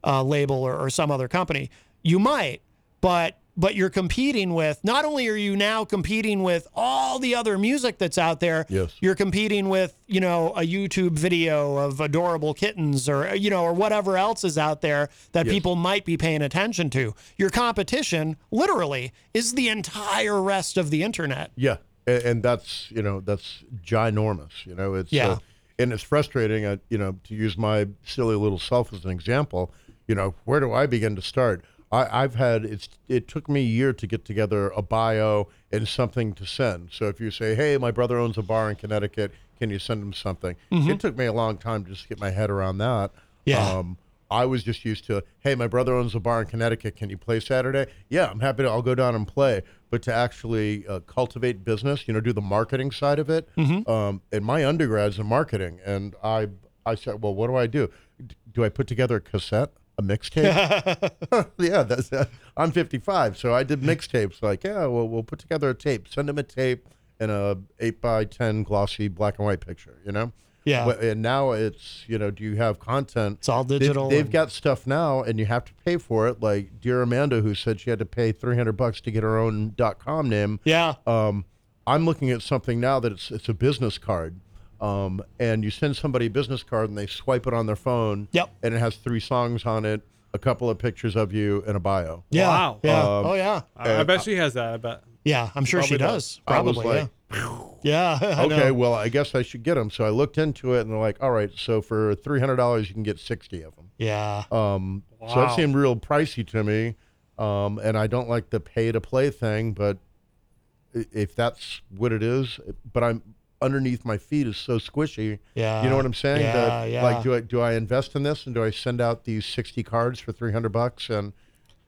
S2: uh, label, or, or some other company. You might, but but you're competing with. Not only are you now competing with all the other music that's out there.
S12: Yes.
S2: You're competing with you know a YouTube video of adorable kittens, or you know, or whatever else is out there that
S12: Yes.
S2: people might be paying attention to. Your competition, literally, is the entire rest of the internet.
S12: Yeah, and, and that's you know that's ginormous. You know it's
S2: Yeah.
S12: uh, and it's frustrating. Uh, you know to use my silly little self as an example. You know where do I begin to start? I, I've had it's it took me a year to get together a bio and something to send. So if you say, hey, my brother owns a bar in Connecticut, can you send him something?
S2: Mhm.
S12: It took me a long time to just get my head around that.
S2: Yeah.
S12: Um, I was just used to, hey, my brother owns a bar in Connecticut. Can you play Saturday? Yeah, I'm happy to. I'll go down and play. But to actually uh, cultivate business, you know, do the marketing side of it.
S2: Mm-hmm.
S12: Um, and my undergrad's in marketing, and I, I said, well, what do I do? D- do I put together a cassette, a mixtape? yeah, that's. Uh, I'm 55, so I did mixtapes. Like, yeah, well, we'll put together a tape. Send him a tape and a eight by ten glossy black and white picture. You know.
S2: Yeah.
S12: Wh- And now it's you know, do you have content? It's
S2: all digital
S12: They've,
S2: and-
S12: got stuff now, and you have to pay for it. Like dear Amanda, who said she had to pay three hundred bucks to get her own dot com name.
S2: Yeah.
S12: Um, I'm looking at something now that it's it's a business card. Um, and you send somebody a business card, and they swipe it on their phone. Yep. And it has three songs on it, a couple of pictures of you, and a bio. Um,
S2: Yeah,
S3: Wow.
S2: yeah. Oh, yeah.
S3: I, I bet she has that. I bet.
S2: Yeah, I'm sure she
S3: Probably
S2: does.
S3: does.
S12: I was
S2: Probably.
S12: like,
S2: yeah. yeah. I
S12: okay,
S2: know.
S12: well, I guess I should get them. So I looked into it, and they're like, all right, so for three hundred dollars, you can get sixty of them.
S2: Yeah.
S12: Um, So
S2: Wow.
S12: that seemed real pricey to me, um, and I don't like the pay to play thing, but i- if that's what it is, but I'm underneath my feet is so squishy.
S2: Yeah.
S12: You know what I'm saying?
S2: Yeah,
S12: That,
S2: yeah.
S12: Like, do I do I invest in this, and do I send out these sixty cards for three hundred bucks and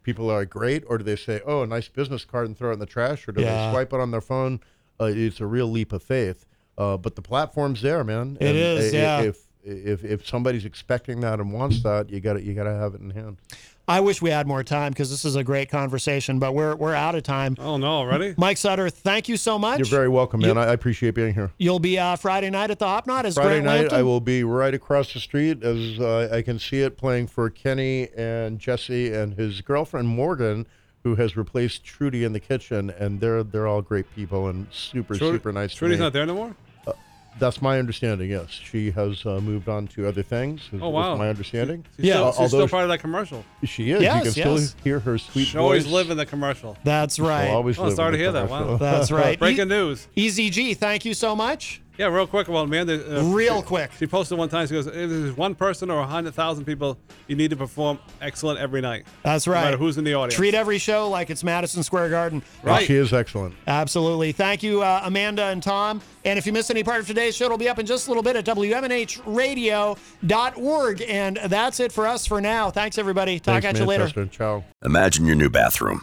S12: People are like, great, or do they say, "Oh, nice business card," and throw it in the trash, or do
S2: Yeah.
S12: they swipe it on their phone? Uh, it's a real leap of faith, uh, but the platform's there, man.
S2: It
S12: And
S2: is,
S12: i- i-
S2: yeah.
S12: If if if somebody's expecting that and wants that, you got to You got to have it in hand.
S2: I wish we had more time because this is a great conversation, but we're we're out of time.
S3: Oh no, already?
S2: Mike Sutter, thank you so much.
S12: You're very welcome,
S2: You-
S12: man. I I appreciate being here.
S2: You'll be uh, Friday night at the Hopknot as
S12: Friday
S2: Grant
S12: night,
S2: Lampton?
S12: I will be right across the street as uh, I can see it playing for Kenny and Jesse and his girlfriend Morgan, who has replaced Trudy in the kitchen, and they're they're all great people and super
S3: Trudy-
S12: super nice. to
S3: Trudy's
S12: me.
S3: not there no more?
S12: Uh, that's my understanding. Yes, she has uh, moved on to other things. is-
S3: Oh
S12: is
S3: wow.
S12: my understanding.
S3: She- she's still-
S12: Uh,
S3: she's still
S12: although
S3: part of that commercial.
S12: she is. you can still hear her sweet
S3: She always
S12: voice.
S3: live in the commercial.
S2: That's right.
S12: She'll always
S3: Oh,
S12: live in
S3: sorry
S12: the
S3: to hear that. Wow.
S12: commercial.
S2: That's right.
S3: Breaking news.
S2: EZG, thank you so much.
S3: Yeah, real quick. Well, Amanda. uh,
S2: Real
S3: she,
S2: quick.
S3: She posted one time. She goes, "If there's one person or a hundred thousand people, you need to perform excellent every night.
S2: That's
S3: No
S2: right.
S3: matter who's in the audience.
S2: Treat every show like it's Madison Square Garden.
S12: And She is excellent.
S2: Absolutely. Thank you, uh, Amanda and Tom. And if you missed any part of today's show, it'll be up in just a little bit at WMNHradio.org. And that's it for us for now. Thanks, everybody. Talk
S12: Thanks,
S2: at you later.
S12: Manchester. Ciao.
S16: Imagine your new bathroom